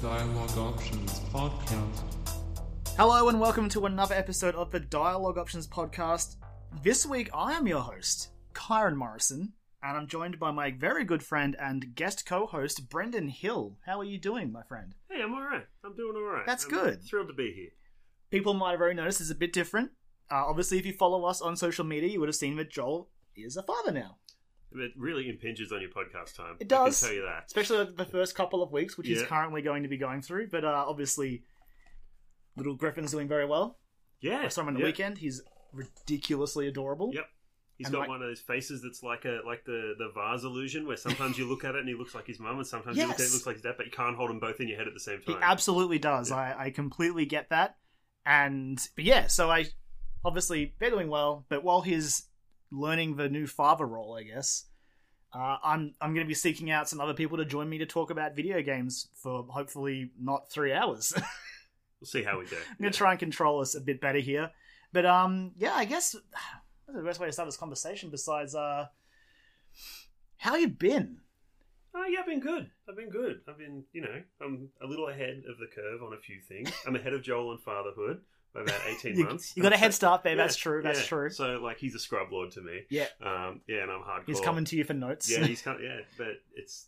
Dialogue Options Podcast. Hello and welcome to another episode of the Dialogue Options Podcast. This week I am your host, Kyron Morrison, and I'm joined by my very good friend and guest co host, Brendan Hill. How are you doing, my friend? Hey, I'm all right. I'm doing all right. That's I'm good. Thrilled to be here. People might have already noticed is a bit different. Uh, obviously, if you follow us on social media, you would have seen that Joel is a father now. It really impinges on your podcast time. It does. I can tell you that. Especially the first couple of weeks, which he's Yeah. currently going to be going through, but uh, obviously, little Griffin's doing very well. Yeah. I saw him on the yeah. weekend. He's ridiculously adorable. Yep. He's And got like- one of those faces that's like a like the the vase illusion, where sometimes you look at it and he looks like his mum, and sometimes you look at it, Yes. it looks like his dad, but you can't hold them both in your head at the same He time. absolutely does. Yeah. I, I completely get that. And but yeah, so I obviously they're doing well, but while he's learning the new father role, I guess, uh, I'm I'm going to be seeking out some other people to join me to talk about video games for hopefully not three hours. I'm we'll see how we go. going to try and control us a bit better here. But um, yeah, I guess that's the best way to start this conversation. Besides, uh, how you been? Oh yeah, I've been good. I've been good. I've been, you know, I'm a little ahead of the curve on a few things. I'm ahead of Joel on fatherhood by about eighteen You, months. you got a And so- head start there. that's Yeah, true. That's yeah. true. So like, he's a scrub lord to me. Yeah. Um, yeah, and I'm hardcore. He's coming to you for notes. Yeah, he's kind yeah, but it's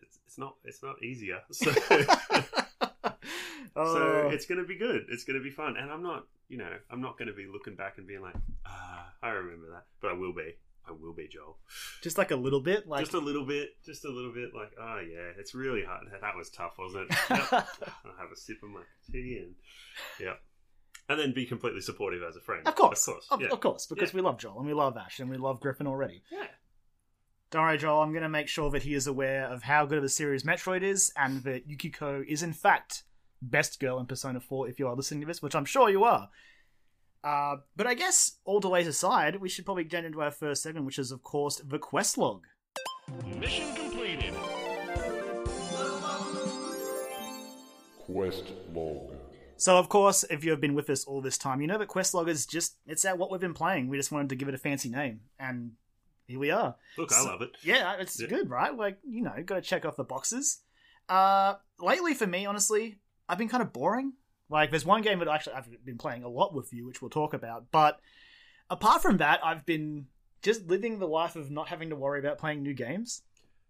it's it's not it's not easier. So so Oh. it's gonna be good. It's gonna be fun, and I'm not you know I'm not gonna be looking back and being like ah I remember that, but I will be. I will be Joel. just like a little bit, like just a little bit, just a little bit. Like oh yeah, it's really hard. That was tough, wasn't it? Yep. I'll have a sip of my tea and yeah, and then be completely supportive as a friend. of course, of course, of, yeah. of course, because we love Joel and we love Ash and we love Griffin already. yeah. Don't worry, Joel. I'm going to make sure that he is aware of how good of a series Metroid is, and that Yukiko is in fact best girl in Persona 4. If you are listening to this, which I'm sure you are. Uh, but I guess all delays aside, we should probably get into our first segment, which is of course the quest log. Mission completed. Quest log. So, of course, if you have been with us all this time, you know that Questlog is just, it's at what we've been playing. We just wanted to give it a fancy name. And here we are. Look, I So- love it. Yeah, it's Yeah. good, right? Like, you know, got to check off the boxes. Uh, lately, for me, honestly, I've been kind of boring. Like, there's one game that actually I've been playing a lot with you, which we'll talk about. But apart from that, I've been just living the life of not having to worry about playing new games,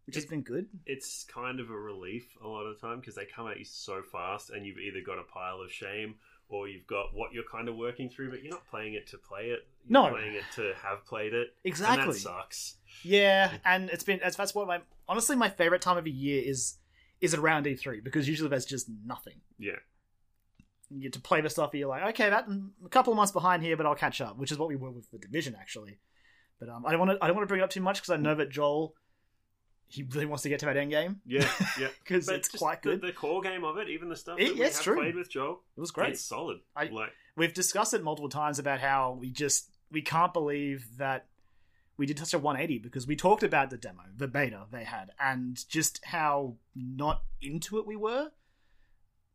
which has been good. it's kind of a relief a lot of the time because they come at you so fast and you've either got a pile of shame or you've got what you're kind of working through but you're not playing it to play it you're No. playing it to have played it and Exactly. that sucks Yeah, and it's been that's, that's what my honestly my favorite time of the year is is around E3 because usually there's just nothing. yeah You get to play the stuff, and you're like, okay, that I'm a couple of months behind here, but I'll catch up, which is what we were with the division actually. But um, I don't want to I don't want to bring it up too much because I know that Joel he really wants to get to that end game yeah yeah because But it's just quite the- good. the, core game of it even the stuff It- that we it's have true. played with joel it was great. it's solid I- like We've discussed it multiple times about how we just we can't believe that we did such a 180 because we talked about the demo, the beta they had, and just how not into it we were.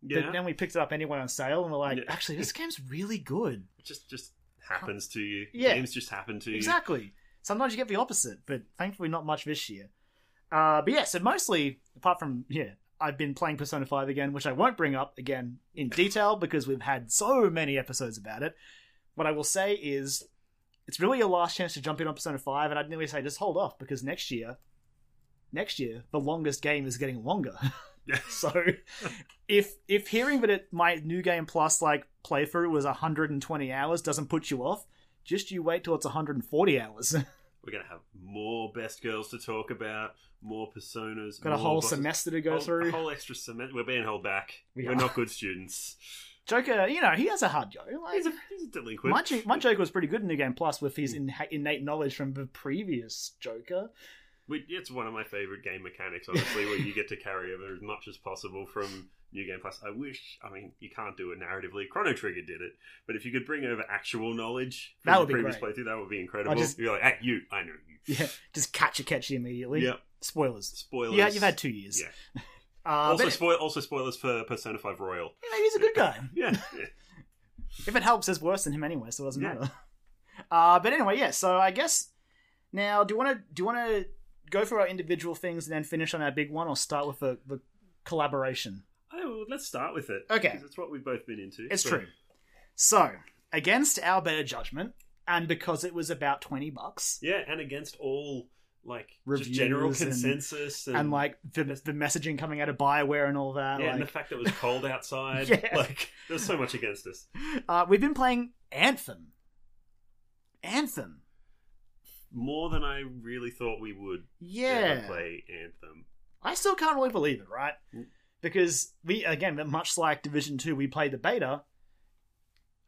yeah But then we picked it up anyway on sale, and we're like, Yeah. actually, this game's really good. it just just happens to you Yeah. games just happen to you Exactly. Sometimes you get the opposite, but thankfully not much this year. Uh, but yeah, so mostly, apart from, yeah, I've been playing Persona 5 again, which I won't bring up again in detail because we've had so many episodes about it. What I will say is, it's really your last chance to jump in on Persona 5, and I'd nearly say just hold off because next year, next year, the longest game is getting longer. yeah So if if hearing that it, my new game plus like playthrough was 120 hours doesn't put you off, just you wait till it's 140 hours. we're gonna have more best girls to talk about more personas Got a more whole bosses. semester to go Whole- through. a whole extra semester we're being held back We we're are. not good students Joker, you know, he has a hard go. Like, He's a, he's a delinquent. my, Jo- my Joker was pretty good in New Game Plus with his in, innate knowledge from the previous Joker. We- it's one of my favorite game mechanics, honestly, where you get to carry over as much as possible from New Game Plus. I wish, I mean, you can't do it narratively. Chrono Trigger did it, but if you could bring over actual knowledge from That the would be previous great. playthrough, that would be incredible. just- You're like, hey, you, I know you. Yeah, just catch a catchy immediately. Yeah, Spoilers. spoilers. Yeah, you've had two years. Yeah. Uh, also, but- spoil- also spoilers for Persona 5 Royal. you know, he's a good guy. Yeah. if it helps, it's worse than him anyway, so it doesn't Yeah. matter. Uh, but anyway, yeah. So I guess now, do you want to do you want to go through our individual things and then finish on our big one, or start with the, the collaboration? I will Oh, well, let's start with it. Okay. Because it's what we've both been into. It's so- true. So, against our better judgment, and because it was about 20 bucks, Yeah, and against all like just Reviews general and- consensus and, and like the, the messaging coming out of Bioware and all that, yeah, and the like, fact that it was cold outside. Yeah. Like there's so much against us. uh, we've been playing Anthem. Anthem. More than I really thought we would Yeah. ever play Anthem. I still can't really believe it, right? Mm. Because we, again, much like Division 2, we played the beta.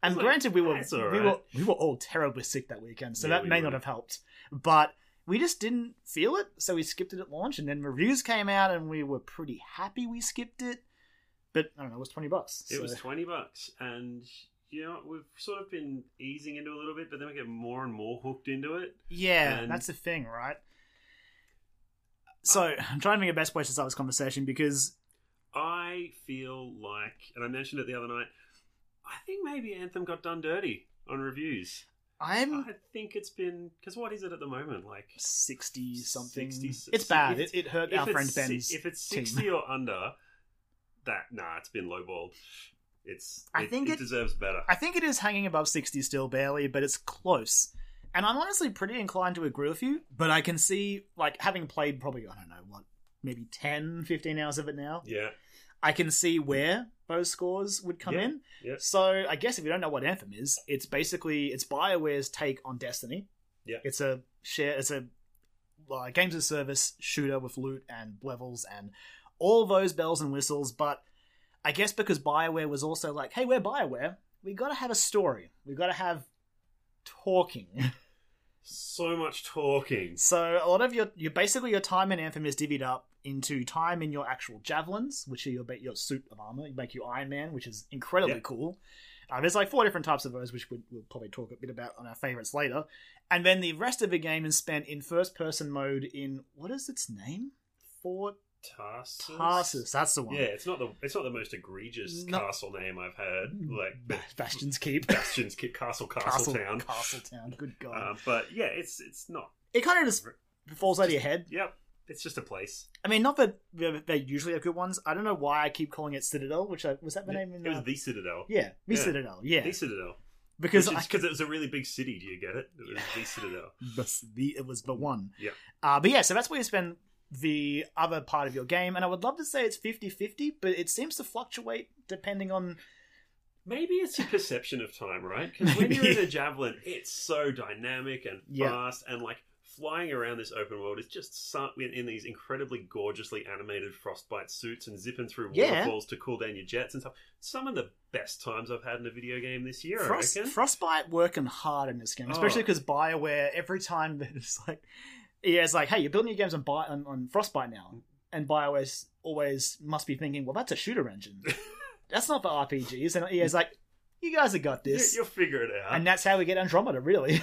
And It's like, granted, we were, "That's we, all were right." we were all terribly sick that weekend, so Yeah, that we may were. not have helped. But we just didn't feel it, so we skipped it at launch, and then reviews came out, and we were pretty happy we skipped it. But I don't know, it was twenty bucks. It so- was twenty bucks, and you know we've sort of been easing into it a little bit, but then we get more and more hooked into it. yeah, and- that's the thing, right? So I'm trying to think of the best way to start this conversation because I feel like, and I mentioned it the other night. I think maybe Anthem got done dirty on reviews. I'm I think it's been because what is it at the moment? Like sixty something. 60 it's bad. if- it, it hurt if our it's friend si- Ben's. If it's team. sixty or under, that nah, it's been lowballed. It's. I it- think it it- deserves better. I think it is hanging above 60 still barely, but it's close. And I'm honestly pretty inclined to agree with you, but I can see, like, having played probably, I don't know, what, maybe 10, 15 hours of it now, yeah, I can see where those scores would come Yeah, in. yeah. So I guess if you don't know what Anthem is, it's basically, it's Bioware's take on Destiny. Yeah. It's a share, it's a like, games of service shooter with loot and levels and all those bells and whistles, but I guess because Bioware was also like, hey, we're Bioware. We got to have a story. We got to have talking. so much talking. so a lot of your, your basically your time in Anthem is divvied up into time in your actual javelins, which are your ba- your suit of armor. You make you Iron Man, which is incredibly Yeah. cool. Uh, there's like four different types of those, which we, we'll probably talk a bit about on our favorites later. And then the rest of the game is spent in first person mode in what is its name? Fort Tarsus. Tarsus. That's the one. Yeah, it's not the it's not the most egregious No. castle name I've heard. Like Ba- Mm. Bastion's Keep. Bastion's Ki- Castle Castle, Town. Castle Town. Good God. Uh, but yeah, it's it's not. it kind of just falls out of your head. Yep, it's just a place. I mean, not that they they usually have good ones. I don't know why I keep calling it Citadel, which I, was that the name in it was uh, the Citadel. yeah, the yeah. Citadel, yeah, The Citadel. because Because I, because it was a really big city. Do you get it? It was the Citadel. the, the- it was the one. Mm, Yeah. Uh, but yeah, so that's where you spend the other part of your game, and I would love to say it's 50-50, but it seems to fluctuate depending on. Maybe it's your perception of time, right? Because when you're Maybe. in a javelin, it's so dynamic and Yeah. fast, and like flying around this open world is just so, in, in these incredibly gorgeously animated frostbite suits and zipping through Yeah. waterfalls to cool down your jets and stuff. Some of the best times I've had in a video game this year, Frost, I reckon. Frostbite working hard in this game, especially Oh. because Bioware every time that it's like, yeah, it's like, hey, you're building your games on Bi- on, on Frostbite now, and Bioware's always must be thinking, well, that's a shooter engine, that's not for RPGs, and EA's like, you guys have got You, this, you'll figure it out. and that's how we get Andromeda, really.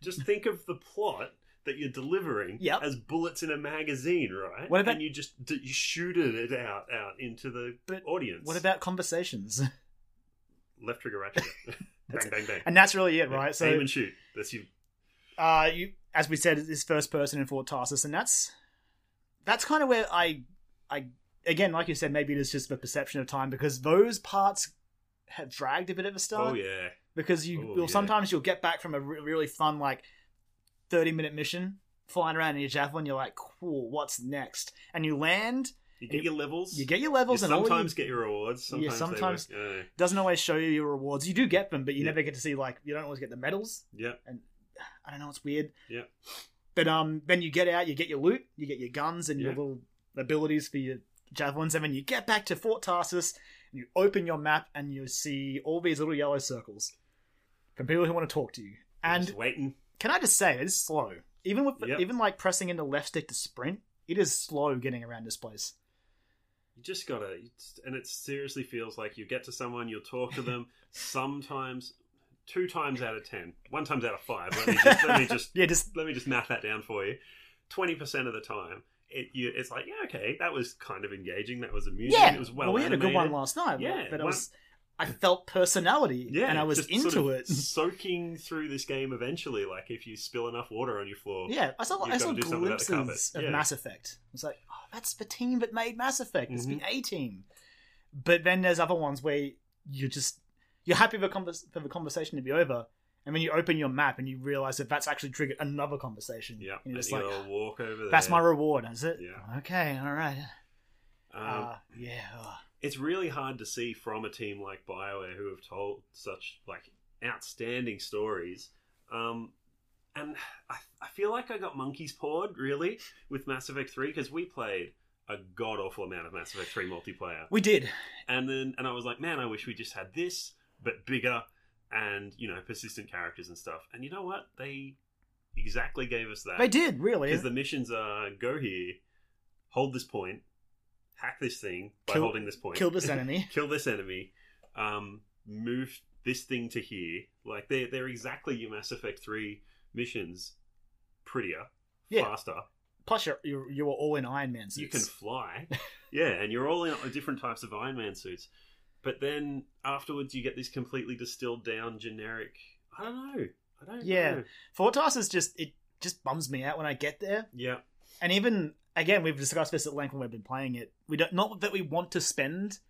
Just think of the plot that you're delivering Yep. as bullets in a magazine, right? What about- and you just d- you shooted it out out into the But audience? what about conversations? left trigger ratchet? bang bang bang. And that's really it, right? aim So, and shoot. That's you. uh, you, as we said, it's first person in Fort Tarsus, and that's that's kind of where I, I again, like you said, maybe it is just the perception of time because those parts have dragged a bit at the start. Oh yeah. because you Oh, will yeah. sometimes you'll get back from a re- really fun like 30 minute mission flying around in your javelin you're like cool what's next and you land You get You- your levels. you get your levels You and all you, sometimes get your rewards. Sometimes Yeah, they sometimes- work. Yeah, doesn't always show you your rewards you do get them but you Yeah. never get to see like you don't always get the medals yeah. i don't know it's weird Yeah. but um then you get out you get your loot you get your guns and your Yeah. little abilities for your javelins and then you get back to fort tarsus and you open your map and you see all these little yellow circles from people who want to talk to you and Just waiting. can I just say it is slow. Even with Yep. even like pressing into left stick to sprint, it is slow getting around this place. You just gotta, it's- and it seriously feels like you get to someone, you'll talk to them. sometimes, two times out of ten, one times out of five. Let me just, let me just, Yeah, just let me just math that down for you. Twenty percent of the time, it, you, it's like, yeah, okay, that was kind of engaging. That was amusing. yeah. it was well. we had a good one animated. last night. Yeah, but I one- was I felt personality, Yeah, and I was just into sort of it. Soaking through this game eventually, like if you spill enough water on your floor, Yeah, I saw You've I gotta saw do something about the carpet. glimpses of Yeah. Mm-hmm. Mass Effect. I was like, oh, that's the team that made Mass Effect. It's the A team. But then there's other ones where you just you're happy for, convers- for the conversation to be over, and then you open your map and you realize that that's actually triggered another conversation. Yeah, and and you're just you like, gotta walk over there. that's my reward, is it? Yeah. Okay, all right. Um, uh, yeah. ugh. it's really hard to see from a team like BioWare who have told such like outstanding stories. Um, and I, I feel like I got monkey's pawed really with Mass Effect 3 because we played a god awful amount of Mass Effect 3 multiplayer. We did. And then and I was like, man, I wish we just had this but bigger and, you know, persistent characters and stuff. And you know what? They exactly gave us that. They did, really. Because the missions are go here, hold this point, hack this thing by Kill- holding this point, kill this enemy. kill this enemy, um, move this thing to here. Like they're they're exactly your Mass Effect three missions, prettier, Yeah. faster. Plus, you're, you're, you were all in Iron Man suits. You can fly, yeah, and you're all in different types of Iron Man suits. But then afterwards, you get this completely distilled down generic. I don't know. I don't Yeah. know. Fortas is just it just bums me out when I get there, Yeah. and even again we've discussed this at length when we've been playing it. We don't not that we want to spend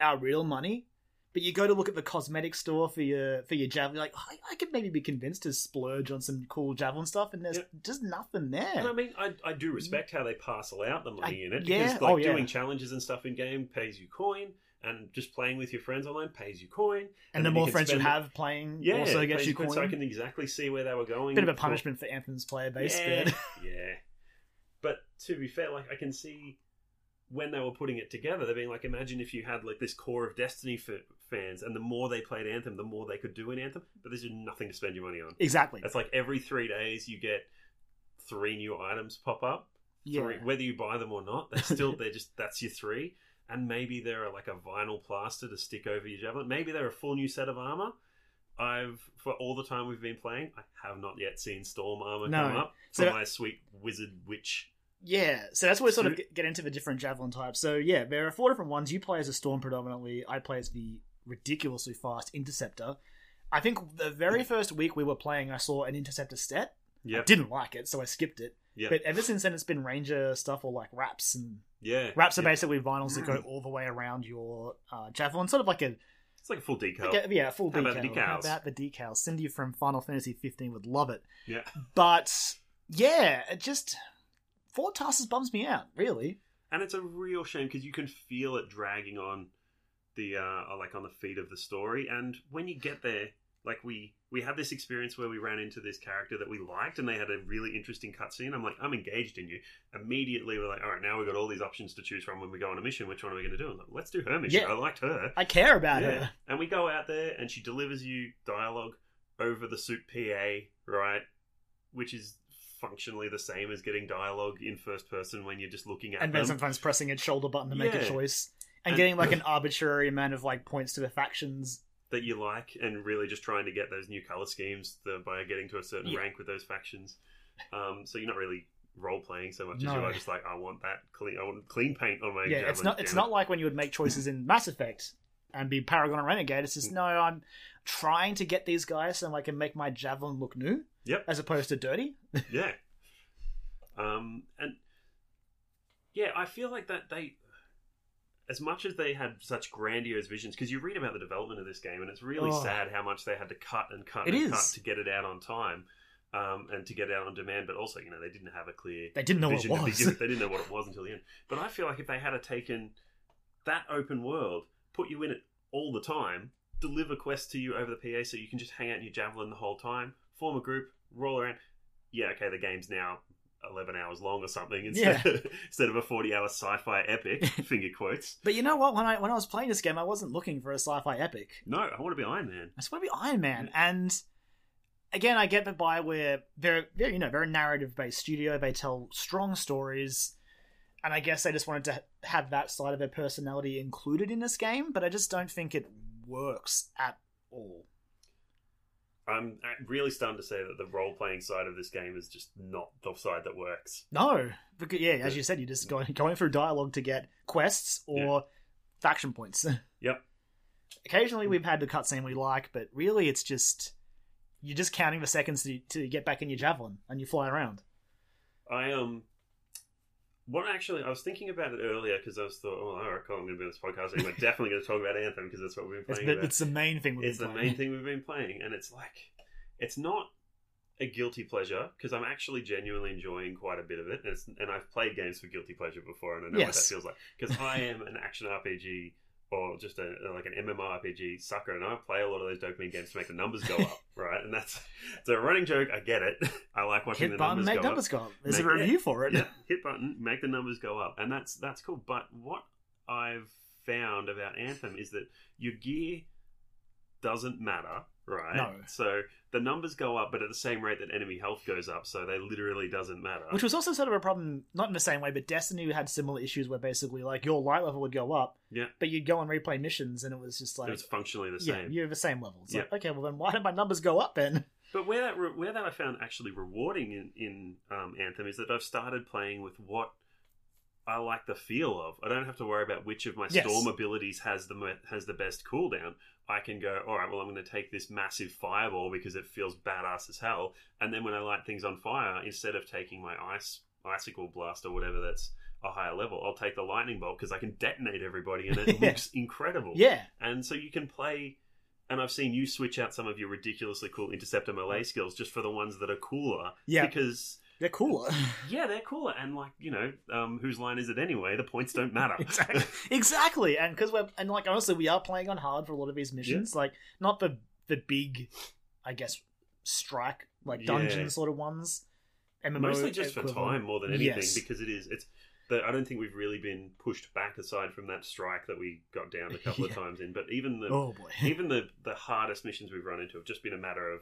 our real money, but you go to look at the cosmetic store for your for your javelin. You're like I, I could maybe be convinced to splurge on some cool javelin stuff, and there's Yeah. just nothing there. And um, I mean, I, I do respect how they parcel out the money I- in it yeah, because, like, oh, yeah. doing challenges and stuff in game pays you coin, and just playing with your friends online pays you coin. and the then more can friends you spend- have playing, yeah, also it gets pays you coin, coin. So I can exactly see where they were going. Bit of a for- punishment for Anthem's player base, yeah, but yeah. But to be fair, like I can see when they were putting it together, they're being like, imagine if you had like this core of Destiny f- fans, and the more they played Anthem, the more they could do in Anthem. But there's just nothing to spend your money on. exactly. That's like every three days you get three new items pop up yeah. three, whether you buy them or not, they're still they're just that's your three. And maybe there are like a vinyl plaster to stick over your javelin. Maybe they're a full new set of armor. I've for all the time we've been playing, I have not yet seen storm armor No. come up So for that- my sweet wizard witch. Yeah, so that's where we sort of Suit. get- get into the different javelin types. So yeah, there are four different ones. You play as a storm predominantly. I play as the ridiculously fast interceptor. I think the very first week we were playing, I saw an interceptor set. I Yep. didn't like it, so I skipped it. Yeah, But ever since then, it's been ranger stuff or like wraps, and yeah. wraps are yeah. basically vinyls that go all the way around your uh, javelin, sort of like a It's like a full decal. like a- yeah, a full How decal. about the How decals? about the decals? Cindy from Final Fantasy 15 would love it. Yeah. But yeah, it just four tasks bums me out really. and it's a real shame because you can feel it dragging on the uh like on the feet of the story and when you get there like we we had this experience where we ran into this character that we liked and they had a really interesting cutscene i'm like i'm engaged in you immediately we're like all right now we've got all these options to choose from when we go on a mission which one are we going to do I'm like, let's do her mission Yeah. i liked her I care about her. and we go out there and she delivers you dialogue over the suit pa right which is functionally the same as getting dialogue in first person when you're just looking at and them then sometimes pressing a shoulder button to make a um, Yeah. choice and, And- getting like an arbitrary amount of like points to the factions that you like and really just trying to get those new color schemes the, by getting to a certain Yeah. rank with those factions. Um, so you're not really role playing so much as No. you are just like I want that clean I want clean paint on my yeah it's javelin, not it's damn it. not like when you would make choices in mass effect and be paragon or renegade it's Mm. just no i'm trying to get these guys so i can make my javelin look new Yep. as opposed to dirty yeah. Um, and yeah, I feel like that they, as much as they had such grandiose visions, because you read about the development of this game, and it's really Oh. sad how much they had to cut and cut It and is. cut to get it out on time. Um, and to get it out on demand, but also, you know, they didn't have a clear they didn't know what it vision to begin was with. They didn't know what it was until the end. But I feel like if they had a taken that open world, put you in it all the time, deliver quests to you over the PA so you can just hang out in your javelin the whole time, form a group, roll around. Yeah, okay, the game's now 11 hours long or something instead, instead of a 40 hour sci fi epic, finger quotes. but you know what when i when i was playing this game i wasn't looking for a sci-fi epic No, I want to be Iron Man. I just want to be Iron Man. And again, I get the Bioware. They're, they're you know they're a narrative based studio. They tell strong stories, and I guess they just wanted to ha- have that side of their personality included in this game. But I just don't think it works at all. I'm uh, really stunned to say that the role playing side of this game is just not the side that works. No, because yeah, as you said, you're just going going through dialogue to get quests or faction points. Yep. Mm. Occasionally, we've had the cutscene we like, but really, it's just you're just counting the seconds to, to get back in your javelin and you fly around. I um What actually, I was thinking about it earlier because I was thought, oh, all right, cool, I'm going to be on this podcast. and We're definitely going to talk about Anthem because that's what we've been It's playing. the, about. it's the main thing. We've It's been the playing. main thing we've been playing, and it's like it's not a guilty pleasure because I'm actually genuinely enjoying quite a bit of it, and, it's, and I've played games for guilty pleasure before, and I know what that Yes. feels like because I am an action RPG or just a, like an MMORPG sucker, and I play a lot of those dopamine games to make the numbers go up, right? And that's it's a running joke. I get it. I like watching Hit the button, numbers make go up numbers go up. There's a Make- yeah. review for it. yeah, hit button, make the numbers go up, and that's that's cool. But what I've found about Anthem is that your gear doesn't matter, right? No. So the numbers go up, but at the same rate that enemy health goes up, so they literally doesn't matter. Which was also sort of a problem, not in the same way, but Destiny had similar issues where basically like your light level would go up, Yeah. but you'd go and replay missions and it was just like, it's functionally the yeah, same. you're the same level. It's like, okay, well then why did my numbers go up then? But where that re- where that I found actually rewarding in in um, Anthem is that I've started playing with what I like the feel of. I don't have to worry about which of my Yes. storm abilities has the mo- has the best cooldown. I can go, all right, well, I'm going to take this massive fireball because it feels badass as hell. And then when I light things on fire, instead of taking my ice icicle blast or whatever that's a higher level, I'll take the lightning bolt because I can detonate everybody and it Yeah. looks incredible. Yeah, And so you can play. And I've seen you switch out some of your ridiculously cool interceptor melee skills just for the ones that are cooler. Yeah. Because they're cooler. yeah, they're cooler, and like you know, um, whose line is it anyway? The points don't matter. exactly. exactly. And because we're and like honestly, we are playing on hard for a lot of these missions. Like not the the big, I guess, strike like Yeah. dungeon sort of ones. MMO Mostly just for equivalent. time more than anything, Yes. because it is. It's. The, I don't think we've really been pushed back aside from that strike that we got down a couple Yeah. of times in. But even the Oh boy. even the the hardest missions we've run into have just been a matter of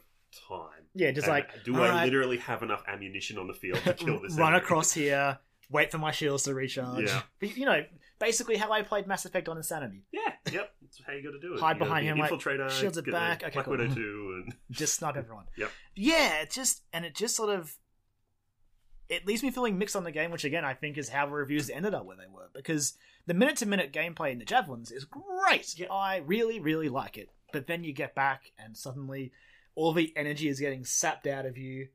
time. Yeah, just And like Uh, do all I right. literally have enough ammunition on the field to kill this? run enemy? across here, wait for my shields to recharge. Yeah. But, you know, basically how I played Mass Effect on Insanity. Yeah, yep. That's how you got to do it. Hide You gotta behind be him, an like, infiltrator, shields it get a back, okay, Black cool. Widow two, and Just snipe everyone. Yep. Yeah, it just and it just sort of it leaves me feeling mixed on the game, which again I think is how the reviews ended up where they were, because the minute to minute gameplay in the Javelins is great. Yeah. I really, really like it. But then you get back and suddenly all the energy is getting sapped out of you.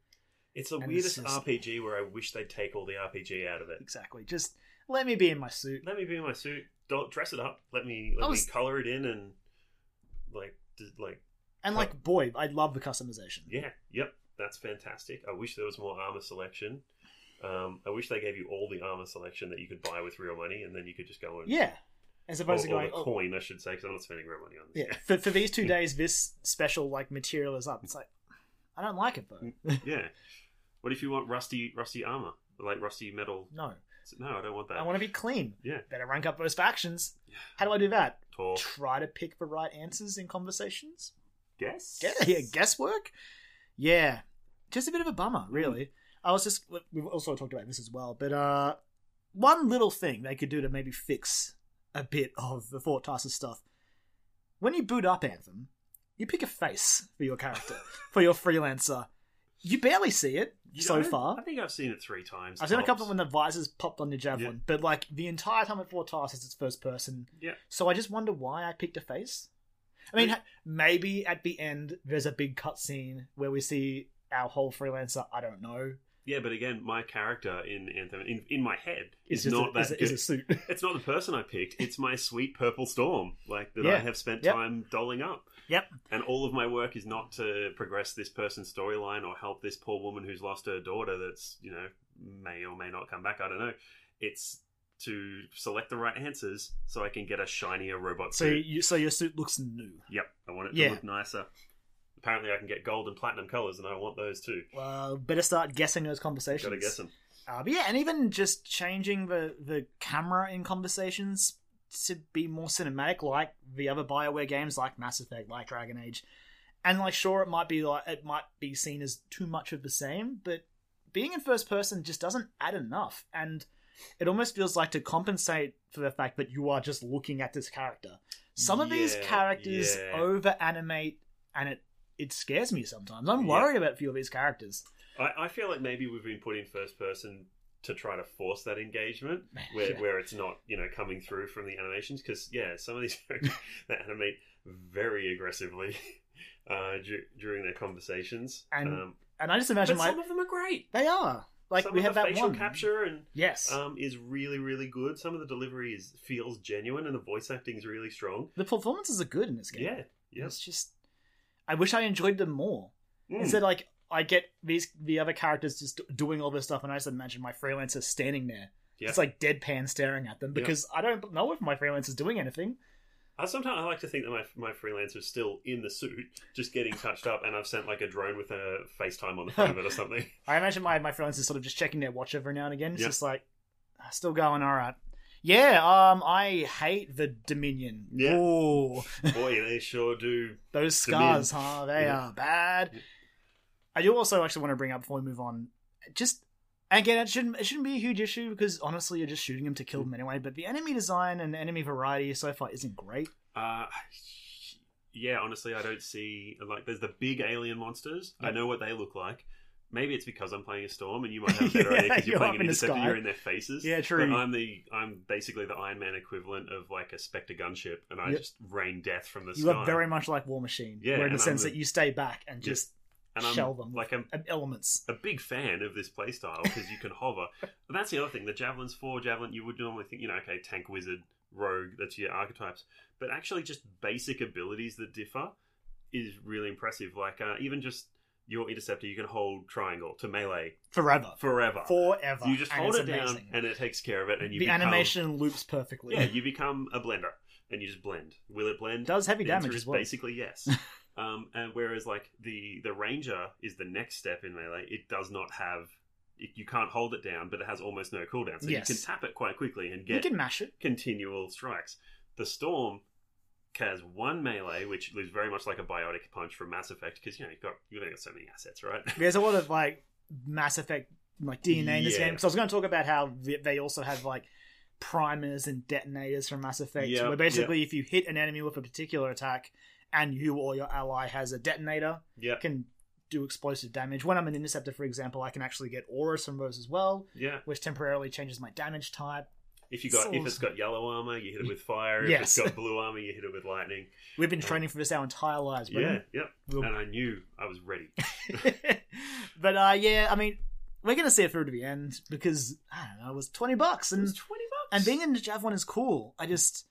it's the And weirdest it's just- RPG where I wish they'd take all the RPG out of it. Exactly. Just let me be in my suit. Let me be in my suit. Don't dress it up. Let me I let was- me color it in and like d- like And like boy, I love the customization. yeah, yep, that's fantastic. I wish there was more armor selection. Um, I wish they gave you all the armor selection that you could buy with real money, and then you could just go and Yeah. As or, opposed to or going, the oh, coin, I should say, because I'm not spending real money on this. yeah. For, for these two days, this special like material is up. It's like, I don't like it Mm. though. yeah. What if you want rusty rusty armor, like rusty metal? No, No, I don't want that. I want to be clean. Yeah. Better rank up those factions. How do I do that? Tall. Try to pick the right answers in conversations. Guess. Yeah, yeah, guesswork. Yeah, just a bit of a bummer, really. I was just we- we've also talked about this as well, but uh, one little thing they could do to maybe fix a bit of the Fort Tarsus stuff. When you boot up Anthem, you pick a face for your character, for your freelancer. You barely see it You so know, I- far. I think I've seen it three times. I've seen a tops. couple when the visors popped on your javelin, Yeah. but like the entire time at Fort Tarsus, it's first person. Yeah. So I just wonder why I picked a face. I mean, Mm. ha- maybe at the end there's a big cutscene where we see our whole freelancer. I don't know. Yeah, but again, my character in Anthem in, in my head It's is just not a, that is, a, is good. a suit. It's not the person I picked. It's my sweet purple storm, like that I Yeah. have spent Yep. time doling up. Yep. And all of my work is not to progress this person's storyline or help this poor woman who's lost her daughter. That's you know may or may not come back. I don't know. It's to select the right answers so I can get a shinier robot so suit. you, so your suit looks new. Yep, I want it Yeah. to look nicer. Apparently, I can get gold and platinum colors, and I want those too. Well, better start guessing those conversations. Got to guess them. Uh, but yeah, and even just changing the the camera in conversations to be more cinematic, like the other Bioware games, like Mass Effect, like Dragon Age, and like sure, it might be like it might be seen as too much of the same, but being in first person just doesn't add enough, and it almost feels like to compensate for the fact that you are just looking at this character. Some of these Yeah, characters yeah. over animate, and it it scares me sometimes. I'm Yeah. worried about a few of these characters. I, I feel like maybe we've been put in first person to try to force that engagement where, Yeah. where it's not you know coming through from the animations because yeah some of these that animate very aggressively uh, dur- during their conversations And um, And I just but imagine some like of them are great they are. Like Some we of have the that facial one. capture and Yes. um, is really really good. Some of the delivery is feels genuine, and the voice acting is really strong. the performances are good in this game. Yeah, Hmm. yes. It's just I wish I enjoyed them more. Mm. Instead, like I get these the other characters just doing all this stuff, and I just imagine my freelancer standing there. Yeah. It's like deadpan staring at them Yeah. because I don't know if my freelancer's doing anything. I sometimes I like to think that my my freelancer's still in the suit, just getting touched up, and I've sent like a drone with a FaceTime on the front of it or something. I imagine my my freelancer's sort of just checking their watch every now and again. It's Yeah. just like "Ah, still going all right. Yeah, um, I hate the Dominion. Yeah. Ooh, Boy, they sure do. those Dominion. scars, huh? They Yeah. are bad. I do also actually want to bring up before we move on, just again, it shouldn't it shouldn't be a huge issue because honestly, you're just shooting them to kill them anyway. But the enemy design and enemy variety so far isn't great. Uh, yeah, honestly, I don't see like there's the big alien monsters. I Yep. know what they look like. Maybe it's because I'm playing a storm, and you might have a better idea idea Yeah, because you're you're playing up an in the interceptor. sky. You're in their faces. Yeah, true. But I'm the I'm basically the Iron Man equivalent of like a Spectre gunship, and I Yep. just rain death from the You sky. look very much like War Machine, Yeah, where in the and I'm sense the- that you stay back and Yeah. just and I'm shell them. like I'm um, elements. a big fan of this playstyle because you can hover. But that's the other thing. The javelins for javelin, you would normally think, you know, okay, tank wizard, rogue, that's your archetypes. But actually, just basic abilities that differ is really impressive. Like uh, even just your interceptor, you can hold triangle to melee Forever, forever. forever. you just and hold it's it down, amazing. and it takes care of it, and you the become, animation loops perfectly. Yeah, you become a blender, and you just blend. Will it blend? it does heavy The answer damage is as well. Basically, yes. um, and whereas like the the ranger is the next step in melee, it does not have. It, you can't hold it down, but it has almost no cooldown, so Yes. you can tap it quite quickly and You get can mash it. continual strikes. The storm has one melee, which is very much like a biotic punch from Mass Effect, because you know you've got you've only got so many assets, right? There's a lot of like Mass Effect like DNA in this Yeah. game because I was going to talk about how th- they also have like primers and detonators from Mass Effect, Yeah, where basically if you hit an enemy with a particular attack and you or your ally has a detonator, yeah, it can do explosive damage. When I'm an interceptor, for example, I can actually get auras from those as well, yeah. which temporarily changes my damage type. If you got So- if it's got yellow armor, you hit it with fire. If Yes. it's got blue armor, you hit it with lightning. We've been Yeah. training for this our entire lives, but Yeah, yep. we'll And I knew I was ready. but uh, yeah, I mean, we're gonna see it through to the end because I don't know, it was twenty bucks, It and was twenty bucks. and being in the Jav one is cool. I just,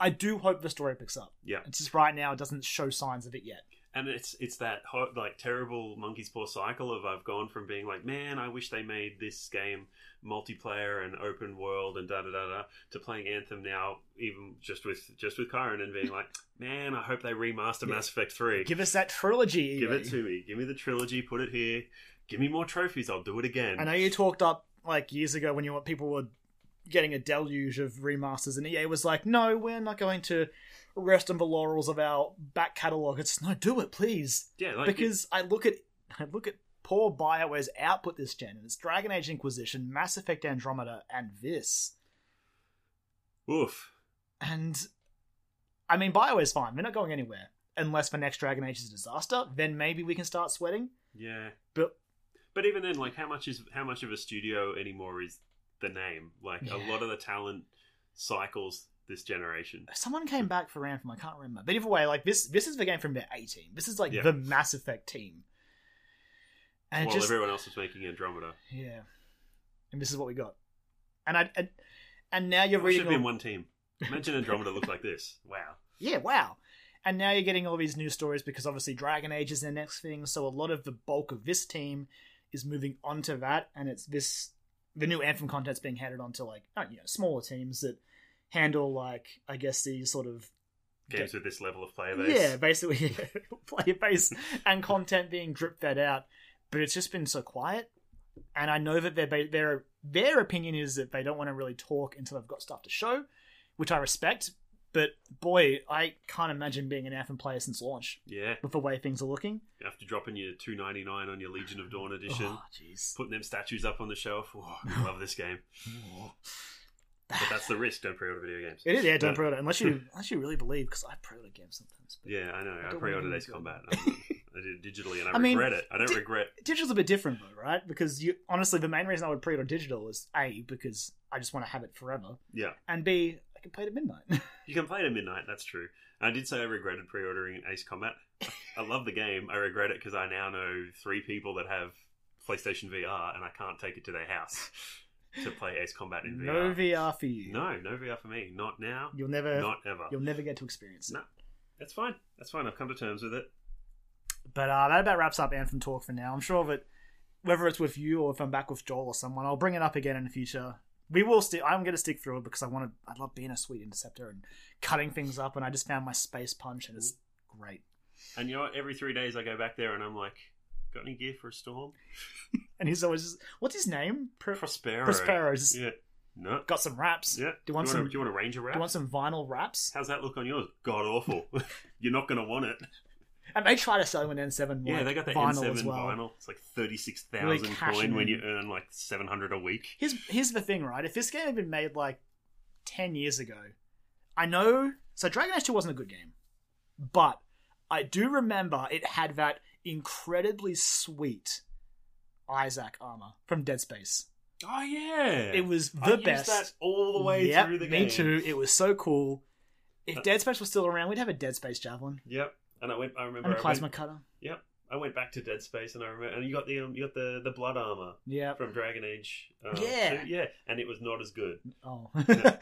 I do hope the story picks up. Yeah. it's just right now it doesn't show signs of it yet. and it's it's that ho- like terrible monkey's paw cycle of I've gone from being like, man, I wish they made this game multiplayer and open world and da da da da to playing Anthem now, even just with just with Kyron and being like, man, I hope they remaster Yeah. Mass Effect Three. Give, Give us that trilogy. E EA. it to me. Give me the trilogy. Put it here. Give me more trophies. I'll do it again. I know you talked up like years ago when you were- people were getting a deluge of remasters, and EA was like, "No, we're not going to rest on the laurels of our back catalog." It's no, do it, please. yeah, like because I look at I look at poor Bioware's output this gen, and it's Dragon Age Inquisition, Mass Effect Andromeda, and this. oof. And I mean, Bioware's fine; they're not going anywhere unless the next Dragon Age is a disaster. Then maybe we can start sweating. Yeah, But but even then, like, how much is how much of a studio anymore is the name? Like, a Yeah. lot of the talent cycles this generation. someone came back for Anthem. I can't remember. But either way, like this, this is the game from their A team. This is like Yeah. the Mass Effect team. And it While just, everyone else was making Andromeda. yeah, and this is what we got. And I and, and now you're We should reading. have been all- one team. Imagine Andromeda looked like this. Wow. yeah, wow. And now you're getting all these new stories because obviously Dragon Age is their next thing. So a lot of the bulk of this team is moving on to that, and it's this the new Anthem content's being handed on to like not, you know smaller teams that handle like I guess these sort of Games with this level of player base. yeah basically player base and content being drip fed out. But it's just been so quiet, and I know that their ba- their their opinion is that they don't want to really talk until they've got stuff to show, which I respect. But boy, I can't imagine being an Anthem player since launch Yeah. with the way things are looking. After dropping your two ninety nine on your Legion of Dawn edition, Oh, jeez. putting them statues up on the shelf. Oh, I love this game. But that's the risk. Don't pre-order video games. It is, yeah, don't No. pre-order unless you unless you really believe because I pre-order games sometimes. but- Yeah, I know. I I, don't pre-ordered wanna Ace do it. Combat. I I did it digitally, and I, I mean, regret it. I don't di- regret. Digital's a bit different though, right? Because you honestly, the main reason I would pre-order digital is a because I just want to have it forever, Yeah, and b I can play it at midnight. you can play it at midnight. That's true. I did say I regretted pre-ordering Ace Combat. I love the game. I regret it because I now know three people that have PlayStation VR, and I can't take it to their house to play Ace Combat in No VR. VR for you. no, no VR for me. Not now. You'll never not ever. you'll never get to experience it. No, that's fine. That's fine. I've come to terms with it. But uh, that about wraps up Anthem Talk for now. I'm sure that whether it's with you or if I'm back with Joel or someone, I'll bring it up again in the future. We will stick. I'm going to stick through it because I want to. I love being a sweet interceptor and cutting things up. And I just found my space punch, and it's great. And you know what? Every three days I go back there and I'm like, got any gear for a storm? And he's always just, what's his name? Pro- Prospero. Prospero. Just Yeah. No. got some raps. Yeah. Do you want some? a, do you want a Ranger wrap? do you want some vinyl raps? How's that look on yours? God awful. You're not going to want it. And they try to sell him an N7 Yeah, like, they got the vinyl N7 as well. vinyl. It's like 36,000 Really cashing coin when in. you earn like 700 a week. Here's here's the thing, right? If this game had been made like ten years ago, I know. So Dragon Age Two wasn't a good game, but I do remember it had that incredibly sweet Isaac armor from Dead Space. Oh, yeah. It was the I used best. that all the way Yep, through the game. me too. It was so cool. If Uh, Dead Space was still around, we'd have a Dead Space javelin Yep. And I went, I and remember. a I plasma went, cutter. yep. I went back to Dead Space and I remember. And you got the um, you got the, the blood armor Yeah. from Dragon Age. Um, Yeah. two. Yeah. And it was not as good. Oh. Yeah.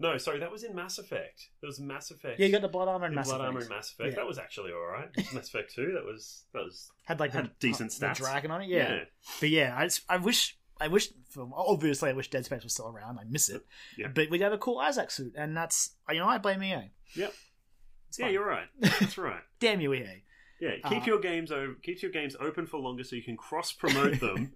No, sorry, that was in Mass Effect. That was Mass Effect. yeah, you got the blood armor In and massive. Blood Armor and Mass Effect. Yeah. That was actually all right. Mass Effect Two. That was that was had like had the, decent the stats. dragon on it. yeah. But yeah, I, just, I wish I wish for, obviously I wish Dead Space was still around. I miss it. Yeah. But we'd have a cool Isaac suit, and that's you know I blame EA. Yep. It's Yeah, fine. you're right. That's right. Damn you, E EA. Yeah, keep Uh, your games over. Keep your games open for longer so you can cross promote them,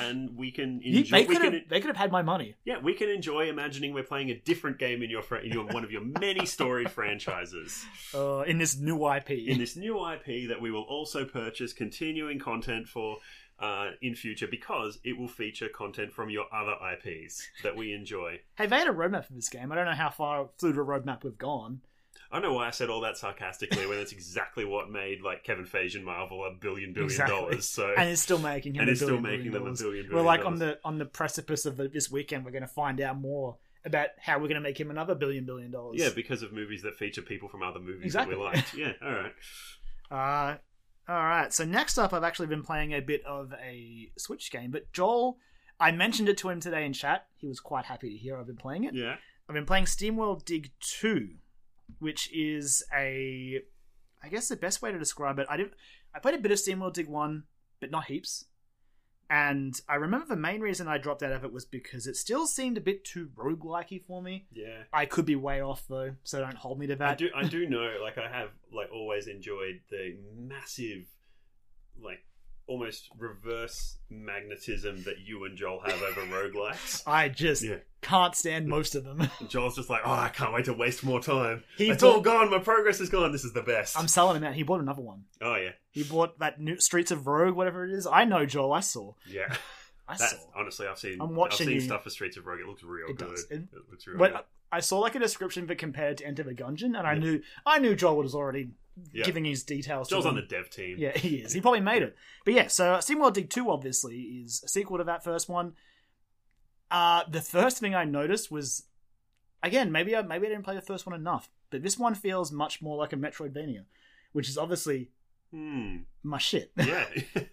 and we can You, enjoy. they we could have can, they could have had my money. yeah, we can enjoy imagining we're playing a different game in your fr- in your one of your many storied franchises Uh, in this new IP. in this new IP that we will also purchase continuing content for. Uh, in future, because it will feature content from your other IPs that we enjoy. hey, they had a roadmap for this game. I don't know how far through the roadmap we've gone. I don't know why I said all that sarcastically when that's exactly what made like Kevin Feige and Marvel a billion billion Exactly. dollars. So And it's still making him Uh, and a it's still billion, making billion them a dollars. billion billion. We're like on dollars. the on the precipice of the, this weekend. We're going to find out more about how we're going to make him another billion billion dollars. yeah because of movies that feature people from other movies Exactly. that we liked. Yeah, all right. Uh, all right. So next up, I've actually been playing a bit of a Switch game, but Joel, I mentioned it to him today in chat. He was quite happy to hear I've been playing it. Yeah, I've been playing SteamWorld Dig Two, which is a, I guess the best way to describe it. I did, I played a bit of SteamWorld Dig One, but not heaps. And I remember the main reason I dropped out of it was because it still seemed a bit too roguelikey for me. yeah. I could be way off though, so don't hold me to that. I do I do know like I have like always enjoyed the massive like almost reverse magnetism that you and Joel have over roguelikes. I just Yeah. can't stand most of them. And Joel's just like, oh, I can't wait to waste more time. He it's bought- all gone. My progress is gone. This is the best. I'm selling him out. He bought another one. oh yeah, He bought that new Streets of Rogue, whatever it is. I know, Joel. I saw. yeah. I That's, saw. honestly, I've seen. I'm watching I've seen you. stuff for Streets of Rogue. It looks real It good. does. It It- looks real. When good. I saw like a description that compared to Enter the Gungeon, and I Yeah. knew I knew Joel was already Yeah. giving his details. Joel's to on them. the dev team. Yeah, he is. He probably made it. But yeah, so uh, SteamWorld Dig 2 obviously is a sequel to that first one. Uh, the first thing I noticed was, again, maybe I, maybe I didn't play the first one enough, but this one feels much more like a Metroidvania, which is obviously Hmm. my shit. Yeah.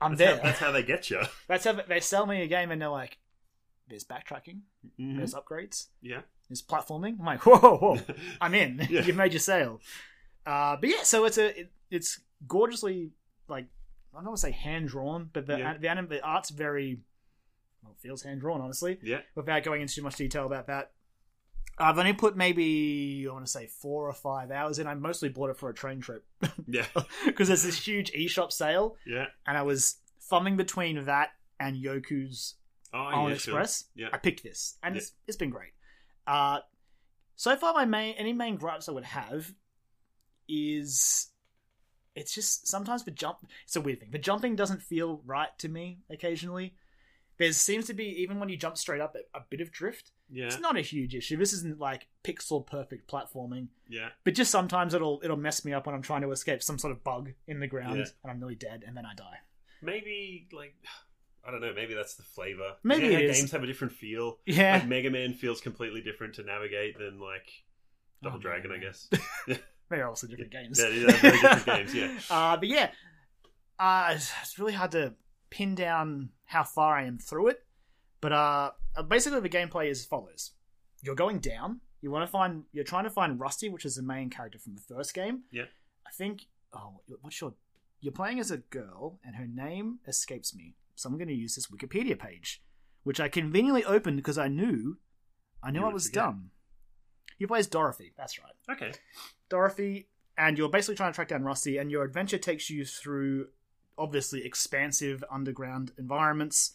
I'm that's, there. How, that's how they get you. That's how they sell me a game, and they're like, "There's backtracking, Mm-hmm. there's upgrades, Yeah. there's platforming." I'm like, "Whoa, whoa, whoa. I'm in. Yeah. You've made your sale." Uh, but yeah, so it's a it, it's gorgeously like I don't want to say hand drawn, but the Yeah. the, anim- the art's very well it feels hand drawn, honestly. Yeah. Without going into too much detail about that, I've only put maybe I want to say four or five hours in. I mostly bought it for a train trip Yeah. because there's this huge eShop sale, Yeah. and I was thumbing between that and Yoku's Oh, on yeah, Express. Sure. I Yeah. picked this, and Yeah. it's, it's been great. Uh, so far, my main any main gripes I would have is it's just sometimes the jump. It's a weird thing. The jumping doesn't feel right to me. Occasionally, there seems to be even when you jump straight up a, a bit of drift. Yeah. It's not a huge issue. This isn't like pixel perfect platforming, Yeah. but just sometimes it'll it'll mess me up when I'm trying to escape some sort of bug in the ground Yeah. and I'm nearly dead and then I die. Maybe like I don't know. Maybe that's the flavor. Maybe you know how it is. games have a different feel. Yeah, Like Mega Man feels completely different to navigate than like Double Oh, Dragon, I man. guess. They're also different games. Yeah, they're very different games, yeah. Uh, but yeah, uh, it's it's really hard to pin down how far I am through it, but uh, basically the gameplay is as follows: you're going down. You want to find. You're trying to find Rusty, which is the main character from the first game. Yep. I think. Oh, what's your? You're playing as a girl, and her name escapes me. So I'm going to use this Wikipedia page, which I conveniently opened because I knew, I knew You I would was forget. dumb. He plays Dorothy. That's right. Okay. Dorothy, and you're basically trying to track down Rusty, and your adventure takes you through obviously expansive underground environments.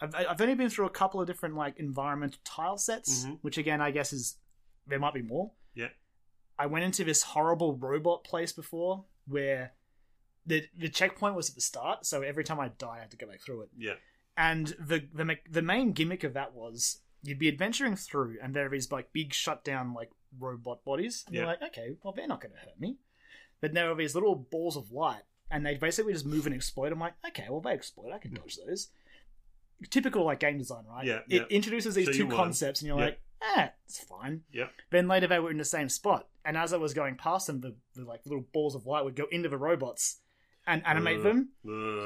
I've, I've only been through a couple of different like environment tile sets, Mhm. which again I guess is there might be more. Yeah. I went into this horrible robot place before where the the checkpoint was at the start, so every time I died I had to go back through it. Yeah. And the the ma- the main gimmick of that was you'd be adventuring through, and there is like big shutdown like robot bodies. And You're Yeah. like, okay, well they're not going to hurt me. But there are these little balls of light, and they basically just move and explode. I'm like, okay, well they explode, I can dodge those. Typical like game design, right? Hmm. Yeah, It yeah. introduces these So you two won. concepts, and you're Yeah. like, ah, it's fine. Yep. Then later they were in the same spot, and as I was going past them, the, the like little balls of light would go into the robots and animate Ugh. them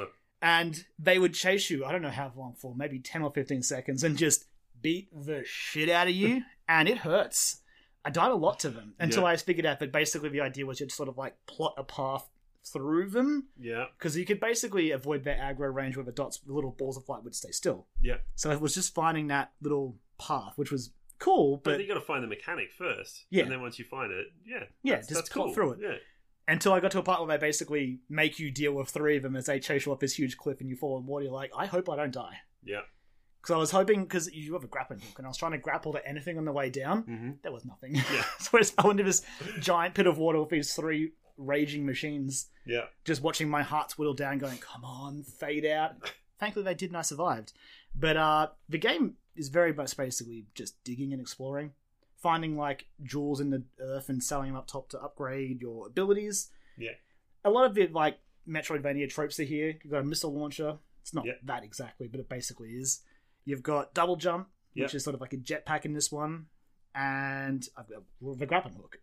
Ugh. and they would chase you. I don't know how long for, maybe ten or fifteen seconds, and just beat the shit out of you, and it hurts. I died a lot to them until Yeah. I figured out that basically the idea was you'd sort of like plot a path through them Yeah. because you could basically avoid their aggro range where the dots, the little balls of light would stay still. Yeah. So it was just finding that little path, which was cool, But, but you got to find the mechanic first. Yeah. And then once you find it, yeah. Yeah, that's- just that's cut cool. through it. Yeah. until I got to a part where they basically make you deal with three of them as they chase you off this huge cliff and you fall in water. You're like, I hope I don't die. Yeah. Because I was hoping, because you have a grappling hook, and I was trying to grapple to anything on the way down. Mm-hmm. There was nothing. so I just fell into this giant pit of water with these three raging machines, Yeah. just watching my heart whittle down, going, come on, fade out. Thankfully, they did, and I survived. But uh, the game is very much basically just digging and exploring, finding like jewels in the earth and selling them up top to upgrade your abilities. Yeah. A lot of it, like Metroidvania tropes, are here. You've got a missile launcher. It's not Yeah. that exactly, but it basically is. You've got double jump, which Yeah. is sort of like a jetpack in this one, and I've got the grappling hook.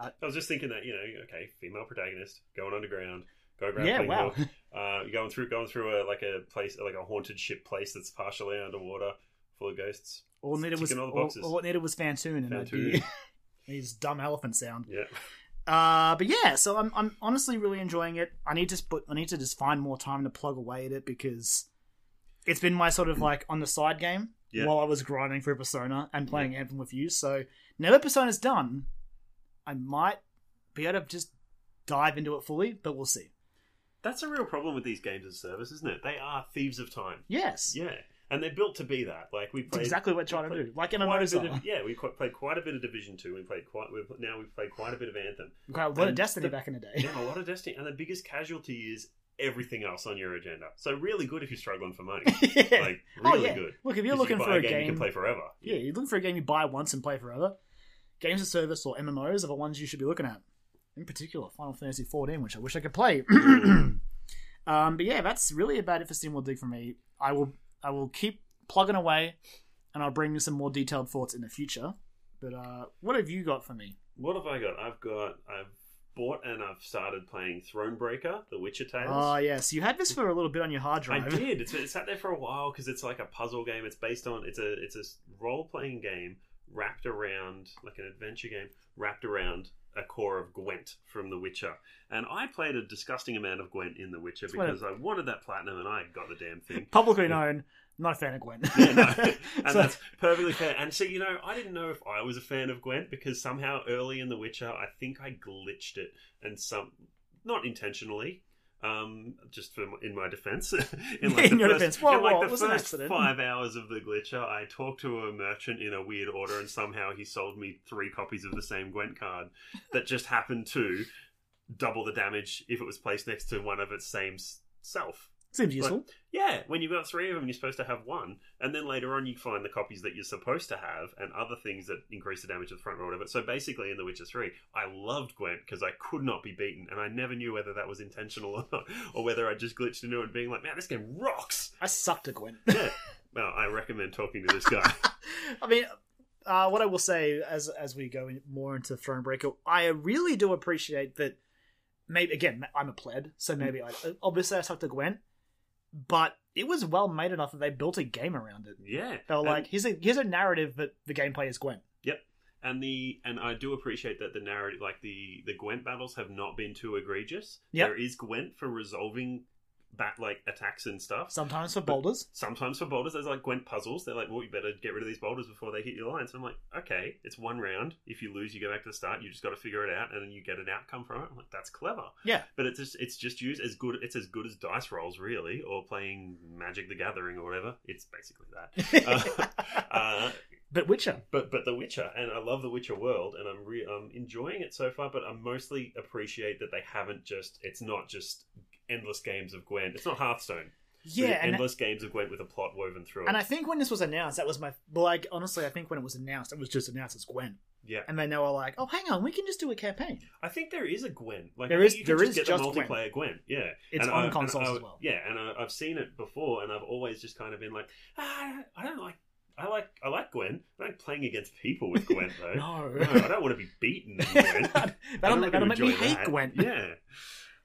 I was just thinking that you know, okay, female protagonist going underground, go grab yeah, wow. Uh, you're going through going through a like a place like a haunted ship place that's partially underwater, full of ghosts. All it needed was Ticking all the all, boxes. all it needed was Fantoon, and I'd be Fantoon. his dumb elephant sound. Yeah, Uh, but yeah, so I'm I'm honestly really enjoying it. I need to put I need to just find more time to plug away at it because it's been my sort of like on the side game Yeah. while I was grinding for Persona and playing Anthem with you. So now that Persona's done, I might be able to just dive into it fully, but we'll see. that's a real problem with these games as service, isn't it? They are thieves of time. Yes, Yeah, and they're built to be that. Like we it's played exactly what I'm trying to do. Like in a quite a bit motorcycle, of, yeah, we qu- played quite a bit of Division Two. We played quite we now we've played quite a bit of Anthem. quite a lot of and Destiny the- back in the day. Yeah, a lot of Destiny, and the biggest casualty is everything else on your agenda. So really good if you're struggling for money. Like really oh yeah, good. look if 'Cause you're you looking buy for a game, you can play forever. Yeah, you're looking for a game you buy once and play forever. Games of service or MMOs are the ones you should be looking at. In particular, Final Fantasy XIV, which I wish I could play. um, but yeah, that's really about it for SteamWorld Dig for me. I will I will keep plugging away, and I'll bring you some more detailed thoughts in the future. But uh, what have you got for me? What have I got? I've got I've bought and I've started playing Thronebreaker, The Witcher Tales. Oh yes, you had this for a little bit on your hard I drive. did. It's, it sat there for a while because it's like a puzzle game. It's based on it's a it's a role playing game wrapped around like an adventure game wrapped around a core of Gwent from The Witcher. And I played a disgusting amount of Gwent in The Witcher what I- because I wanted that platinum and I got the damn thing. Publicly known, not a fan of Gwen. Yeah, no. and So- that's perfectly fair. And so, you know, I didn't know if I was a fan of Gwent because somehow early in The Witcher, I think I glitched it, and some not intentionally. Um, just for, in my defense, in In your first, defense. Whoa, in like whoa, the it was an first accident. five hours of the glitcher, I talked to a merchant in a weird order, and somehow he sold me three copies of the same Gwent card that just happened to double the damage if it was placed next to one of its same s- self. Seems useful. Yeah, when you've got three of them, you're supposed to have one, and then later on you find the copies that you're supposed to have, and other things that increase the damage of the front row, whatever. So basically, in The Witcher Three, I loved Gwent because I could not be beaten, and I never knew whether that was intentional or not, or whether I just glitched into it and being like, "Man, this game rocks." I sucked at Gwen. Yeah. well, I recommend talking to this guy. I mean, uh, what I will say as as we go in, more into Thronebreaker, I really do Mm. appreciate that. Maybe again, I'm a pleb, so maybe I obviously I talked to Gwen. but it was well made enough that they built a game around it. Yeah. They were And- like, here's a here's a narrative, but the gameplay is Gwen. and the and I do appreciate that the narrative, like the the Gwent battles, have not been too egregious. Yep. There is Gwent for resolving bat like attacks and stuff. Sometimes for boulders, Sometimes for boulders, there's like Gwent puzzles. They're like, well, you better get rid of these boulders before they hit your line. So I'm like, okay, it's one round. If you lose, you go back to the start. You just got to figure it out, and then you get an outcome from it. I'm like, that's clever. Yeah. But it's just it's just used as good. It's as good as dice rolls, really, or playing Magic the Gathering or whatever. It's basically that. Uh, uh, but Witcher. but but The Witcher, and I love The Witcher world, and I'm re- I'm enjoying it so far. But I mostly appreciate that they haven't just. It's not just endless games of Gwent. It's not Hearthstone. but Yeah, and endless games of Gwent with a plot woven through it. and I think when this was announced, that was my like honestly, I think when it was announced, it was just announced as Gwen, yeah, and then they were like, oh, hang on, we can just do a campaign. I think there is a Gwen. Like There I is- think you can there just is get just the Gwen. multiplayer Gwen. Yeah, It's And on I- and consoles I- as well. Yeah, and I, I've seen it before, and I've always just kind of been like, ah, I don't like. I like I like Gwen. I like playing against people with Gwen though. No, No, I don't want to be beaten. in Gwen. that'll, I don't that'll, really make me enjoy hate that. Gwen. Yeah.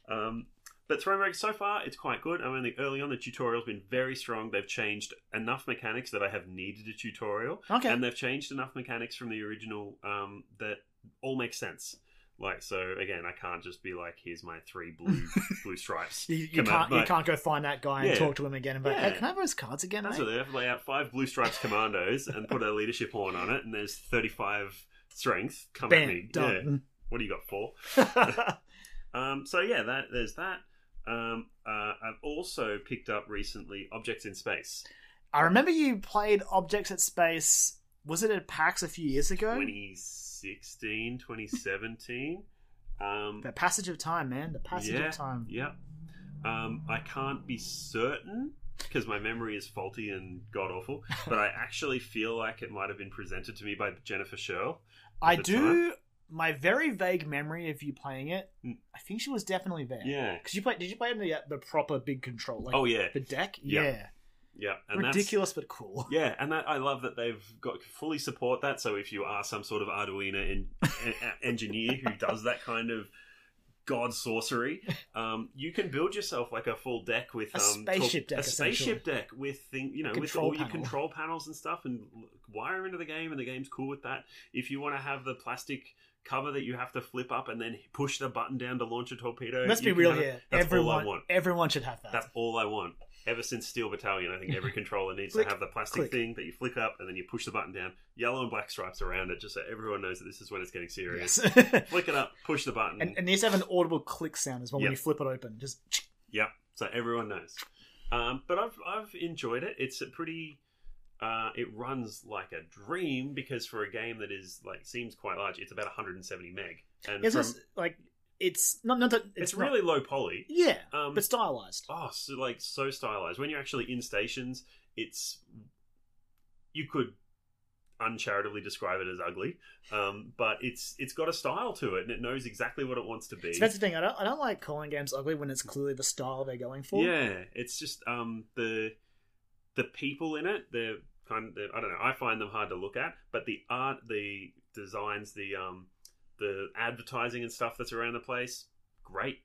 Um, but Throne Break so far, it's quite good. I mean, the early on the tutorial's been very strong. They've changed enough mechanics that I have needed a tutorial, Okay, and they've changed enough mechanics from the original um, that all make sense. Like so, again, I can't just be like, "Here's my three blue blue stripes." you, you Come can't out, you like- can't go find that guy and Yeah. talk to him again. And be like, Yeah. hey, can I have those cards again? That's mate? what they have. Lay out five blue stripes commandos and put a leadership horn on it, and there's thirty-five strength. Come at me. Bam, Yeah. done. What do you got? Four. Um, so yeah, that there's that. Um, uh, I've also picked up recently Objects in Space I remember you played Objects at Space. Was it at PAX a few years ago? 2016, 2017. Um, The passage of time, man. The passage yeah, of time. Yeah. Um, I can't be certain because my memory is faulty and god awful, but I actually feel like it might have been presented to me by Jennifer Sherl. I That's do. My very vague memory of you playing it. Mm. I think she was definitely there. Yeah. Because you played. Did you play in the uh, the proper big control? Like, Oh yeah, The deck. Yeah. Yeah. yeah. And that's- Ridiculous but cool. Yeah, and that, I love that they've got fully support that. So if you are some sort of Arduino en- en- engineer who does that kind of god sorcery, um, you can build yourself like a full deck with A um, spaceship tor- deck, a spaceship essentially. deck with thing, you know, with Control all your panel. control panels and stuff, and l- wire into the game, and the game's cool with that. If you want to have the plastic cover that you have to flip up and then push the button down to launch a torpedo, Let's you be can real have it. here. That's all I everyone, want. everyone should have that. That's all I want. Ever since Steel Battalion, I think every controller needs Click, to have the plastic click. thing that you flick up and then you push the button down, yellow and black stripes around it, just so everyone knows that this is when it's getting serious. yes. Flick it up, push the button. and, and these have an audible click sound as well when Yep. you flip it open. Just Yep, so everyone knows. Um, but I've I've enjoyed it. It's a pretty. Uh, it runs like a dream because for a game that is like seems quite large, it's about 170 meg, and it's from- just like it's not not that it's, it's, not- really low poly. yeah, Um, but stylized. oh so like so stylized when you're actually in stations it's you could uncharitably describe it as ugly um, but it's it's got a style to it and it knows exactly what it wants to be So that's the thing. I don't I don't like calling games ugly when it's clearly the style they're going for. Yeah, it's just um the the people in it. They're kind of they're, I don't know. I find them hard to look at, but the art, the designs, the um the advertising and stuff that's around the place, great.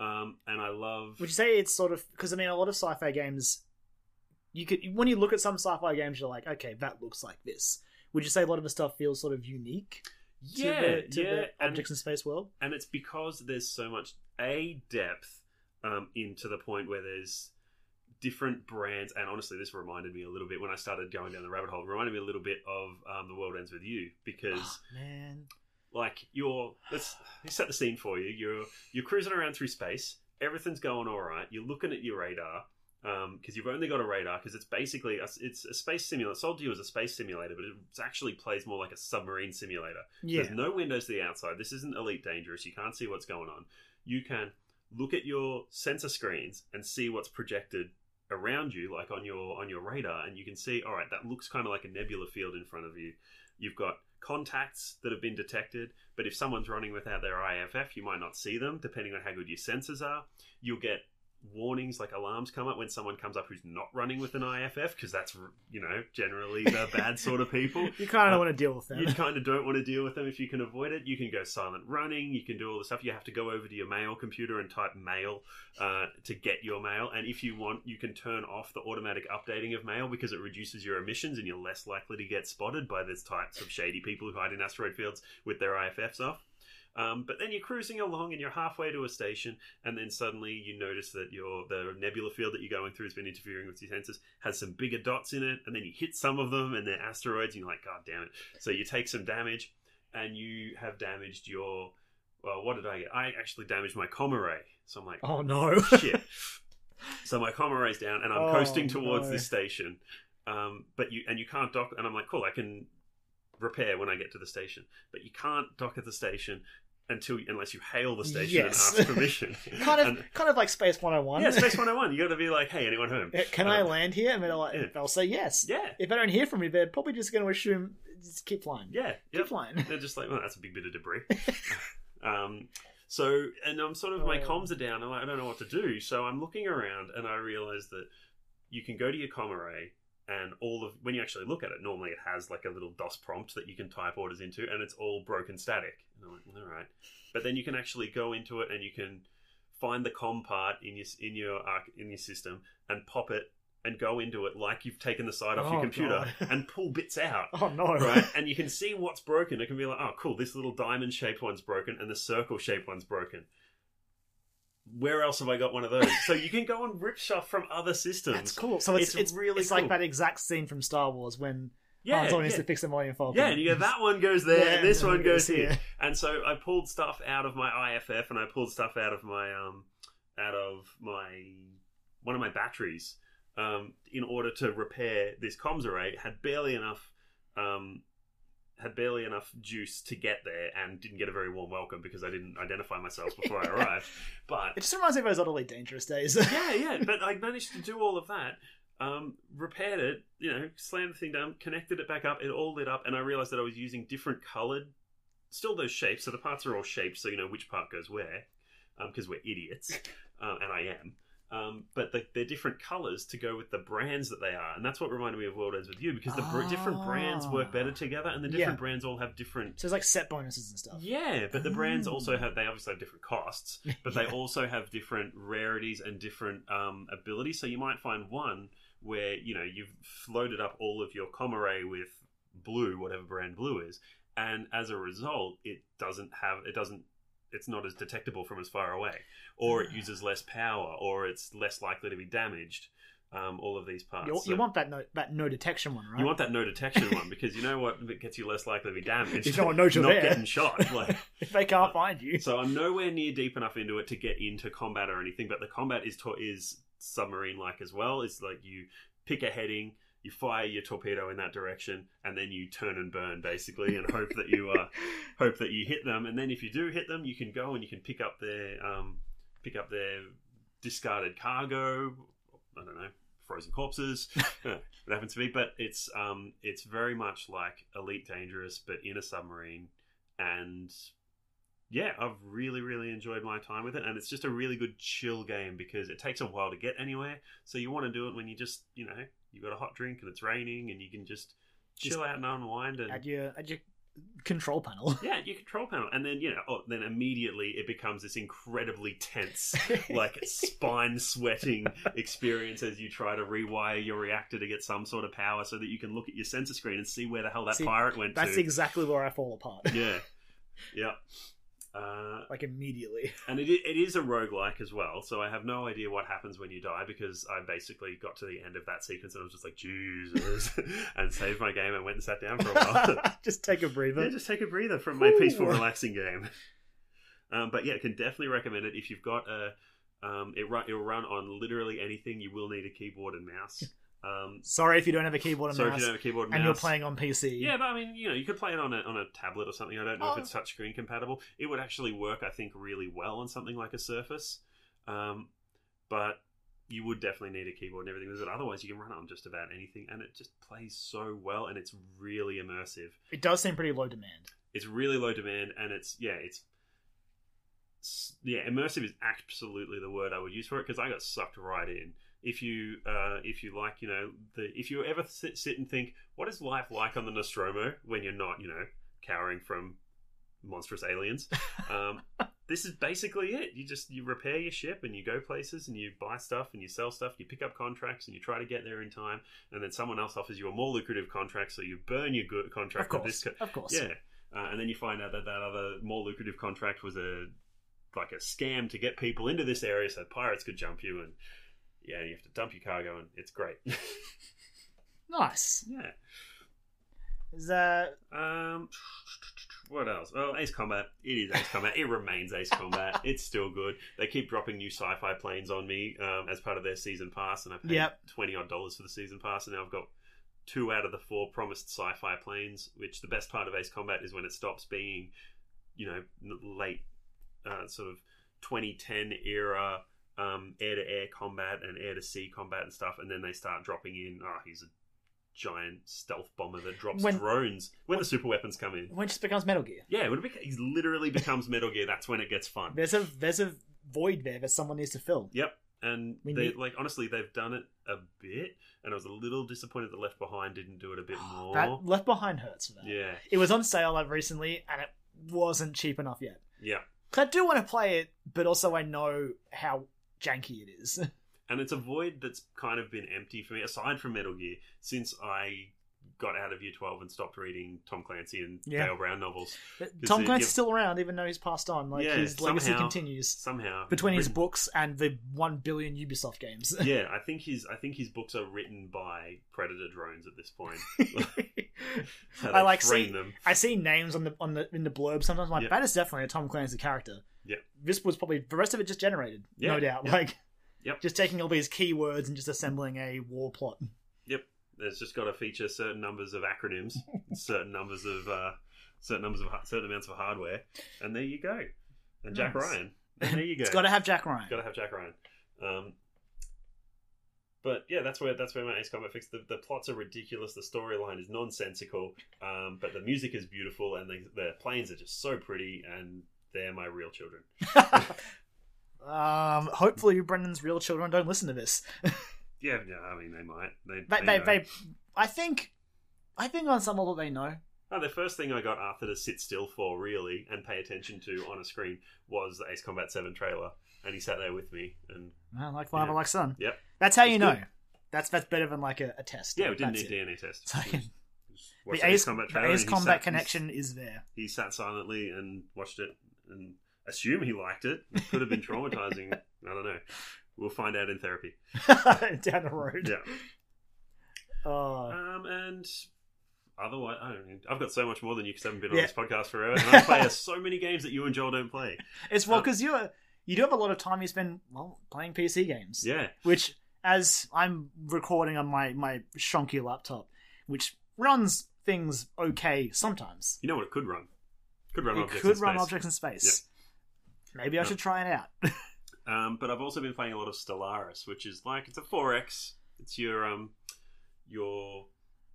Um, and I love. Would you say it's sort of because I mean a lot of sci-fi games, you could when you look at some sci-fi games, you're like, okay, that looks like this. Would you say a lot of the stuff feels sort of unique to yeah, the, to yeah, the and- objects in space world? and it's because there's so much a depth um, into the point where there's different brands and honestly this reminded me a little bit when i started going down the rabbit hole it reminded me a little bit of um, the world ends with you Oh, because man, like you're let's, let's set the scene for you you're you're cruising around through space everything's going all right you're looking at your radar because you've only got a radar because it's basically a, it's a space simulator sold to you as a space simulator but it actually plays more like a submarine simulator yeah, there's no windows to the outside. This isn't Elite Dangerous. You can't see what's going on. You can look at your sensor screens and see what's projected around you, like on your on your radar, and you can see, all right, that looks kind of like a nebula field in front of you. You've got contacts that have been detected, but if someone's running without their IFF, you might not see them, depending on how good your sensors are. You'll get warnings like alarms come up when someone comes up who's not running with an IFF because that's you know generally the bad sort of people. You kind Uh, of want to deal with You them. kind of don't want to deal with them if you can avoid it. You can go silent running. You can do all the stuff. You have to go over to your mail computer and type mail uh, to get your mail. And if you want, you can turn off the automatic updating of mail because it reduces your emissions and you're less likely to get spotted by these types of shady people who hide in asteroid fields with their IFFs off. Um, but then you're cruising along and you're halfway to a station, and then suddenly you notice that your the nebula field that you're going through has been interfering with your sensors, has some bigger dots in it, and then you hit some of them and they're asteroids, and you're like, God damn it. So you take some damage, and you have damaged your. Well, what did I get? I actually damaged my com array. So I'm like, Oh no. shit. So my com array's down, and I'm Oh, coasting towards no. this station. Um, but you and you can't dock, and I'm like, cool, I can repair when I get to the station. But you can't dock at the station until unless you hail the station Yes. and ask permission. kind of, And- kind of like Space One Hundred One. yeah, Space 101. You got to be like, hey, anyone home? Can I Um, land here? And they'll, like, yeah. they'll say yes. Yeah, If I don't hear from you, they're probably just going to assume just keep flying. yeah, keep yep. flying. They're just like, well, that's a big bit of debris. um, so, and I'm sort of, my Oh. comms are down. I'm like, I don't know what to do. So I'm looking around and I realize that you can go to your com array and all of, when you actually look at it, normally it has like a little DOS prompt that you can type orders into and it's all broken static. And I'm like, all right. But then you can actually go into it and you can find the com part in your, in your, arc- in your system and pop it and go into it like you've taken the side off your Oh, computer God. and pull bits out Oh no. right? and you can see what's broken. It can be like, oh, cool, this little diamond shaped one's broken, and the circle shaped one's broken. Where else have I got one of those? so you can go and rip stuff from other systems. That's cool. So it's It's it's, really really it's cool. like that exact scene from Star Wars when Yeah, Han's on yeah. needs to fix the Millennium Falcon. Yeah, and you go, that one goes there, Yeah, and this and one it goes goes here. here. And so I pulled stuff out of my IFF, and I pulled stuff out of my um, out of my one of my batteries, um, in order to repair this comms array. It had barely enough, um, had barely enough juice to get there, and didn't get a very warm welcome because I didn't identify myself before I arrived. But It just reminds me of those utterly dangerous days. yeah, yeah. But I managed to do all of that. Um, repaired it, you know, slammed the thing down, connected it back up, it all lit up, and I realized that I was using different colored, still those shapes. So the parts are all shaped, so you know which part goes where, because we're idiots, um, and I am. Um, but the, they're different colors to go with the brands that they are, and that's what reminded me of World Ends with You because the br- different brands work better together, and the different Ah. Yeah. brands all have different so it's like set bonuses and stuff. yeah, but the brands Oh. also have they obviously have different costs, but they Yeah. also have different rarities and different um, abilities. So you might find one where you know you've loaded up all of your comare with blue, whatever brand blue is, and as a result, it doesn't have it doesn't it's not as detectable from as far away, or Ah. it uses less power, or it's less likely to be damaged. Um, all of these parts. You, So you want that no that no detection one, right? you want that no detection one because you know what It gets you less likely to be damaged. If no one knows you're not there. getting shot. Like if they can't find you. so I'm nowhere near deep enough into it to get into combat or anything, but the combat is to- is submarine like as well. It's like you pick a heading, you fire your torpedo in that direction, and then you turn and burn basically, and hope that you uh, hope that you hit them. And then if you do hit them, you can go and you can pick up their um, pick up their discarded cargo. I don't know frozen corpses. it happens to be, but it's um, it's very much like Elite Dangerous, but in a submarine. And yeah, I've really, really enjoyed my time with it, and it's just a really good chill game because it takes a while to get anywhere. So you want to do it when you just, you know, you got a hot drink and it's raining, and you can just chill Just out and unwind and At your at your control panel. yeah, your control panel, and then you know, oh, then immediately it becomes this incredibly tense, like spine sweating experience as you try to rewire your reactor to get some sort of power so that you can look at your sensor screen and see where the hell that See, pirate went That's to. exactly where I fall apart. yeah, yeah. Uh, like immediately. and it, i- it is a roguelike as well, so I have no idea what happens when you die because I basically got to the end of that sequence and I was just like, Jesus, and saved my game and went and sat down for a while. just take a breather. Yeah, just take a breather from my Cool. peaceful, relaxing game. Um, but yeah, can definitely recommend it if you've got a. Um, it run, it'll run on literally anything. You will need a keyboard and mouse. Um, Sorry if you don't have a keyboard and so if mouse, you don't have a keyboard and, and you're mouse, playing on PC. Yeah, but I mean, you know, you could play it on a, on a tablet or something. I don't know if Oh. it's touchscreen compatible. It would actually work, I think, really well on something like a Surface. Um, but you would definitely need a keyboard and everything with it. Otherwise, you can run it on just about anything, and it just plays so well, and it's really immersive It does seem pretty low demand. it's really low demand and it's yeah it's s- yeah, immersive is absolutely the word I would use for it because I got sucked right in. If you uh, if you like, you know, the if you ever sit, sit and think, what is life like on the Nostromo when you're not, you know, cowering from monstrous aliens? Um, this is basically it. You just you repair your ship and you go places and you buy stuff and you sell stuff. You pick up contracts and you try to get there in time, and then someone else offers you a more lucrative contract, so you burn your good Of contract with this. course, Co- of course. yeah, uh, and then you find out that that other more lucrative contract was a like a scam to get people into this area so pirates could jump you, and yeah, you have to dump your cargo, and it's great. Nice. yeah. Is uh, that Um, what else? Well, Ace Combat. It is Ace Combat. It remains Ace Combat. It's still good. They keep dropping new sci-fi planes on me um, as part of their season pass, and I paid Yep. twenty odd dollars for the season pass, and now I've got two out of the four promised sci-fi planes. Which the best part of Ace Combat is when it stops being, you know, n- late uh, sort of 2010 era um, air-to-air combat and air-to-sea combat and stuff, and then they start dropping in. Oh, he's a giant stealth bomber that drops When- drones when the super weapons come in. when it just becomes Metal Gear? Yeah, when it beca- he literally becomes Metal Gear, that's when it gets fun. There's a there's a void there that someone needs to fill. Yep. And We they need- like honestly they've done it a bit and I was a little disappointed that Left Behind didn't do it a bit more. Ah, That Left Behind hurts for that. yeah. It was on sale like recently, and it wasn't cheap enough yet. Yeah. 'Cause I do want to play it, but also I know how janky it is. And it's a void that's kind of been empty for me, aside from Metal Gear, since I got out of year twelve and stopped reading Tom Clancy and Yeah. Dale Brown novels. Tom it Clancy's give- still around, even though he's passed on. Like Yeah, his legacy somehow- continues Somehow between his written- books and the one billion Ubisoft games. Yeah, I think his I think his books are written by predator drones at this point. How I they like frame see- them. I see names on the on the in the blurb sometimes. I'm like Yeah. that is definitely a Tom Clancy character. Yeah. This was probably the rest of it just generated, no Yeah, doubt. yeah. Like, Yep. just taking all these keywords and just assembling a war plot. It's just got to feature certain numbers of acronyms, certain numbers of uh, certain numbers of ha- certain amounts of hardware, and there you go. And Jack Nice. Ryan, and there you go. It's got to have Jack Ryan. Got to have Jack Ryan. Um, but yeah, that's where that's where my Ace Combat fix. The, the plots are ridiculous. The storyline is nonsensical. Um, but the music is beautiful, and the, the planes are just so pretty, and they're my real children. um, hopefully, Brendan's real children don't listen to this. Yeah, yeah. I mean, they might. They They, they, they, know. they, I think, I think on some level they know. Oh, the first thing I got Arthur to sit still for, really, and pay attention to on a screen was the Ace Combat 7 trailer. And he sat there with me. And Well, like father, Yeah. like son. Yep. That's how It's you good. know. That's that's better than like a, a test. yeah, we didn't That's need DNA tests. It's like- Just it. watched The Ace, the trailer Ace and he Combat sat- connection is there. He, sat silently and watched it and assume he liked it. It could have been traumatizing. I don't know. We'll find out in therapy. Down the road. Yeah. Oh. Um, and otherwise, I don't know. I've got so much more than you because I haven't been on Yeah. this podcast forever. And I play so many games that you and Joel don't play. It's well Um, because you you do have a lot of time you spend well playing PC games, Yeah. which as I'm recording on my my shonky laptop, which runs things okay sometimes. You know what it could run? Could run it objects could in run space. objects in space. Maybe I Yeah. should try it out. Um, but I've also been playing a lot of Stellaris, which is like it's a 4x. It's your um, your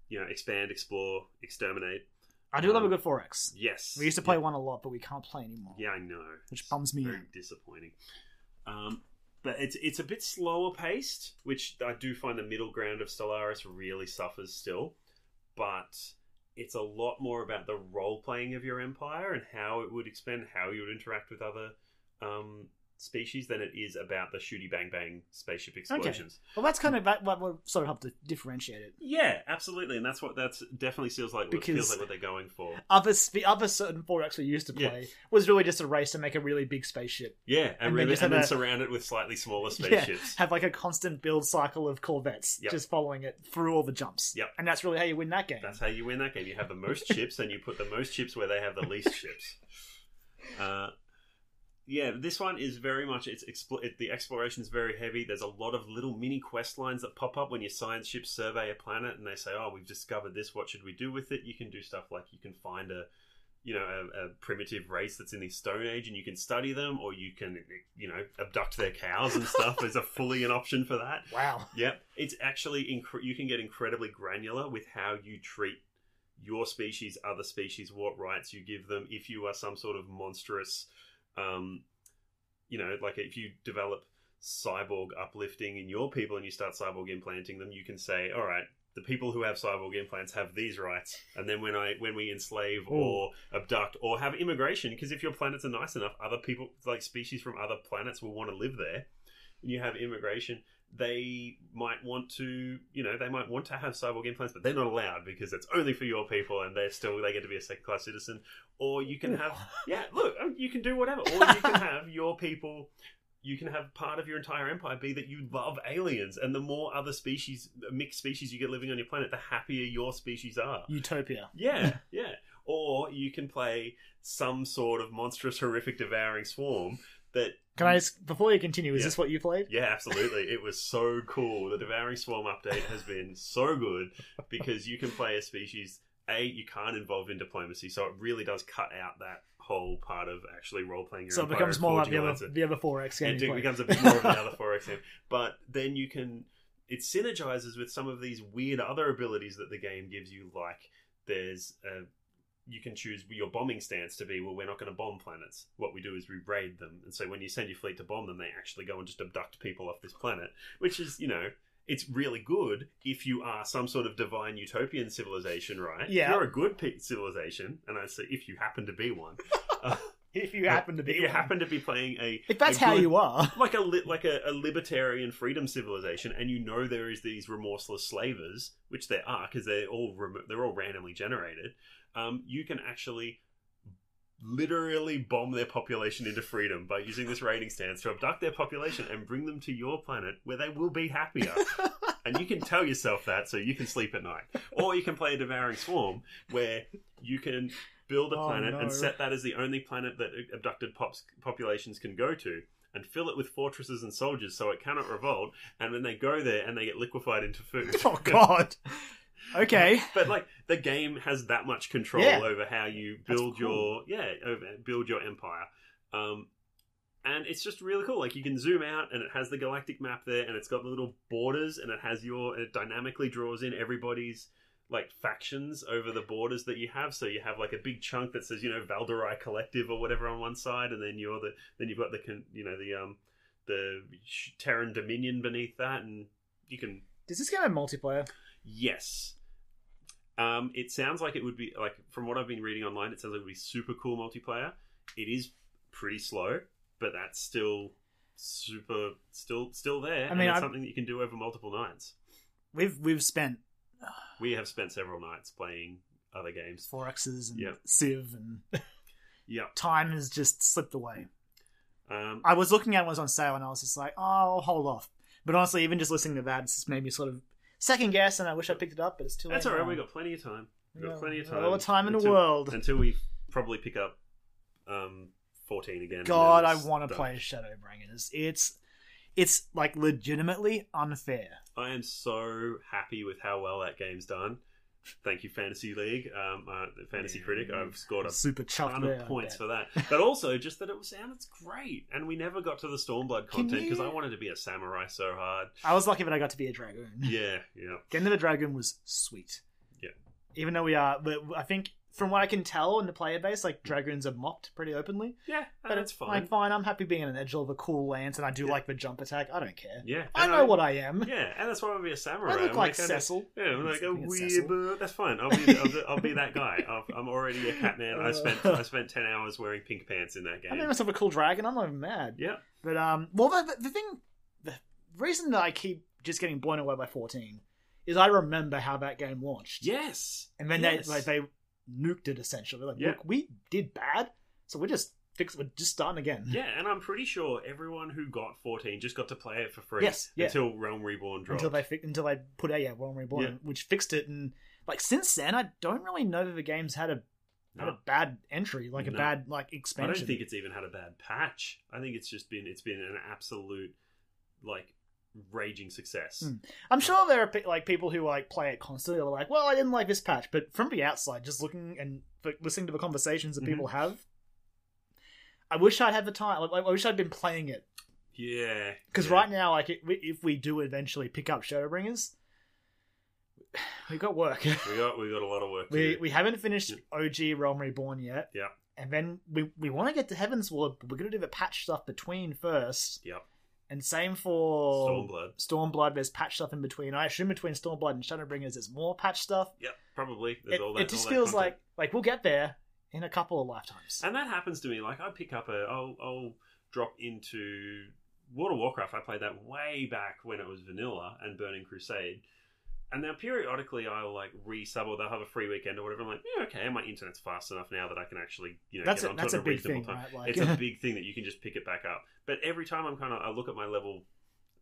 you know expand, explore, exterminate. I do love a Um, good 4x. Yes, We used to play one a lot, but we can't play anymore. Yeah, I know. Which bums me Very out. disappointing. Um, but it's it's a bit slower paced, which I do find the middle ground of Stellaris really suffers still. But it's a lot more about the role playing of your empire and how it would expand, how you would interact with other um, species, than it is about the shooty bang bang spaceship explosions. Well, that's kind of that, what what sort of helped to differentiate it. Yeah, absolutely, and that's what that's definitely feels like. What, Because- feels like what they're going for. Other the other certain 4x we used to Yeah. play was really just a race to make a really big spaceship. Yeah, and, then really, just and have then a- surround it with slightly smaller Yeah, spaceships. have like a constant build cycle of Corvettes, Yep. just following it through all the jumps. Yep. And that's really how you win that game. That's how you win that game. You have the most chips, and you put the most chips where they have the least chips. Uh, yeah, this one is very much it's expl- it, the exploration is very heavy. There's a lot of little mini quest lines that pop up when your science ships survey a planet, and they say, "Oh, we've discovered this. What should we do with it?" You can do stuff like you can find a you know a, a primitive race that's in the Stone Age, and you can study them, or you can you know abduct their cows and stuff. There's a fully an option for that. wow. Yep. It's actually incre- you can get incredibly granular with how you treat your species, other species, what rights you give them. If you are some sort of monstrous, um, you know, like if you develop cyborg uplifting in your people and you start cyborg implanting them, you can say, all right, the people who have cyborg implants have these rights, and then when I when we enslave or abduct or have immigration, because if your planets are nice enough, other people like species from other planets will want to live there. When you have immigration, they might want to, you know, they might want to have cyborg implants, but they're not allowed because it's only for your people, and they're still they get to be a second class citizen. Or you can have yeah, look, um, you can do whatever. Or you can have your people. You can have part of your entire empire be that you love aliens, and the more other species, mixed species you get living on your planet, the happier your species are. Utopia. Yeah, yeah. Or you can play some sort of monstrous, horrific, devouring swarm that. Can I just, before you continue, is Yeah. this what you played? Yeah, absolutely. It was so cool. The Devouring Swarm update has been so good because you can play a species. A, you can't involve in diplomacy, so it really does cut out that whole part of actually role playing your so it empire becomes and more like forging the other, alliances. the other 4X game. It you do- played. becomes a bit more of another forex game. But then you can it synergizes with some of these weird other abilities that the game gives you. Like there's a you can choose your bombing stance to be well we're not going to bomb planets what we do is we raid them and so when you send your fleet to bomb them they actually go and just abduct people off this planet which is you know it's really good if you are some sort of divine utopian civilization right Yeah. you're a good pe- civilization and i say if you happen to be one Uh, if you happen to be, if you one. happen to be playing a if that's a how good- you are, like a li- like a, a libertarian freedom civilization, and you know there is these remorseless slavers, which there are because they're all rem- they're all randomly generated. Um, you can actually literally bomb their population into freedom by using this raiding stance to abduct their population and bring them to your planet where they will be happier. and you can tell yourself that so you can sleep at night, or you can play a devouring swarm where you can build a Oh, planet no. and set that as the only planet that uh, abducted pops populations can go to and fill it with fortresses and soldiers so it cannot revolt and when they go there and they get liquefied into food oh god. Okay. but like the game has that much control Yeah. over how you That's build your yeah over, build your empire um and it's just really cool like you can zoom out and it has the galactic map there and it's got the little borders and it has your and it dynamically draws in everybody's like factions over the borders that you have so you have like a big chunk that says you know Valderai collective or whatever on one side and then you're the then you've got the con- you know the um the Sh- Terran Dominion beneath that and you can Does this game have multiplayer? Yes. Um, it sounds like it would be like from what I've been reading online, it sounds like it would be super cool multiplayer. It is pretty slow, but that's still super still still there. I and mean, it's I've- something that you can do over multiple nights. We've we've spent We have spent several nights playing other games. 4Xs and Yeah. Civ and Yeah. time has just slipped away. Um, I was looking at when it was on sale and I was just like, oh, I'll hold off. But honestly, even just listening to that, it's just made me sort of second guess and I wish I picked it up, but it's too late. that's all right. now. We got plenty of time. We got Yeah, plenty of we got time. all the time in the until- world. until we probably pick up um, fourteen again. and God, then I it's want to done. play Shadowbringers. It's it's like legitimately unfair. I am so happy with how well that game's done. Thank you, Fantasy League, um, uh, the Fantasy Critic. I've scored a Super chuffed ton there. of I points bet. for that. But also just that it was sounded great, and we never got to the Stormblood Can content because you- I wanted to be a samurai so hard. I was lucky that I got to be a dragoon. Yeah, yeah, Getting to the dragoon was sweet. Yeah. Even though we are, but I think from what I can tell in the player base, like dragoons are mocked pretty openly. yeah, But and that's it's fine. Uh, Like, fine, I'm happy being an edge of a cool lance, and I do Yeah. like the jump attack. I don't care. Yeah, I and know what I am. Yeah, and that's why I want to be a samurai. I I'm look like kinda- Cecil. Yeah, I'm like a Speaking of Cecil. weirdo. That's fine. I'll be, I'll, be, I'll be that guy. I've, I'm already a cat man. Uh. I spent I spent ten hours wearing pink pants in that I made game. myself a cool dragon. I'm not even mad. Yeah, But um, well, the, the thing, the reason that I keep just getting blown away by 14 is I remember how that game launched. yes. And then Yes. they like they nuked it essentially. Like, Yeah. look, we did bad, so we're just fix. We're just starting again. Yeah, and I'm pretty sure everyone who got 14 just got to play it for free Yes, yeah. until Realm Reborn dropped. until they fi- until they put out yeah, Realm Reborn, Yeah. which fixed it. And like since then, I don't really know that the game's had a had a No, bad entry, like a No. bad like I expansion. don't think it's even had a bad patch. I think it's just been it's been an absolute like raging success. Mm. I'm sure there are pe- like people who like play it constantly. They're like, well, I didn't like this patch, but from the outside, just looking and like, listening to the conversations that Mhm. people have, I wish I had the time. Like, I wish I'd been playing it Yeah. because yeah. right now, like, it, we, if we do eventually pick up Shadowbringers, we've got work. we got we got a lot of work. to we do. we haven't finished OG Realm Reborn yet. Yeah. and then we we want to get to Heaven's Ward, but we're gonna do the patch stuff between first. Yep. And same for Stormblood. Stormblood, there's patch stuff in between. I assume between Stormblood and Shadowbringers, there's more patch stuff. Yep, probably. There's It, all that, it just all that feels content. like like we'll get there in a couple of lifetimes. And that happens to me. Like I pick up a, I'll, I'll drop into World of Warcraft. I played that way back when it was vanilla and Burning Crusade. And now periodically I'll like resub or they'll have a free weekend or whatever. I'm like, yeah, okay, my internet's fast enough now that I can actually, you know, that's get a, onto that's it a in big reasonable thing, time. right? Like, uh, it's a big thing that you can just pick it back up. But every time I'm kind of, I look at my level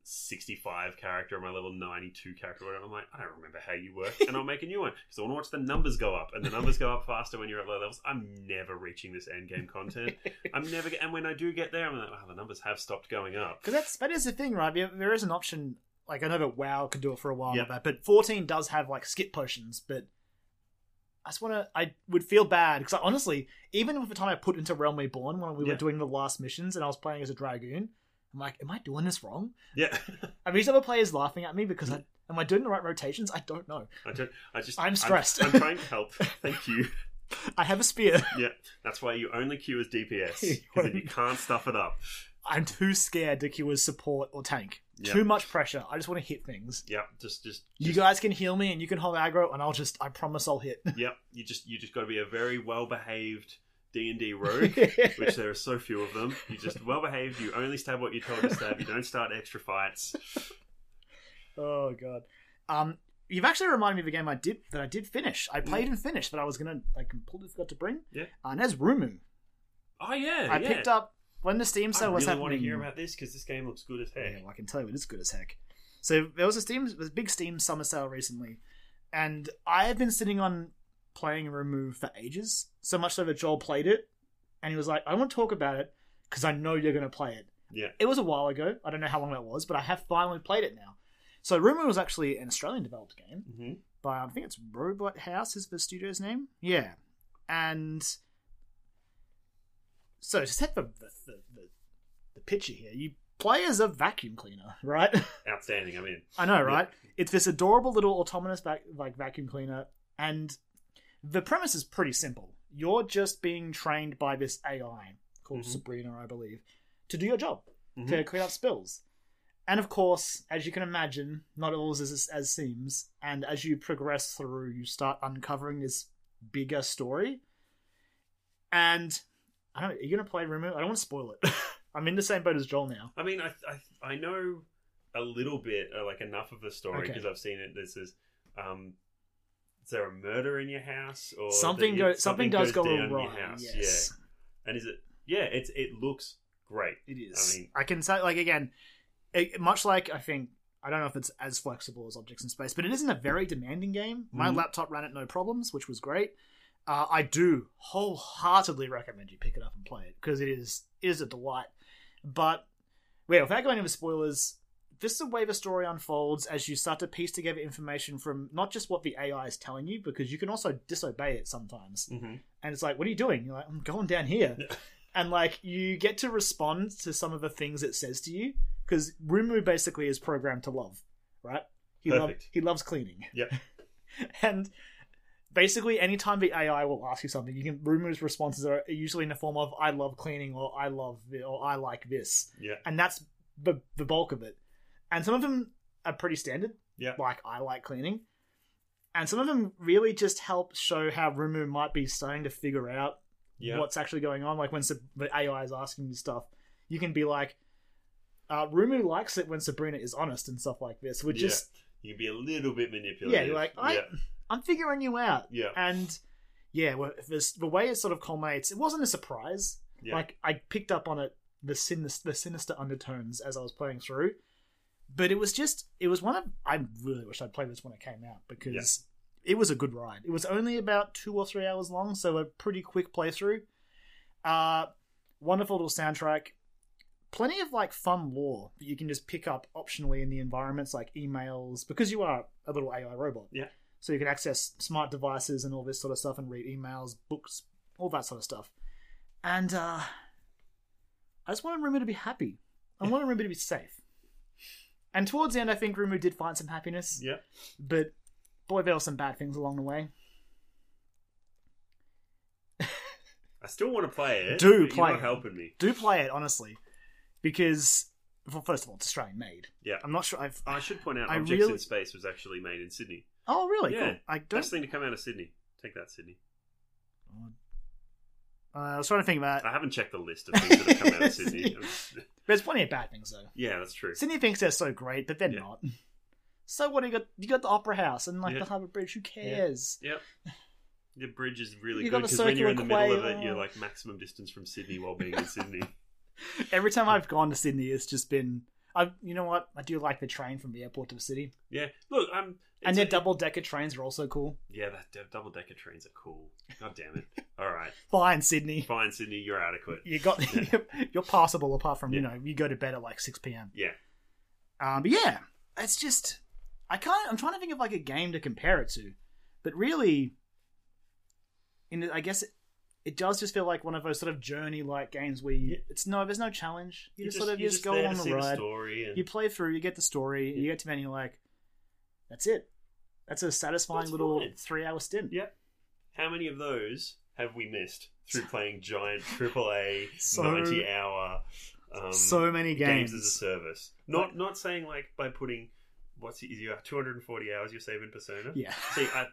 65 character or my level 92 character, or whatever, I'm like, I don't remember how you work, and I'll make a new one because I want to watch the numbers go up, and the numbers go up faster when you're at low levels. I'm never reaching this end game content. I'm never, get, and when I do get there, I'm like, wow, the numbers have stopped going up. Because that's that is the thing, right? There there is an option. Like I know that WoW could do it for a while, Yep. but- but fourteen does have like skip potions. But I just want to. I would feel bad because honestly, even with the time I put into Realm Reborn when we Yeah. were doing the last missions and I was playing as a dragoon, I'm like, am I doing this wrong? Yeah, I mean, these other players laughing at me because Mm. I am I doing the right rotations? I don't know. I don't. I just. I'm stressed. I'm, trying to help. Thank you. I have a spear. Yeah, that's why you only queue as DPS because then you can't stuff it up. I'm too scared to queue as support or tank. Yep. Too much pressure. I just want to hit things. Yeah, just just You guys can heal me and you can hold aggro, and I'll just. I promise I'll hit. Yep, you just you just got to be a very well behaved D and D rogue, which there are so few of them. You just well behaved. You only stab what you're told to stab. You don't start extra fights. Oh god. Um, you've actually reminded me of a game I did that I did finish. I played and finished that I was gonna I completely forgot to bring. Yeah. Uh, and there's Rumu. Oh yeah, I picked up when the Steam I sale was really happening. want to hear about this because this game looks good as yeah, heck. well, I can tell you it is good as heck. So there was a Steam, there was a big Steam summer sale recently, and I have been sitting on playing Rumu for ages. So much so that Joel played it, and he was like, "I want to talk about it because I know you're gonna play it." Yeah. It was a while ago. I don't know how long that was, but I have finally played it now. So Rumu was actually an Australian developed game. hmm by I think it's Robot House is the studio's name. Yeah, and so to set the the, the, the, the picture here, you play as a vacuum cleaner, right? Outstanding. I mean, I know, right? It's this adorable little autonomous vac- like vacuum cleaner, and the premise is pretty simple. You're just being trained by this AI called Mhm. Sabrina, I believe, to do your job Mhm. to clean up spills. And of course, as you can imagine, not all is as, as seems. And as you progress through, you start uncovering this bigger story. And I don't. Are you gonna play Rumu? I don't want to spoil it. I'm in the same boat as Joel now. I mean, I I, I know a little bit, uh, like enough of the story Okay. because I've seen it. This is, um, is there a murder in your house or something that go, you- something, does go down in wrong. your house? Yes, Yeah, and is it? Yeah, it's it looks great. it is. I, I mean- can say like again, it, much like I think I don't know if it's as flexible as Objects in Space, but it isn't a very demanding game. My Mhm. laptop ran it no problems, which was great. Uh, I do wholeheartedly recommend you pick it up and play it because it is it is a delight. But well, without going into spoilers, this is the way the story unfolds as you start to piece together information from not just what the AI is telling you, because you can also disobey it sometimes. Mm-hmm. and it's like, what are you doing? You're like, I'm going down here. Yeah. and like, you get to respond to some of the things it says to you because Rumu basically is programmed to love, right? He, lo- Perfect. he loves cleaning. Yep. and basically, anytime the AI will ask you something, you can Rumu's responses are usually in the form of, I love cleaning or I love thi- or I like this. Yeah. And that's the, the bulk of it. And some of them are pretty standard Yeah. like I like cleaning. And some of them really just help show how Rumu might be starting to figure out Yeah. what's actually going on. Like when Sab- the AI is asking you stuff, you can be like, uh, Rumu likes it when Sabrina is honest and stuff like this. We're Yeah. just, You can be a little bit manipulative. yeah, you're like, I, yeah, I'm figuring you out. yeah, And yeah, well, this, the way it sort of culminates, it wasn't a surprise. yeah. Like I picked up on it the sinister, the sinister undertones as I was playing through, but it was just it was one of I really wish I'd played this when it came out because it was a good ride. It was only about two or three hours long, so a pretty quick playthrough. Uh, wonderful little soundtrack. Plenty of like fun lore that you can just pick up optionally in the environments, like emails, because you are a little AI robot. Yeah. So you can access smart devices and all this sort of stuff, and read emails, books, all that sort of stuff. And uh, I just wanted Rumu to be happy. I wanted Rumu to be safe. And towards the end, I think Rumu did find some happiness, yeah. but boy, there were some bad things along the way. I still want to play it. Do but play You're it. not helping me. Do play it honestly, because well, first of all, it's Australian made. Yeah. I'm not sure. I've I should point out, I Objects really- in Space was actually made in Sydney. oh really? Yeah. Cool. I don't. Best thing to come out of Sydney. Take that, Sydney. Uh, I was trying to think about. I haven't checked the list of things that have come out of Sydney. There's plenty of bad things though. yeah, that's true. Sydney thinks they're so great, but they're Yeah. not. So what? You got you got the Opera House and like Yeah. the Harbour Bridge. Who cares? Yep. The bridge is really You good got the because when you're in the circular middle of quay, it, you're oh. like maximum distance from Sydney while being in Sydney. Every time I've gone to Sydney, it's just been. I you know what? I do like the train from the airport to the city, Yeah, look, I'm. and their it's- double decker trains are also cool. Yeah, that d- double decker trains are cool. God damn it! All right, Fine, Sydney. fine, Sydney, you're adequate. You got you're passable apart from you Yeah. know you go to bed at like six p.m. Yeah, Um, but yeah, it's just I can't. I'm trying to think of like a game to compare it to, but really, in I guess it, it does just feel like one of those sort of journey like games where you, Yeah. it's no, there's no challenge. You You're just, sort of you're you just, go there along to the see ride. story and you play through, you get the story, you get to the end, and you're like, that's it. That's a satisfying That's little fine. three hour stint. Yeah. how many of those have we missed through playing giant AAA So- ninety hour um, so many games. as a service? Not not saying like by putting what's it- you have two hundred and forty hours you're saving Persona. Yeah, See, I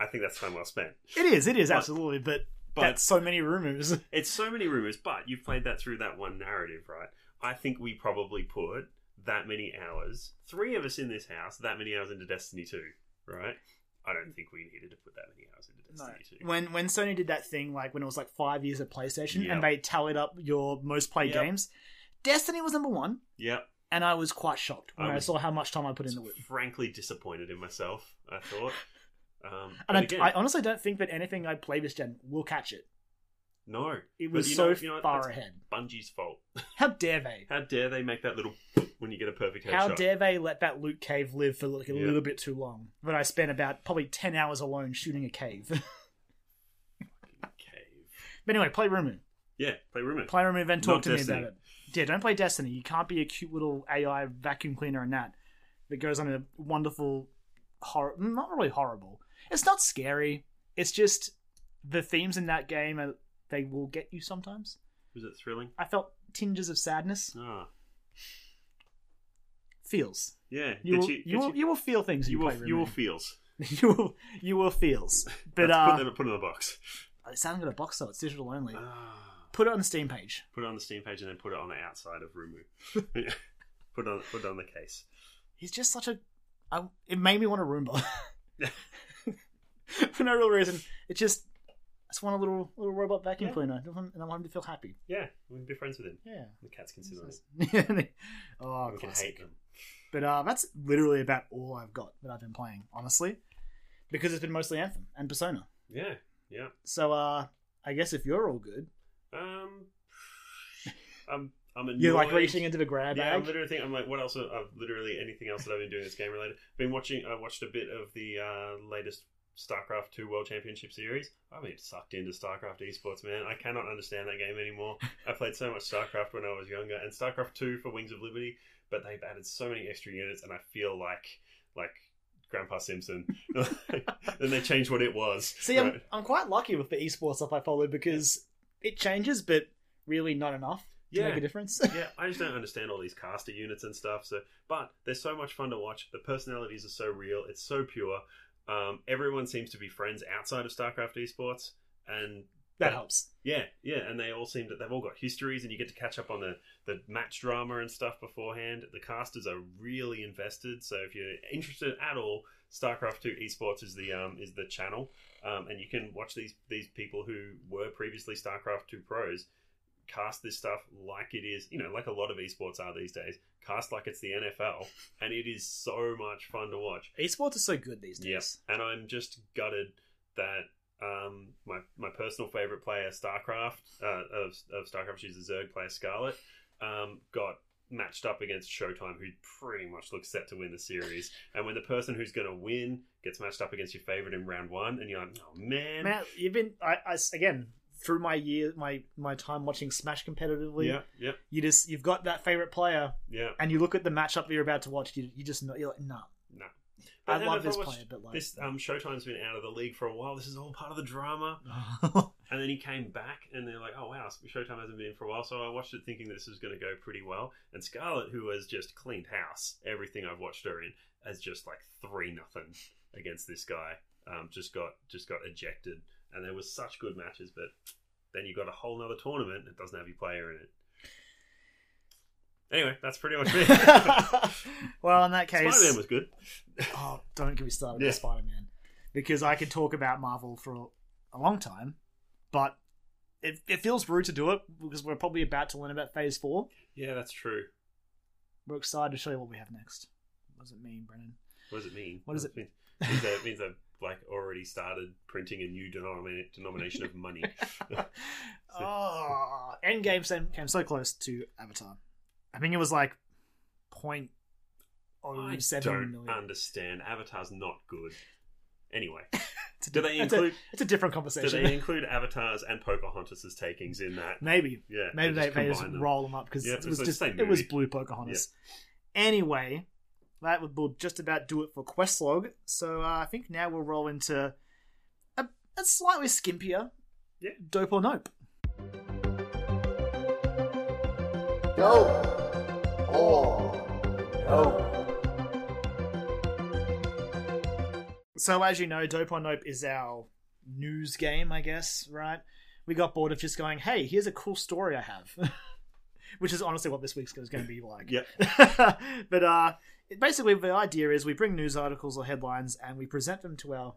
I think that's time well spent. it is. It is But- absolutely, but. but- that's so many rumors. It's so many rumors, but you've played that through that one narrative, right? I think we probably put that many hours, three of us in this house, that many hours into Destiny 2, right? I don't think we needed to put that many hours into No. Destiny 2. When when Sony did that thing, like when it was like five years at PlayStation, Yep. and they tallied up your most played Yep. games, Destiny was number one, Yep. and I was quite shocked when I I, was- saw how much time I put in the loop. Frankly disappointed in myself, I thought. Um, And but I, again, I honestly don't think that anything I play this gen will catch it. no. It But was you so know- you know what? far That's ahead. Bungie's fault. How dare they? How dare they make that little when you get a perfect headshot? How dare they let that loot cave live for like a Yeah. little bit too long? But I spent about probably ten hours alone shooting a cave. Cave. but anyway, play Rumu. Yeah, play rumor. Play Rumu, then talk Not to Destiny. me about it. Yeah, don't play Destiny. You can't be a cute little AI vacuum cleaner and that that goes on a wonderful, hor- not really horrible. It's not scary. It's just the themes in that game are, they will get you sometimes. Was it thrilling? I felt tinges of sadness. Ah, Feels. yeah. You Did will, you, you, did will, you will feel things. you You, you will, play you will Rumu. feels. you will you will feels. But Let's uh, put, them, put it in the box. it's not got a box though. It's digital only. Ah. Put it on the Steam page. put it on the Steam page and then put it on the outside of Rumu. Yeah. put it on put it on the case. He's just such a. I, it made me want a Roomba. For no real reason. It just. I just want a little little robot vacuum Yeah. cleaner, and I want- and I want him to feel happy. Yeah, we can be friends with him. Yeah. The cats can sit on it. oh, We can hate classic. them. But uh, that's literally about all I've got that I've been playing, honestly, because it's been mostly Anthem and Persona. Yeah, yeah. So uh, I guess if you're all good, Um, I'm I'm annoyed. you're like reaching into the grab Yeah, I'm bag. literally thinking. I'm like, what else? I've literally anything else that I've been doing that's game related. Been watching. I watched a bit of the uh, latest StarCraft Two World Championship series. I've been sucked into StarCraft esports, man. I cannot understand that game anymore. I played so much StarCraft when I was younger, and StarCraft Two for Wings of Liberty, but they've added so many extra units, and I feel like like Grandpa Simpson. then they changed what it was. See, I'm, Right. I'm quite lucky with the esports stuff I follow because it changes, but really not enough to Yeah. make a difference. yeah, I just don't understand all these caster units and stuff. So, but they're so much fun to watch. The personalities are so real. It's so pure. Um, everyone seems to be friends outside of StarCraft esports, and that helps. yeah, yeah, and they all seem that they've all got histories, and you get to catch up on the the match drama and stuff beforehand. The casters are really invested, so if you're interested at all, StarCraft Two Esports is the um is the channel, um, and you can watch these these people who were previously StarCraft Two pros cast this stuff like it is, you know, like a lot of esports are these days, cast like it's the NFL, and it is so much fun to watch. Esports is so good these days. And I'm just gutted that um, my my personal favorite player, StarCraft uh, of of StarCraft, she's a Zerg player, Scarlet, um, got matched up against Showtime, who pretty much looks set to win the series. And when the person who's going to win gets matched up against your favorite in round one, and you're like, oh man, Man, you've been I, I again through my year, my my time watching Smash competitively. yeah, yeah, You just you've got that favorite player, yeah. and you look at the matchup that you're about to watch. You, you just know you're like, nah, No. I then love if this watched- player, but like um, This um, Showtime's been out of the league for a while. This is all part of the drama. And then he came back, and they're like, "Oh wow, Showtime hasn't been in for a while." So I watched it, thinking this was going to go pretty well. And Scarlett, who has just cleaned house, everything I've watched her in, has just like three nothing against this guy. Um, just got just got ejected, and there was such good matches, but then you got a whole nother tournament that doesn't have your player in it. Anyway, that's pretty much it. well, in that case, Spider Man was good. oh, don't get me started Yeah. on Spider Man, because I could talk about Marvel for a long time, but it, it feels rude to do it because we're probably about to learn about Phase Four. Yeah, that's true. We're excited to show you what we have next. What does it mean, Brennan? What does it mean? What does it- mean? means that, it means I've like already started printing a new denomina- denomination of money. oh, Endgame sem- came so close to Avatar. I think it was like point oh I seven don't million. understand. Avatar's not good. Anyway, It's a do di- they it's a- include It's a different do conversation. they include avatars and Pocahontas' takings in that? Maybe. Yeah, Maybe they, they just combine them. roll them up because Yeah, it it's was the just same it was movie. blue Pocahontas. Anyway, that would will just about do it for Questlog. So uh, I think now we'll roll into a, a slightly skimpier Yeah. dope or nope. So as you know, Dope or Nope is our news game, I guess, right? We got bored of just going, hey, here's a cool story I have. Which is honestly what this week's is going to be like. Yep. but uh, it- basically, the idea is we bring news articles or headlines and we present them to our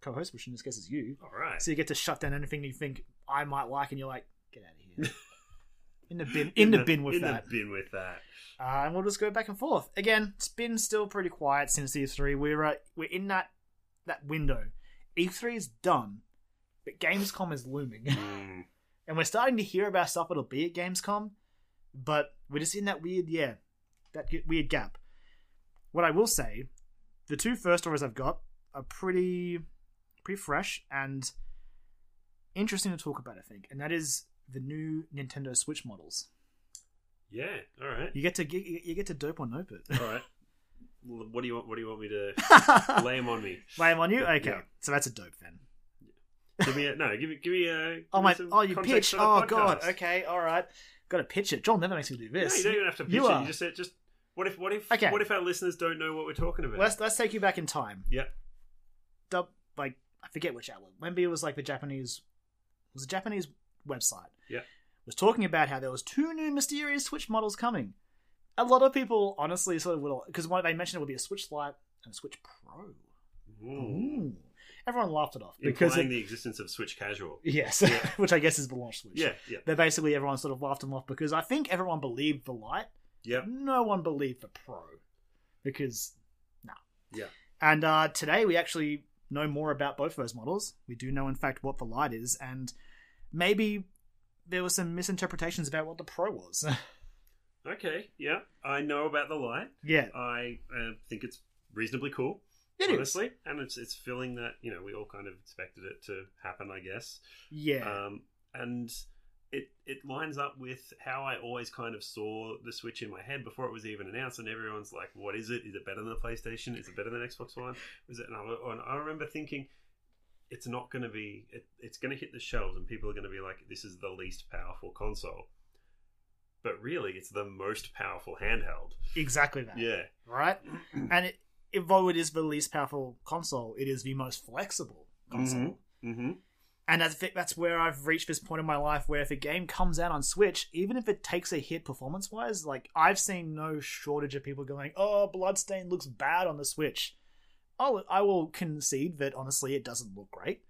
co host, which in this case is you. All right. So you get to shut down anything you think I might like and you're like, get out of here. In the bin, in, the, bin with in that. the bin with that. Uh, and we'll just go back and forth again. It's been still pretty quiet since E3. We're uh, we're in that that window. E3 is done, but Gamescom is looming, Mm, and we're starting to hear about stuff that'll be at Gamescom, but we're just in that weird yeah, that g- weird gap. What I will say, the two first stories I've got are pretty pretty fresh and interesting to talk about. I think, and that is the new Nintendo Switch models. yeah. All right. You get to g- you get to dope or nope it. All right. Well, What do you want? What do you want me to lay 'em on me? Lame on you? Okay. Yeah. So that's a dope then. Give me a, no. Give me. Give me a. give Oh me my some oh you context pitch. for the Oh podcast. god. Okay, alright. Gotta pitch it. John never makes me do No, this. you don't even have to pitch You it. are. You just said just what if what if Okay. what if our listeners don't know what we're talking about? let's let's take you back in time. Yep. Dub like I forget which outlet. Wemby was like the Japanese was a Japanese website. Yep. Was talking about how there was two new mysterious Switch models coming. A lot of people honestly sort of would because one they mentioned it would be a Switch Lite and a Switch Pro. Ooh. Ooh. Everyone laughed it off because Implying it, the existence of Switch Casual. yes, Yeah. which I guess is the launch Switch. Yeah, yeah, that basically everyone sort of laughed him off because I think everyone believed the light. yeah. No one believed the pro because, nah. Yeah. And uh, today we actually know more about both those models. We do know, in fact, what the light is, and maybe there were some misinterpretations about what the pro was. Okay, yeah. I know about the light. yeah. I uh, think it's reasonably cool, It is. honestly, and it's it's filling that you know we all kind of expected it to happen, I guess. Yeah. Um, and it it lines up with how I always kind of saw the Switch in my head before it was even announced, and everyone's like, "What is it? Is it better than the PlayStation? Is it better than Xbox One? Is it?" And I, and I remember thinking, "It's not going to be. It, it's going to hit the shelves, and people are going to be like, this is the least powerful console.'" But really, it's the most powerful handheld. exactly that. Yeah. Right? and it, although it is the least powerful console, it is the most flexible console. Mm-hmm. And I think that's where I've reached this point in my life where if a game comes out on Switch, even if it takes a hit performance wise, like I've seen no shortage of people going, "Oh, Bloodstain looks bad on the Switch." I'll, I will concede that honestly, it doesn't look great.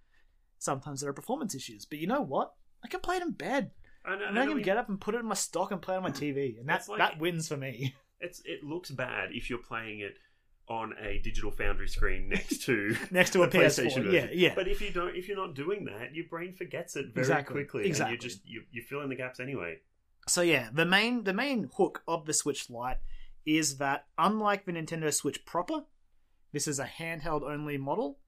Sometimes there are performance issues, but you know what? I can play it in bed, I know. and I can get up and put it in my stock and play it on my TV, and that It's like- that wins for me. It's it looks bad if you're playing it on a digital foundry screen next to Next to a the PS4, PlayStation yeah, version. yeah. But if you don't, if you're not doing that, your brain forgets it very Exactly, quickly, exactly. and you just you, you fill in the gaps anyway. So yeah, the main the main hook of the Switch Lite is that unlike the Nintendo Switch proper, this is a handheld only model.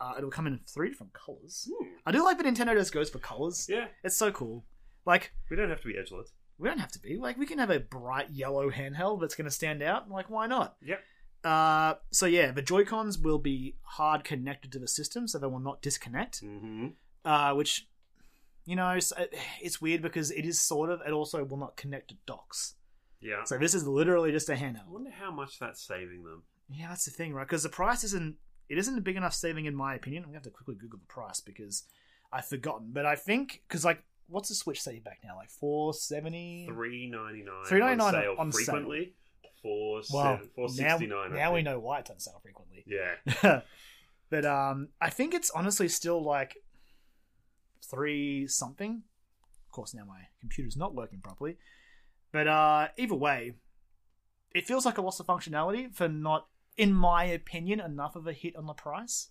Uh, it'll come in three different colors. I do like that Nintendo just goes for colors. Yeah, It's so cool. Like we don't have to be edgelords. we don't have to be like we can have a bright yellow handheld that's going to stand out. Like why not? Yep. Uh, so yeah, the Joy Cons will be hard connected to the system, so they will not disconnect. Mm-hmm. Uh, which you know, so it- it's weird because it is sort of, it also will not connect to docks. Yeah. So this is literally just a I handheld. wonder how much that's saving them. Yeah, that's the thing, right? Because the price isn't, it isn't a big enough saving in my opinion. I'm gonna have to quickly Google the price because I've forgotten. But I think because like, what's the Switch set you back now? Like four seventy. Three ninety nine. $3.99 on sale on sale. frequently. Four Wow. four Now, sixty nine. now we know why it's on sale frequently. Yeah. but um, I think it's honestly still like three something. Of course, now my computer's not working properly. But uh, either way, it feels like a loss of functionality for not, in my opinion, enough of a hit on the price.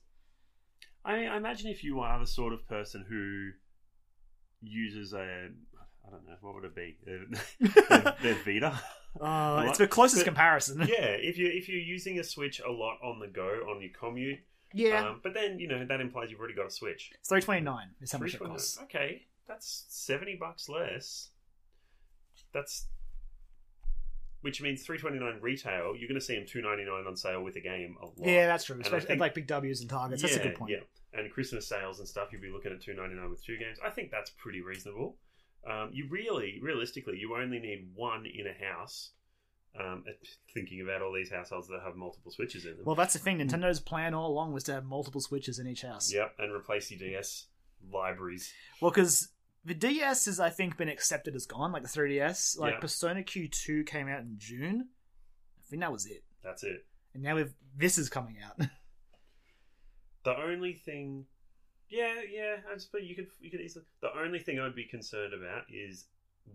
I mean, I imagine if you are the sort of person who uses a, I don't know, what would it be? Their, their Vita. Uh, it's Right. the closest But- comparison. yeah, if you if you're using a Switch a lot on the go on your commute, Yeah, um, but then you know that implies you've already got a Switch. it's three twenty nine. Is how much it Frequent- costs. Okay, that's seventy bucks less. That's which means three twenty nine retail. You're going to see them two ninety nine on sale with a game a lot. Yeah, that's true. And I Especially think- like big W's and targets. That's a good point. Yeah, and Christmas sales and stuff, you'd be looking at two ninety nine with two games. I think that's pretty reasonable. Um, you really, realistically, you only need one in a house. Um, thinking about all these households that have multiple switches in them. Well, that's the Mm. thing. Nintendo's plan all along was to have multiple switches in each house. yep, and replace your DS libraries. Well, because the DS has, I think, been accepted as gone, like the 3DS. Like Yeah. Persona Q2 came out in June. I think that was it. That's it. And now we've, this is coming out. The only thing, yeah, yeah, I suppose you could you could easily. The only thing I'd be concerned about is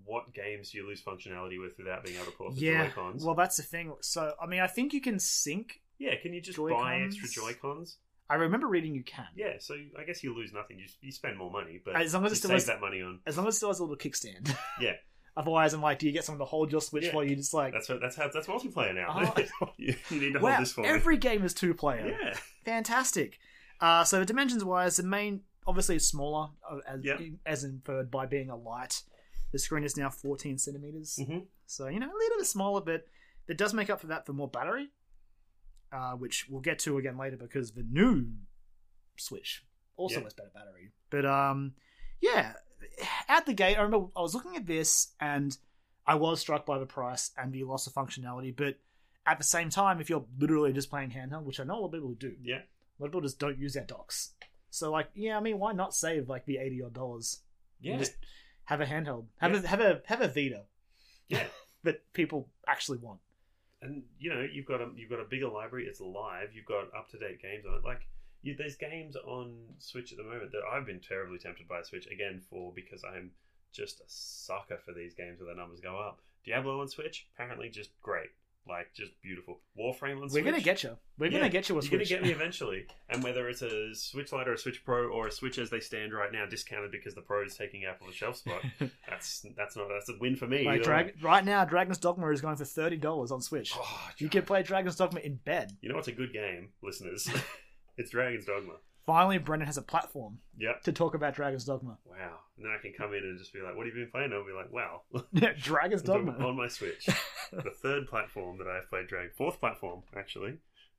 what games you lose functionality with without being able to port the yeah. Joy-Cons. Well, that's the thing. So, I mean, I think you can sync. yeah, can you just buy Joy-Cons? extra Joy Cons? I remember reading you can. Yeah, so I guess you lose nothing. You, you spend more money, but As long as you it still save has- that money on. As long as it still has a little kickstand. Yeah. Otherwise, I'm like, do you get someone to hold your Switch Yeah. while you just like. That's what, that's how that's multiplayer now. Oh. you you need to wow, hold this for me. every game is two player. yeah. Fantastic. Uh, so the dimensions wise, the main obviously is smaller, uh, as, Yep. as inferred by being a light. The screen is now 14 centimeters, Mhm. so you know a little bit smaller, but that does make up for that for more battery, uh, which we'll get to again later because the new Switch also Yeah. has better battery. But um, yeah, out the gate, I remember I was looking at this and I was struck by the price and the loss of functionality, but at the same time, if you're literally just playing handheld, which I know a lot of people do, Yeah. a lot of people just don't use their docks. So like, yeah, I mean, why not save like the eighty odd dollars? and Yeah. Just have a handheld. Have a have a have a Vita. Yeah. that people actually want. And you know, you've got a you've got a bigger library, it's live, you've got up to date games on it. Like you, there's games on Switch at the moment that I've been terribly tempted by Switch again for because I'm just a sucker for these games where the numbers go up. Diablo on Switch, apparently just great. Like just beautiful. Warframe on We're Switch. gonna get you. We're Yeah. gonna get you a You're going Switch. to get me eventually. And whether it's a Switch Lite or a Switch Pro or a Switch as they stand right now, discounted because the Pro is taking out of the shelf spot, that's that's not that's a win for me. Um, like either Drag- way. right now, Dragon's Dogma is going for thirty dollars on Switch. uh, Oh, you can play Dragon's Dogma in bed. you know what's a good game, listeners? it's Dragon's Dogma. Finally, Brendan has a platform Yep. to talk about Dragon's Dogma. Wow. And then I can come in and just be like, "What have you been playing?" I'll be like, "Wow, Dragon's Dogma. on my Switch, the third platform that I've played Dragon, fourth platform actually.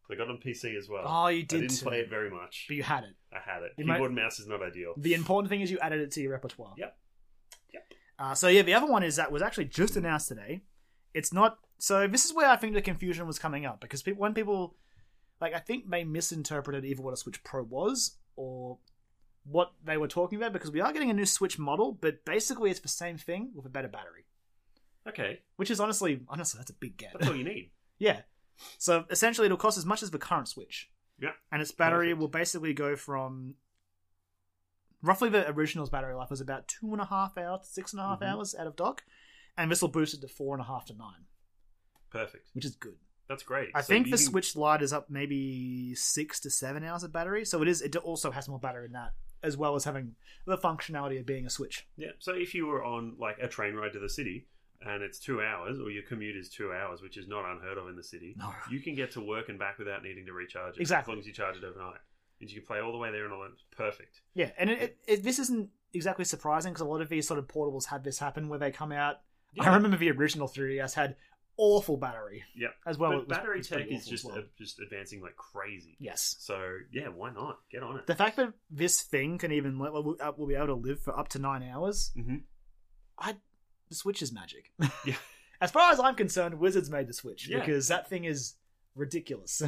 I got on PC as well. Oh, you I did. didn't too. play it very much. but you had it. I had it. You might- Keyboard and mouse is not ideal. The important thing is you added it to your repertoire. Yep. Yep. Uh, so yeah, the other one is that was actually just announced today. It's not. So this is where I think the confusion was coming up because people, when people, like I think they misinterpreted either what a Switch Pro was or what they were talking about because we are getting a new Switch model, but basically it's the same thing with a better battery, Okay, which is honestly, honestly that's a big get. that's all you need. Yeah. So essentially, it'll cost as much as the current Switch. Yeah. And its battery Perfect. will basically go from roughly the original's battery life was about two and a half hours, to six and a half Mhm. hours out of dock, and this will boost it to four and a half to nine, Perfect. which is good. That's great. I So think you the can- Switch Lite is up maybe six to seven hours of battery, so it is. It also has more battery in that, as well as having the functionality of being a Switch. Yeah. So if you were on like a train ride to the city and it's two hours, or your commute is two hours, which is not unheard of in the city, No. you can get to work and back without needing to recharge it. Exactly. As long as you charge it overnight, and you can play all the way there and all that. Perfect. Yeah, and it, it, it, this isn't exactly surprising because a lot of these sort of portables have this happen where they come out. I Yeah. remember the original 3DS had awful battery. Yep. As well, but it was- battery it's tech pretty is awful as just well. uh, just advancing like crazy. yes. So yeah, why not get on it? The fact that this thing can even let, will, uh, will be able to live for up to nine hours, Mhm. I the Switch is magic. Yeah. As far as I'm concerned, Wizards made the Switch Yeah. because that thing is ridiculous.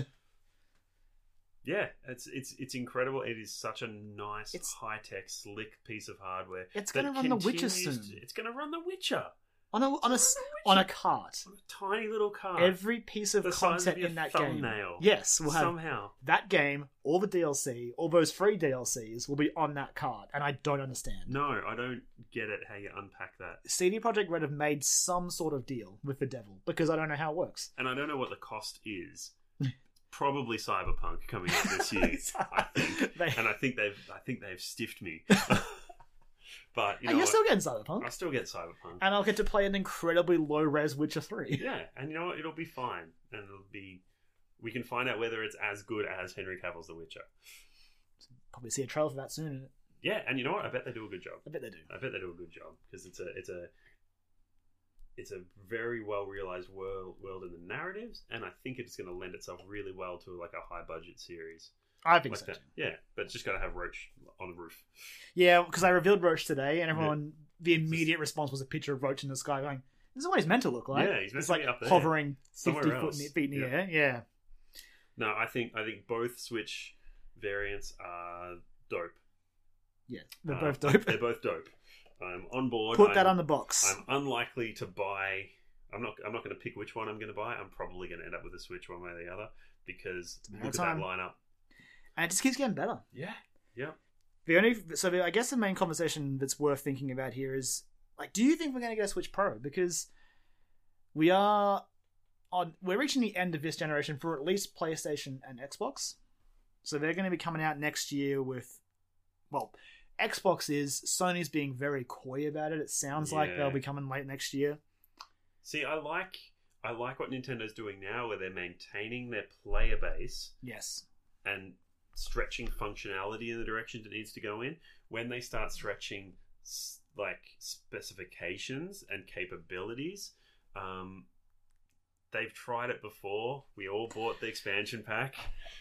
Yeah, it's it's it's incredible. It is such a nice, It's- high tech, slick piece of hardware. It's that gonna run The Witcher continues soon. to- it's gonna run the Witcher on a on a s- on a cart, on a tiny little car. every piece of Ah, The size content of your in that thumbnail. game. Yes, we'll have somehow. that game, all the DLC, all those free DLCs will be on that card, and I don't understand. No, I don't get it. How you unpack that? CD Projekt Red have made some sort of deal with the devil because I don't know how it works. And I don't know what the cost is. Probably Cyberpunk coming out this year, I think. They- And I think they've I think they've stiffed me. but you and know, you're what? still getting I Cyberpunk, still get Cyberpunk. and I'll get to play an incredibly low res Witcher Three. yeah, and you know what? It'll be fine, and it'll be. We can find out whether it's as good as Henry Cavill's The Witcher. Probably see a trailer for that soon. Yeah, and you know what? I bet they do a good job. I bet they do. I bet they do a good job because it's a it's a it's a very well realized world world in the narratives, and I think it's going to lend itself really well to like a high budget series I think like so. that. too. Yeah, but it's just got to have Roach on the roof. Yeah, because I revealed Roach today, and Yeah. everyone the immediate response was a picture of Roach in the sky going. This is what he's meant to look like. Yeah, he's meant It's to like be up there. hovering Somewhere fifty foot else. ne- feet in the Yeah. air. Yeah, No, I think I think both Switch variants are dope. yeah, they're Um, both dope. They're both dope. I'm on board. Put I'm, that on the box. I'm unlikely to buy. I'm not. I'm not going to pick which one I'm going to buy. I'm probably going to end up with a Switch one way or the other because a matter look at of time. that lineup. and it just keeps getting better. Yeah. Yeah. The only so the, I guess the main conversation that's worth thinking about here is like, do you think we're going to get a Switch Pro? Because we are on we're reaching the end of this generation for at least PlayStation and Xbox. So they're going to be coming out next year with, well, Xbox is Sony's being very coy about it. It sounds like Yeah. they'll be coming late next year. See, I like I like what Nintendo's doing now, where they're maintaining their player base Yes, and stretching functionality in the direction it needs to go in. When they start stretching s- like specifications and capabilities, um, they've tried it before. We all bought the expansion pack.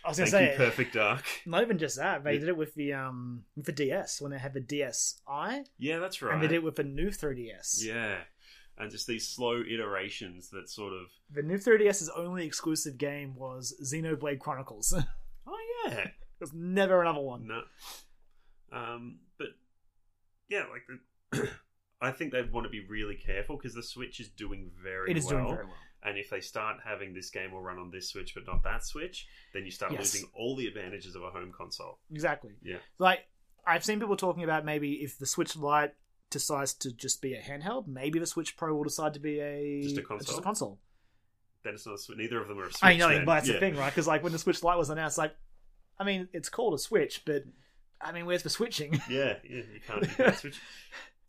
I was going Thank to say you, Perfect Dark. Not even just that, they Yeah. did it with the um with the DS when they had the DSi, Yeah, that's right. and they did it with the new 3DS. yeah, and just these slow iterations that sort of The new 3DS's only exclusive game was Xenoblade Chronicles. oh yeah, There's never another one. No. Um, but yeah, like the, I think they want to be really careful because the Switch is doing very it is well. doing very well. And if they start having this game will run on this Switch but not that Switch, then you start Yes. losing all the advantages of a home console. Exactly. Yeah. Like I've seen people talking about maybe if the Switch Lite decides to just be a handheld, maybe the Switch Pro will decide to be a Just a console? Just a console. Then it's not a Switch. Neither of them are a Switch. I know, then. but that's Yeah. the thing, right? Because like when the Switch Lite was announced, like, I mean, it's called a Switch, but I mean, where's the switching? Yeah, yeah, you can't, you can't switch.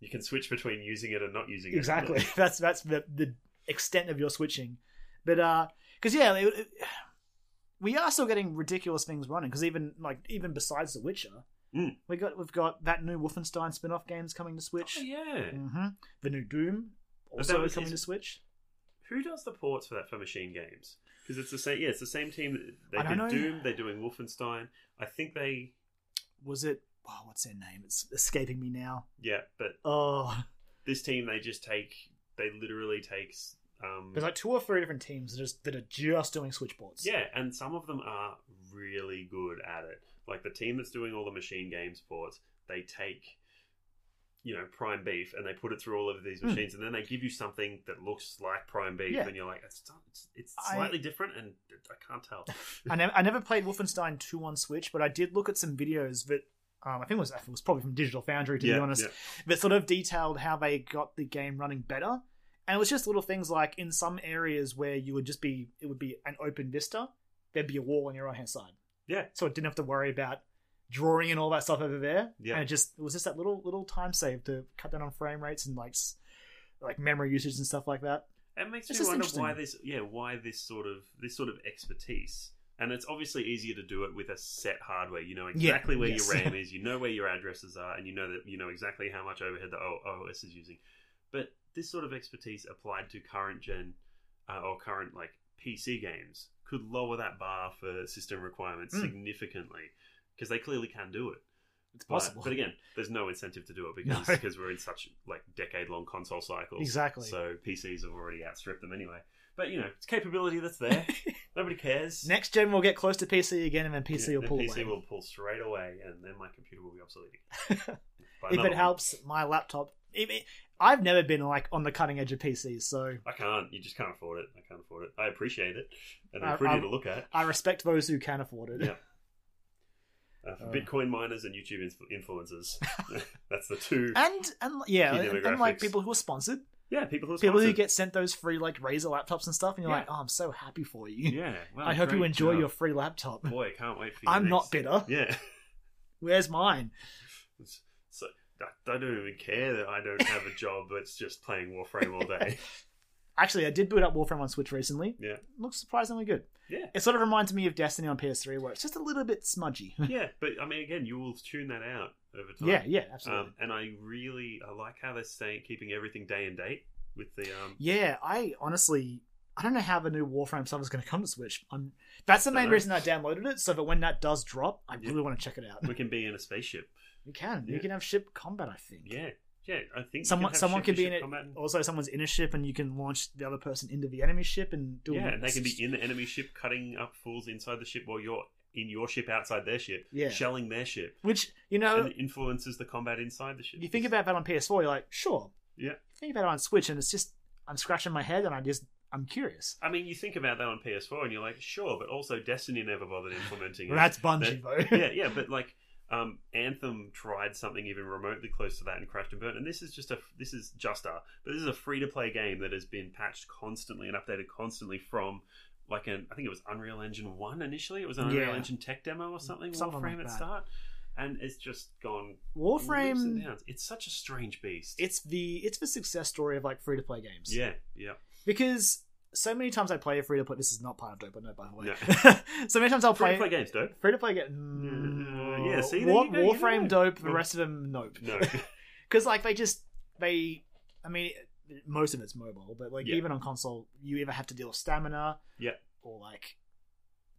You can switch between using it and not using it. exactly that's that's the, the extent of your switching but uh because yeah it, it- we are still getting ridiculous things running because even like even besides the witcher Mm. we got we've got that new wolfenstein spin-off game's coming to switch Oh, yeah. hmm the new doom But that also was- coming to is- switch Who does the ports for that for machine games? Because it's the same. Yeah, it's the same team. that- They I did don't know. Doom. They're doing Wolfenstein. I think they. was it oh, what's their name it's escaping me now Yeah, but oh this team they just take. They literally takes. Um, there's like two or three different teams that, just, that are just doing switchboards yeah, and some of them are really good at it. Like the team that's doing all the machine games ports, they take. You know, prime beef, and they put it through all of these Hmm. machines, and then they give you something that looks like prime beef, Yeah. and you're like, it's it's, it's I- slightly different, and I can't tell. I, never, I never played Wolfenstein 2 on Switch, but I did look at some videos that um, I think it was, it was probably from Digital Foundry, to be honest, that sort of detailed how they got the game running better. And it was just little things like in some areas where you would just be, it would be an open vista, there'd be a wall on your right hand side. Yeah. So it didn't have to worry about drawing and all that stuff over there. Yeah. And it just, it was just that little, little time save to cut down on frame rates and like, s- like memory usage and stuff like that. It makes It's me just wonder interesting. why this, yeah, why this sort of this sort of expertise. And it's obviously easier to do it with a set hardware. You know exactly where yes. your RAM is, you know where your addresses are, and you know that you know exactly how much overhead the O- OS is using. But this sort of expertise applied to current gen uh, or current like PC games could lower that bar for system requirements Hmm. significantly because they clearly can do it. It's But- possible. But, again, there's no incentive to do it because No. because we're in such like decade long console cycles. Exactly. So PCs have already outstripped them anyway. But you know, it's capability that's there. Nobody cares. Next gen will get close to PC again, and then PC Yeah, will then pull PC away. will pull straight away, and then my computer will be obsolete. By if another it one. helps, my laptop. If it- I've never been like on the cutting edge of PCs, so I can't. You just can't afford it. I can't afford it. I appreciate it, and I- they're pretty I'm- to look at. I respect those who can afford it. Yeah. Uh, for Uh. Bitcoin miners and YouTube inf- influencers, that's the two. And and yeah, Key and, and, like demographics. people who are sponsored, Yeah, people who are people who sponsored. get sent those free like Razer laptops and stuff, and you're Yeah. like, oh, I'm so happy for you. Yeah, well, I hope you great enjoy job. your free laptop. boy. Can't wait for. Your I'm not next- bitter. Yeah. Where's mine? It's- So I I don't even care that I don't have a job that's just playing Warframe all day. Actually, I did boot up Warframe on Switch recently. Yeah. looks surprisingly good. Yeah. It sort of reminds me of Destiny on PS3, where it's just a little bit smudgy. yeah, but I mean, again, you will tune that out over time. yeah, yeah, absolutely. Um, and I really I like how they're staying keeping everything day and date with the um. Yeah, I honestly I don't know how the new Warframe stuff is going to come to Switch. I'm, that's the main Dunno. reason I downloaded it, so that when that does drop, I Yeah. really want to check it out. We can be in a spaceship. We can. Yeah. You can have ship combat, I think. Yeah, yeah. I think Someone, someone can be in it. it. Also, someone's in a ship, and you can launch the other person into the enemy ship and do. Yeah, all and they can sorts- be in the enemy ship, cutting up fools inside the ship while you're in your ship outside their ship, Yeah. shelling their ship, Which you know, and it influences the combat inside the ship. you think about that on PS4, you're like, sure. Yeah. Think about it on Switch, and it's just I'm scratching my head, and I just I'm curious. I mean, you think about that on PS4, and you're like, sure, but also Destiny never bothered implementing it. Well, that's Bungie, though. yeah, yeah, but like um, Anthem tried something even remotely close to that and crashed and burned. And this is just a this is just a but this is a free to play game that has been patched constantly and updated constantly from like an I think it was Unreal Engine One initially. It was an Unreal Yeah. Engine tech demo or something. Something Warframe like at that. start, and it's just gone. leaps and Warframe. downs. It's such a strange beast. It's the it's the success story of like free to play games. yeah, yeah. because so many times I play a free to play. This is not part of dope, I know by the way. so many times I'll Free to play play games, dope. free to play. Get Mm, yeah, see, there War, you go, you Warframe know. dope. The Well- rest of them nope. No, because like they just they. I mean, most of it's mobile, but like Yeah. even on console, you either have to deal with stamina. Yeah. Or like.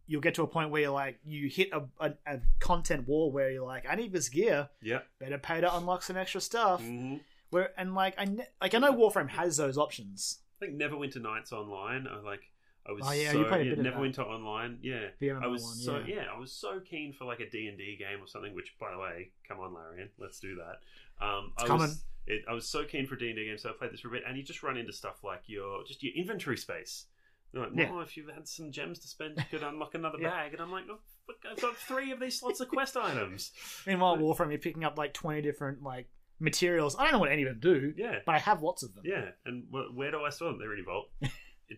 You'll get to a point where you're like you hit a, a, a content wall where you're like, I need this gear, yeah. better pay to unlock some extra stuff. hmm Where and like I ne- like I know Warframe has those options, I think Neverwinter Nights Online. I like. I was Oh, yeah, so, you played a yeah, bit of that. Neverwinter Online. Yeah, The MMO I was one, so yeah. yeah. I was so keen for like a D and D game or something. Which, by the way, come on, Larian, let's do that. Um, It's I coming. Was, it, I was so keen for a D and D game, so I played this for a bit, and you just run into stuff like your just your inventory space. You're like, Yeah. well, if you've had some gems to spend, you could unlock another Yeah. bag. And I'm like, oh, fuck, I've got three of these slots of quest items. Meanwhile, Warframe, you're picking up like 20 different like materials. I don't know what any of them do, Yeah, but I have lots of them. yeah. And wh- where do I store them? They're in Evolve.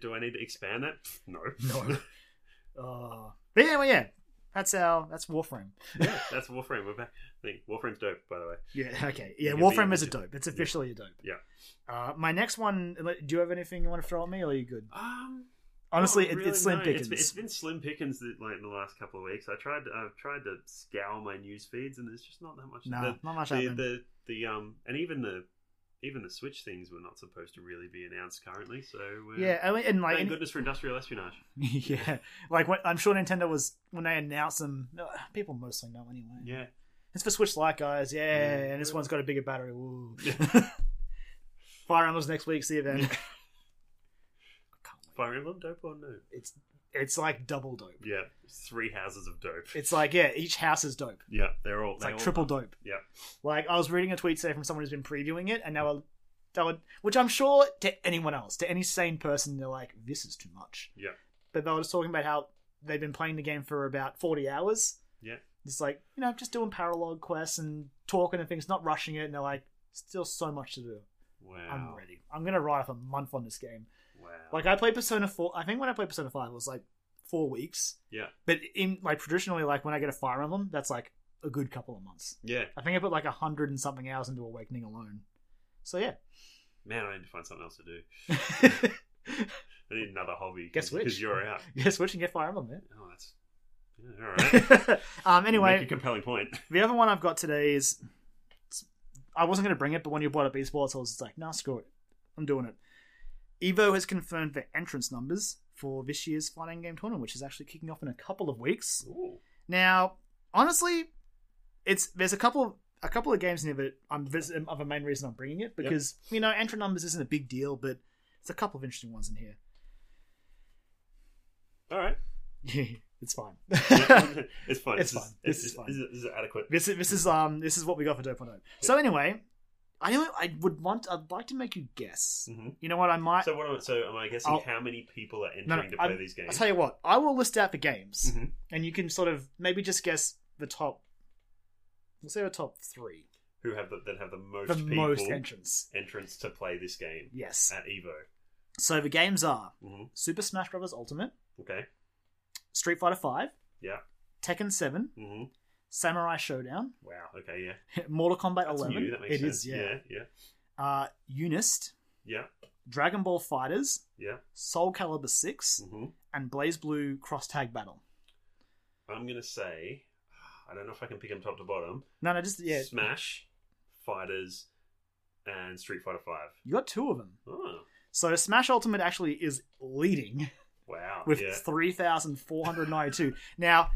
do I need to expand that? Pfft, No, No. Uh, but anyway, yeah, that's our that's Warframe. yeah, that's Warframe. We're back. I think Warframe's dope, by the way. Yeah, okay, yeah, You can be Warframe is a into- dope. It's officially a dope. Yeah. Uh, my next one. Do you have anything you want to throw at me, or are you good? Um, Honestly, not it, really, it's slim no. pickings. It's been, it's been slim pickings that, like in the last couple of weeks. I tried. I've tried to scour my news feeds, and there's just not that much. nah, not much the, the, happening. the the um, and even the even the Switch things were not supposed to really be announced currently. So uh, yeah, I mean, and like, Thank any- goodness for industrial espionage. yeah, like when, I'm sure Nintendo was when they announced them. no, people mostly know anyway. Yeah, It's for Switch Lite, guys. Yeah, Yeah. and this one's got a bigger battery. Ooh. Fire Emblem's next week. See you then. I can't wait. Fire Emblem dope or no? It's it's like double dope. Yeah, three houses of dope. It's like yeah, each house is dope. yeah, they're all It's they like all- triple dope. Yeah, Like I was reading a tweet today from someone who's been previewing it, and they were, they were which I'm sure to anyone else, to any sane person, they're like, this is too much. yeah, But they were just talking about how they've been playing the game for about 40 hours. yeah. It's like you know, just doing paralog quests and talking and things, not rushing it. And they're like, still so much to do. Wow, I'm ready. I'm gonna ride off a month on this game. Wow, Like I played Persona Four. I think when I played Persona Five, it was like four weeks. yeah, But in like traditionally, like when I get a Fire Emblem, that's like a good couple of months. yeah. I think I put like a hundred and something hours into Awakening alone. So yeah, Man, I need to find something else to do. I need another hobby. Guess which? Because you're out. yeah, switch and get Fire Emblem, Oh, that's yeah, all right. man. um, You make anyway, a compelling point. the other one I've got today is I wasn't gonna bring it, but when you brought up esports, I was just like, nah, screw it, I'm doing it. Evo has confirmed their entrance numbers for this year's fighting game tournament, which is actually kicking off in a couple of weeks. Ooh. Now, honestly, it's there's a couple of a couple of games in here that I'm this is um, of a main reason I'm bringing it because you know entrant numbers isn't a big deal, but it's a couple of interesting ones in here. All right. it's fine. it's fine. It's this fine. Is, This is fine. This is, this is adequate. this is this is um this is what we got for Dope on Dope. So anyway, I only- I would want I'd like to make you guess. Mhm. You know what I might So what am I, so am I guessing I'll- how many people are entering No, no, to play I'm- these I'll games? tell you what, I will list out the games Mhm. and you can sort of maybe just guess the top we'll say the top three. Who have the, that have the most the people most entrants. entrance to play this game Yes. at Evo? So the games are hmm Super Smash Bros. Ultimate, Okay. Street Fighter Five, Yeah. Tekken Seven, hmm Samurai Showdown, Wow. Okay. Yeah. Mortal Kombat That's Eleven. new. That makes It sense. is, Yeah. yeah. Yeah. Uh, Unist, Yeah. Dragon Ball Fighters, Yeah. Soul Calibur Six, hmm and Blaze Blue Cross Tag Battle. I'm gonna say. I don't know if I can pick them top to bottom. No, no, just yeah. Smash, Fighters, and Street Fighter Five. You got two of them. Oh. So Smash Ultimate actually is leading Wow. with yeah. three thousand four hundred ninety-two. now,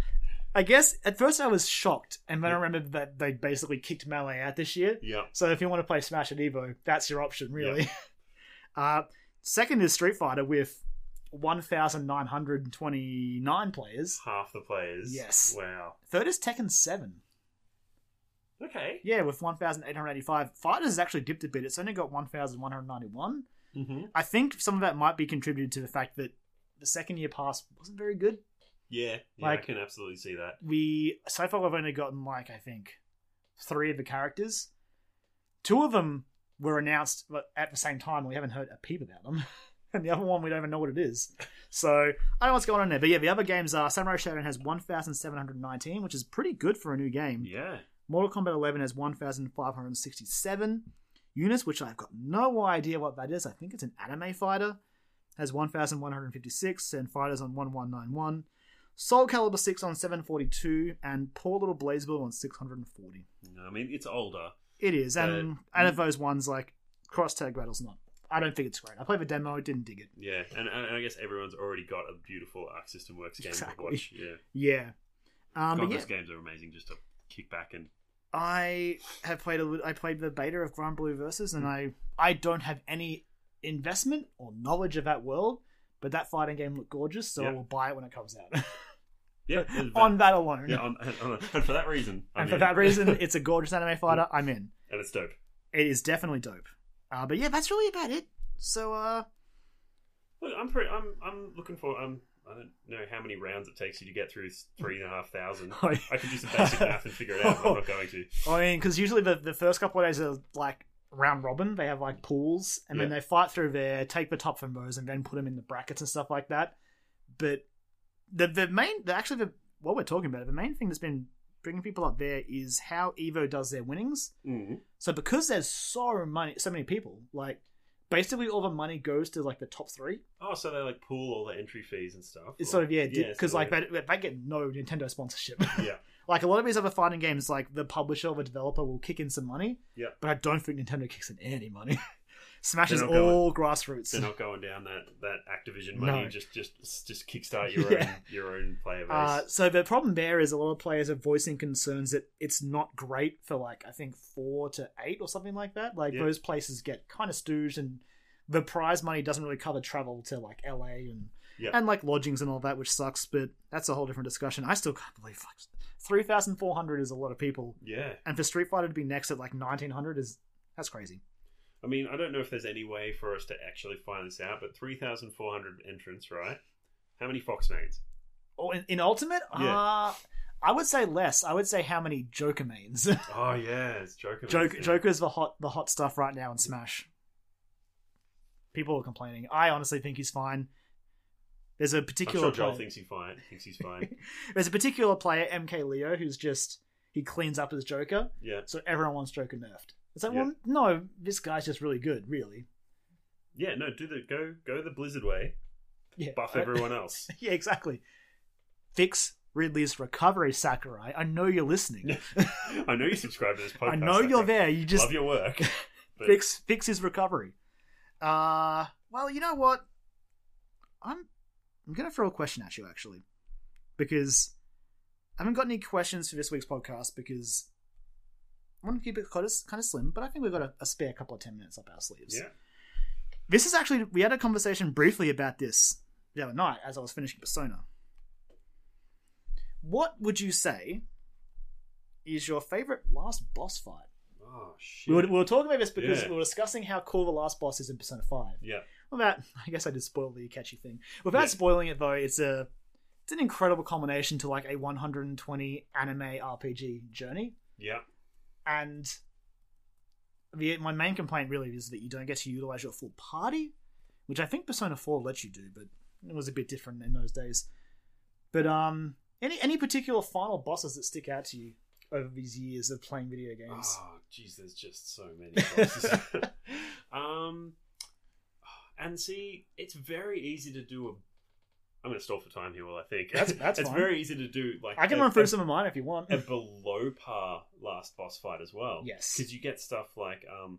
I guess at first I was shocked, and then I remembered that they basically kicked Melee out this year. Yeah. So if you want to play Smash at Evo, that's your option, really. uh, second is Street Fighter with 1,929 players. Half the players. Yes. Wow. Third is Tekken 7. Okay. Yeah, with 1,885. Fighters has actually dipped a bit. It's only got 1,191. hmm I think some of that might be contributed to the fact that the second year pass wasn't very good. Yeah. Yeah. I Like- can absolutely see that. We, so far, we've only gotten, like, I think, three of the characters. Two of them were announced but at the same time, and we haven't heard a peep about them. and the other one, we don't even know what it is. So I don't know what's going on there. But yeah, the other games are Samurai Shodown has 1,719, which is pretty good for a new game. Yeah. Mortal Kombat 11 has 1,567. Eunice, which I've got no idea what that is, I think it's an anime fighter, has 1,156, and Fighters on 1,191. Soul Calibur 6 on 742, and Poor Little Blazebill on 640. I mean, it's older. It is, Uh, and and of those ones like cross tag battle's not. I don't think it's great. I played the demo, didn't dig it. Yeah, and, and I guess everyone's already got a beautiful Arc System Works game Exactly. to watch. Yeah, Yeah, um, God, but yeah, those games are amazing. Just to kick back and I have played a lit- I played the beta of Grand Blue Versus, Hmm. and I I don't have any investment or knowledge of that world, but that fighting game looked gorgeous, so Yeah. I will buy it when it comes out. yeah, there's that. on that alone, yeah, on, on- and for that reason, I'm and for in. that reason, it's a gorgeous anime fighter. I'm in. and it's dope. It is definitely dope. Uh, but yeah, that's really about it. So uh, Look, I'm pretty. I'm I'm looking for. Um, I don't know how many rounds it takes you to get through s- three and a half thousand. I can do some basic math and figure it out. But I'm not going to. I mean, because usually the, the first couple of days are like round robin. They have like pools, and then Yeah. they fight through there, take the top from those, and then put them in the brackets and stuff like that. But the the main, the, actually, the what we're talking about, the main thing that's been bringing people up there is how Evo does their winnings. Mm. So because there's so many, so many people, like basically all the money goes to like the top three. Oh, so they like pool all the entry fees and stuff. It's sort of yeah, so because like they- they, they get no Nintendo sponsorship. yeah, Like a lot of these other fighting games, like the publisher or the developer will kick in some money. Yeah. But I don't think Nintendo kicks in any money. Smash is They're not all grassroots. they're not going down that that Activision money. No. Just just just kickstart your Yeah. own your own player base. Uh, so the problem there is a lot of players are voicing concerns that it's not great for like I think four to eight or something like that. Like Yeah. those places get kind of stooged, and the prize money doesn't really cover travel to like LA and Yeah. and like lodgings and all that, which sucks. But that's a whole different discussion. I still can't believe like, three thousand four hundred is a lot of people. yeah. and for Street Fighter to be next at like 1900 is that's crazy. I mean, I don't know if there's any way for us to actually find this out, but 3,400 entrants, right? How many Fox mains? Or Oh, in, in Ultimate, Yeah. uh, I would say less. I would say how many Joker mains. Oh, yeah, it's Joker. Joker mains, yeah. Joker's the hot the hot stuff right now in Smash. People are complaining. I honestly think he's fine. There's a I'm particular sure Joel player, thinks, he fine, thinks he's fine. there's a particular player MK Leo who's just he cleans up as Joker, yeah. so everyone wants Joker nerfed. It's like, Yeah. well, no, this guy's just really good, really. Yeah, no, do the go go the Blizzard way, Yeah, buff I- everyone else. Yeah, exactly. Fix Ridley's recovery, Sakurai. I know you're listening. I know you subscribe to this podcast. I know you're think. there. You just Love your work. but- fix fix his recovery. Uh Well, you know what? I'm I'm gonna throw a question at you actually, because I haven't got any questions for this week's podcast because I want to keep it kind of, kind of slim, but I think we've got a, a spare couple of ten minutes up our sleeves. Yeah. This is actually we had a conversation briefly about this the other night as I was finishing Persona. What would you say is your favorite last boss fight? Oh shit. We were, we were talking about this because Yeah. we were discussing how cool the last boss is in Persona 5. yeah. Without, I guess I did spoil the catchy thing. Without Yeah. spoiling it, though, it's a it's an incredible culmination to like a 120 anime RPG journey. Yeah. And the, my main complaint really is that you don't get to utilize your full party, which I think Persona 4 lets you do, but it was a bit different in those days. But um, any any particular final bosses that stick out to you over these years of playing video games? Oh, jeez, there's just so many bosses. um, and see, it's very easy to do a. I'm going to stall for time here. Well, I think That's- that's it's fine. very easy to do. Like I can a- run through a- some of mine if you want. a below par last boss fight as well. Yes. because you get stuff like um,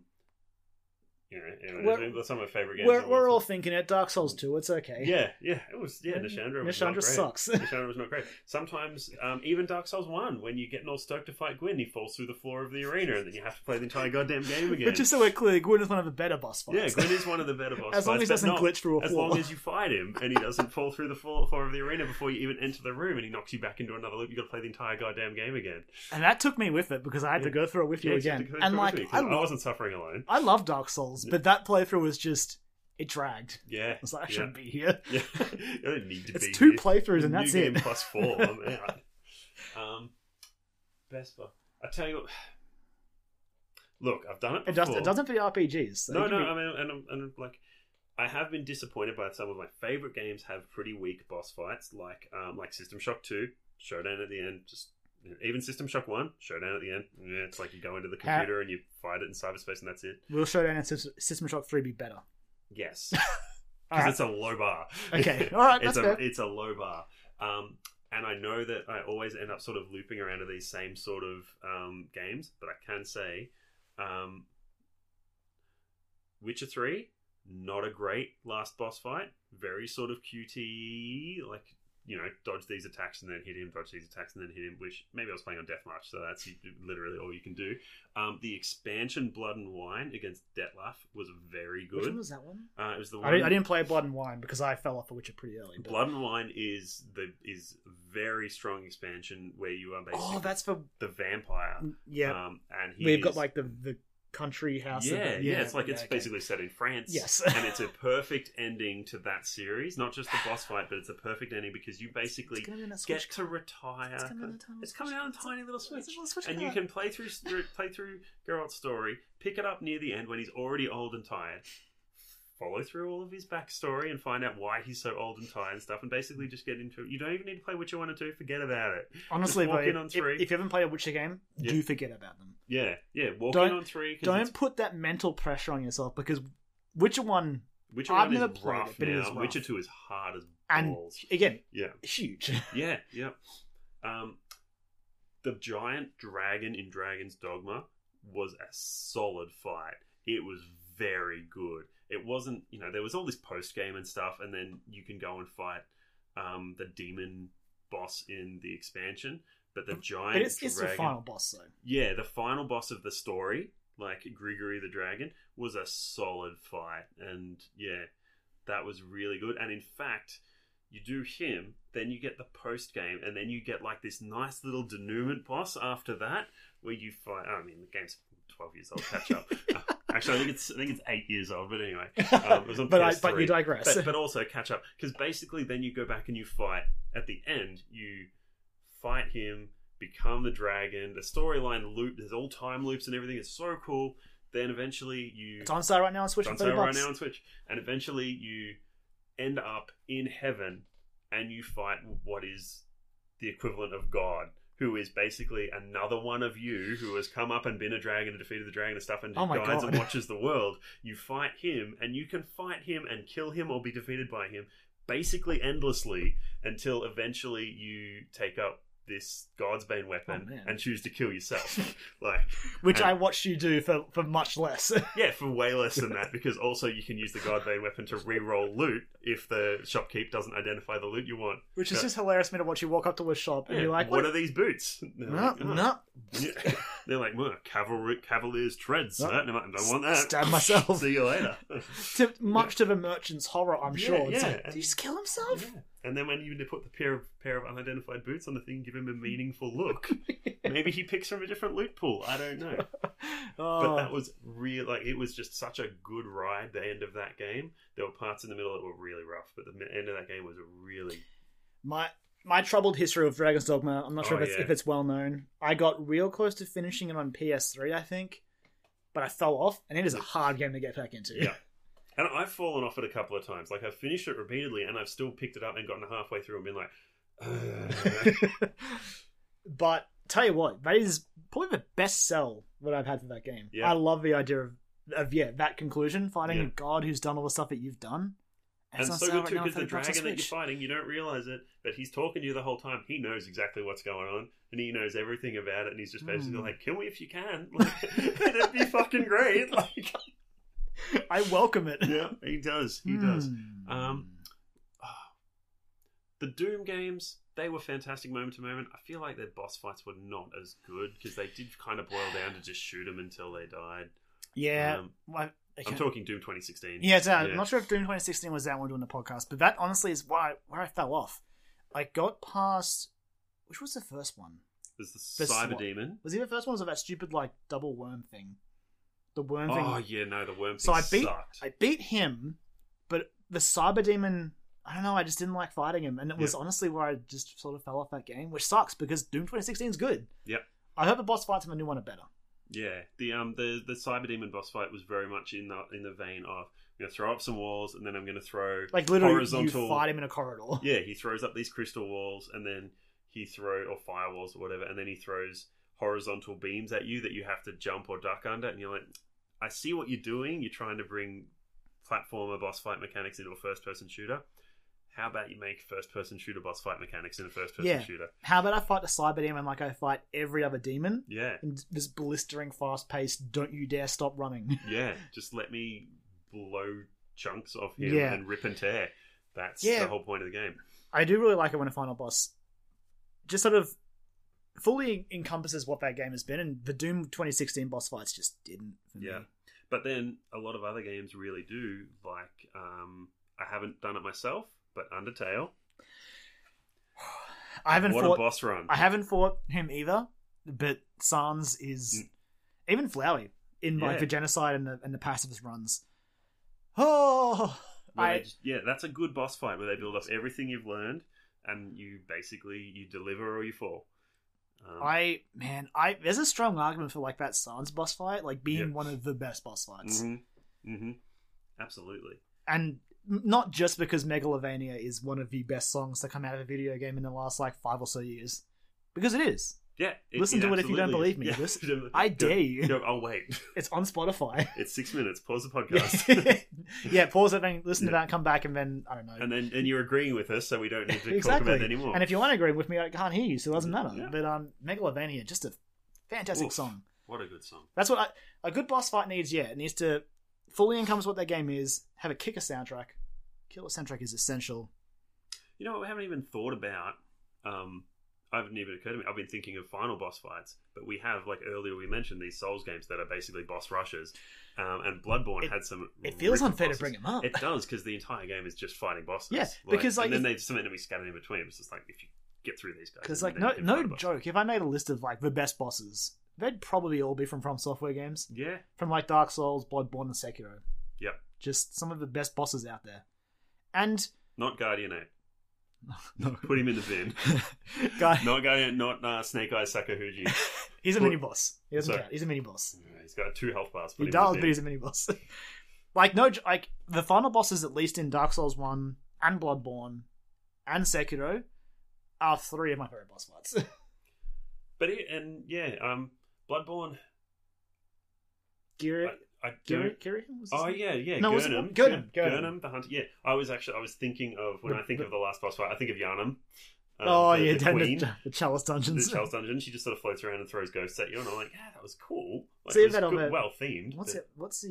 you know, We're- that's some of my favorite games. We're, of we're all time. thinking it. Dark Souls 2, it's okay. yeah, yeah. It was yeah. Nishandra was not Nishandra great. sucks. Nishandra was not great. Sometimes, um, even Dark Souls One, when you're getting all stoked to fight Gwyn, he falls through the floor of the arena, and then you have to play the entire goddamn game again. But just so we're clear, Gwyn is one of the better boss fights. Yeah, Gwyn is one of the better boss As long as fights, he but doesn't not- glitch through a As floor. long as you fight him and he doesn't fall through the floor, floor of the arena before you even enter the room and he knocks you back into another loop, you've got to play the entire goddamn game again. And that took me with it because I had to go through it with you Yeah, again. exactly. And It like, was me, 'cause I, I lo- wasn't suffering alone. I love Dark Souls, but that playthrough was just it dragged. Yeah. I was like, I yeah, shouldn't be here. Yeah. I don't need to be It's two here. playthroughs and New that's game it. plus four. I'm out. Um, best boss. I tell you what. Look, I've done it It before. doesn't. It doesn't for RPGs. so no, it no, can I mean, and, I'm- and I'm like, I have been disappointed by some of my favorite games have pretty weak boss fights, like um, like System Shock Two, showdown at the end, just you know, even System Shock One, showdown at the end. Yeah, it's like you go into the How- computer and you fight it in cyberspace, and that's it. be- Will Showdown and Sys- System Shock Three be better? Yes, All because right. it's a low bar. Okay, all right, it's that's a fair. it's a low bar. Um, and I know that I always end up sort of looping around to these same sort of um, games, but I can say, um, Witcher Three, not a great last boss fight. Very sort of QTE, like you know, dodge these attacks and then hit him, dodge these attacks and then hit him. Which maybe I was playing on Death March, so that's literally all you can do. Um, the expansion Blood and Wine against Detlef was very Which good. one was that one? Uh, it was the one I didn't, I didn't play Blood and Wine because I fell off the Witcher pretty early. but- Blood and Wine is the is very strong expansion where you are basically Oh, that's for the vampire. yeah. Um, and he We've is- got like the the country house. of yeah, the- yeah, It's like it's okay. basically set in France. Yes. and it's a perfect ending to that series. Not just the boss fight, but it's a perfect ending because you basically It's gonna be in a get Switch to retire. It's coming out in a tiny It's coming Switch. out in a It's tiny a- little it's a switch, little Switch and you card. can play through play through Geralt's story, pick it up near the end when he's already old and tired. Follow through all of his backstory and find out why he's so old and tired and stuff, and basically just get into. You don't even need to play Witcher one and two. Forget about it. Honestly, Just walk though, in on if, three. if you haven't played a Witcher game, Yeah. do forget about them. Yeah, yeah. Walk Don't- in on three. 'cause Don't it's- put that mental pressure on yourself because Witcher One Witcher I've one never is played it, rough but it now. is rough. Witcher two is hard as and balls. again Yeah. huge. Yeah, yeah. Um, the giant dragon in Dragon's Dogma was a solid fight. It was very good. It wasn't, you know, there was all this post game and stuff, and then you can go and fight um, the demon boss in the expansion. But the giant But it's, it's the dragon, final boss though. yeah, the final boss of the story, like Grigory the Dragon, was a solid fight. And yeah, that was really good. And in fact, you do him, then you get the post game, and then you get like this nice little denouement boss after that, where you fight. I mean, the game's 12 years old, catch up. Uh, Actually, I think it's I think it's eight years old, but anyway. Um, it was on but I, but PS3. you digress. But, but also catch up because basically then you go back and you fight at the end. You fight him, become the dragon. The storyline loop. There's all time loops and everything. It's so cool. Then eventually you it's on sale right now on Switch it's for on thirty sale right bucks. now on Switch, and eventually you end up in heaven and you fight what is the equivalent of God. Who is basically another one of you who has come up and been a dragon and defeated the dragon and stuff and Oh my guides and God. watches the world. You fight him and you can fight him and kill him or be defeated by him basically endlessly until eventually you take up this God's Bane weapon Oh, man. and choose to kill yourself. like, which and- I watched you do for, for much less. yeah, for way less than that, because also you can use the God Bane weapon to re-roll loot if the shopkeep doesn't identify the loot you want. which is Yeah. just hilarious me to watch you walk up to a shop and Yeah, you're like, what what? are these boots? And they're no, like, "Oh." no. Yeah. They're like, well, cavalry, cavalier's treads. No. that- no, I don't want that. Stab myself. See you later. To, much to the merchant's horror, I'm Yeah, sure. It's yeah. like, did he just kill himself? Yeah. And then when you put the pair of, pair of unidentified boots on the thing, give him a meaningful look. Maybe he picks from a different loot pool. I don't know. But Oh, that was real. Like it was just such a good ride. The end of that game. There were parts in the middle that were really rough, but the mi- end of that game was really my my troubled history of Dragon's Dogma. I'm not sure Oh, if, it's, yeah. if it's well known. I got real close to finishing it on PS3, I think, but I fell off, and it is a hard game to get back into. yeah. And I've fallen off it a couple of times. Like I've finished it repeatedly, and I've still picked it up and gotten halfway through and been like, "Ugh." but tell you what, that is probably the best sell that I've had for that game. Yeah. I love the idea of, of yeah that conclusion, finding a Yeah. god who's done all the stuff that you've done. and on so sale good right too now because for the Xbox dragon that you're Switch. fighting, you don't realize it, but he's talking to you the whole time. He knows exactly what's going on, and he knows everything about it. And he's just basically Mm. like, "Kill me if you can. Like, it'd be fucking great." Like, I welcome it. yeah, he does. He does. Hmm. Um, The Doom games, they were fantastic moment to moment. I feel like their boss fights were not as good because they did kind of boil down to just shoot them until they died. yeah. Um, I, okay. I'm talking Doom 2016. Yeah, it's, uh, Yeah. I'm not sure if Doom 2016 was that one doing the podcast, but that honestly is why where I fell off. I got past which was the first one? There's the The Cyber SWAT. Demon. Was it the first one? Or was it that stupid like double worm thing? The worm thing. Oh, yeah, no, the Worm so I thing beat sucked. I beat him, but the cyber demon. I don't know. I just didn't like fighting him, and it was honestly where I just sort of fell off that game, which sucks because Doom 2016 is good. Yep. I hope the boss fights in the new one are better. Yeah, the um the the cyber demon boss fight was very much in the in the vein of I'm gonna throw up some walls and then I'm gonna throw Like literally, horizontal. you fight him in a corridor. yeah, he throws up these crystal walls and then he throw or firewalls or whatever, and then he throws horizontal beams at you that you have to jump or duck under, and you're like, I see what you're doing. You're trying to bring platformer boss fight mechanics into a first person shooter. How about you make first person shooter boss fight mechanics in a first person Yeah. shooter? How about I fight the cyber demon like I fight every other demon? Yeah, and this blistering fast paced don't you dare stop running yeah. Just let me blow chunks off him Yeah. and rip and tear. That's Yeah. the whole point of the game. i do really like it when a final boss just sort of fully encompasses what that game has been and the doom 2016 boss fights just didn't for me. Yeah. But then a lot of other games really do. Like, um, I haven't done it myself, but Undertale. i haven't what a fought boss run! i haven't fought him either but sans is even flowey in like Mm. Yeah. the genocide and the, and the pacifist runs oh Where they I, just- yeah, that's a good boss fight where they build off everything you've learned, and you basically you deliver or you fall. Um, I man, I there's a strong argument for like that Sans boss fight, like being Yeah. one of the best boss fights. mhm, mhm. absolutely. and m- not just because Megalovania is one of the best songs to come out of a video game in the last like five or so years, because it is. Yeah, Listen to it if you don't absolutely believe me, is. listen- I dare you. Go, oh wait, It's on Spotify. it's six minutes. Pause the podcast. yeah, Yeah, pause it, then listen to that, come back, and then I don't know. and then and you're agreeing with us, so we don't need to talk exactly. about it anymore. And if you aren't agreeing with me, I can't hear you, so it doesn't matter. Yeah. But um, Megalovania, just a fantastic Oof. song. what a good song. That's what I, a good boss fight needs. Yeah, it needs to fully encompass what their game is. Have a kicker soundtrack. Killer soundtrack is essential. You know what? We haven't even thought about. Um, I haven't even occurred to me. I've been thinking of final boss fights, but we have, like earlier, we mentioned these Souls games that are basically boss rushes, um, and Bloodborne It- had some. It feels ripping unfair bosses. to bring him up. It does because the entire game is just fighting bosses. Yeah, because, like, and then if- they just some enemies scattered in between. It's just like if you get through these guys, Because then like they no can no fight a boss. joke, if I made a list of like the best bosses, they'd probably all be from From Software games, Yeah, from like Dark Souls, Bloodborne, and Sekiro. Yep. Just some of the best bosses out there. And not Guardian Ape. no, Put him in the bin. guy, not Guardian. Not uh, Snake Eyes Sakahuji. he's a Well, mini boss. He doesn't sorry. count. He's a mini boss. He's got two health bars. Put He him in does, the but bin. he's a mini boss. like no, j- like the final bosses, at least in Dark Souls One and Bloodborne and Sekiro, are three of my favorite boss fights. But it, and yeah, um, Bloodborne. Giri, I Giri, don't Giri was his Oh name? yeah, yeah. No, No, was it- Gurnham, Gurnham. Gur- Gurnham. Gurnham, the hunter. Yeah, I was actually I was thinking of when The- I think the- of the last boss fight. I think of Yarnum. Um, oh the- yeah, the down the- queen, the, chalice dungeons. the Charles Dungeon. She just sort of floats around and throws ghosts at you, and I'm like, yeah, that was cool. Like, See, it was that'll good- be- well themed. What's but it? What's the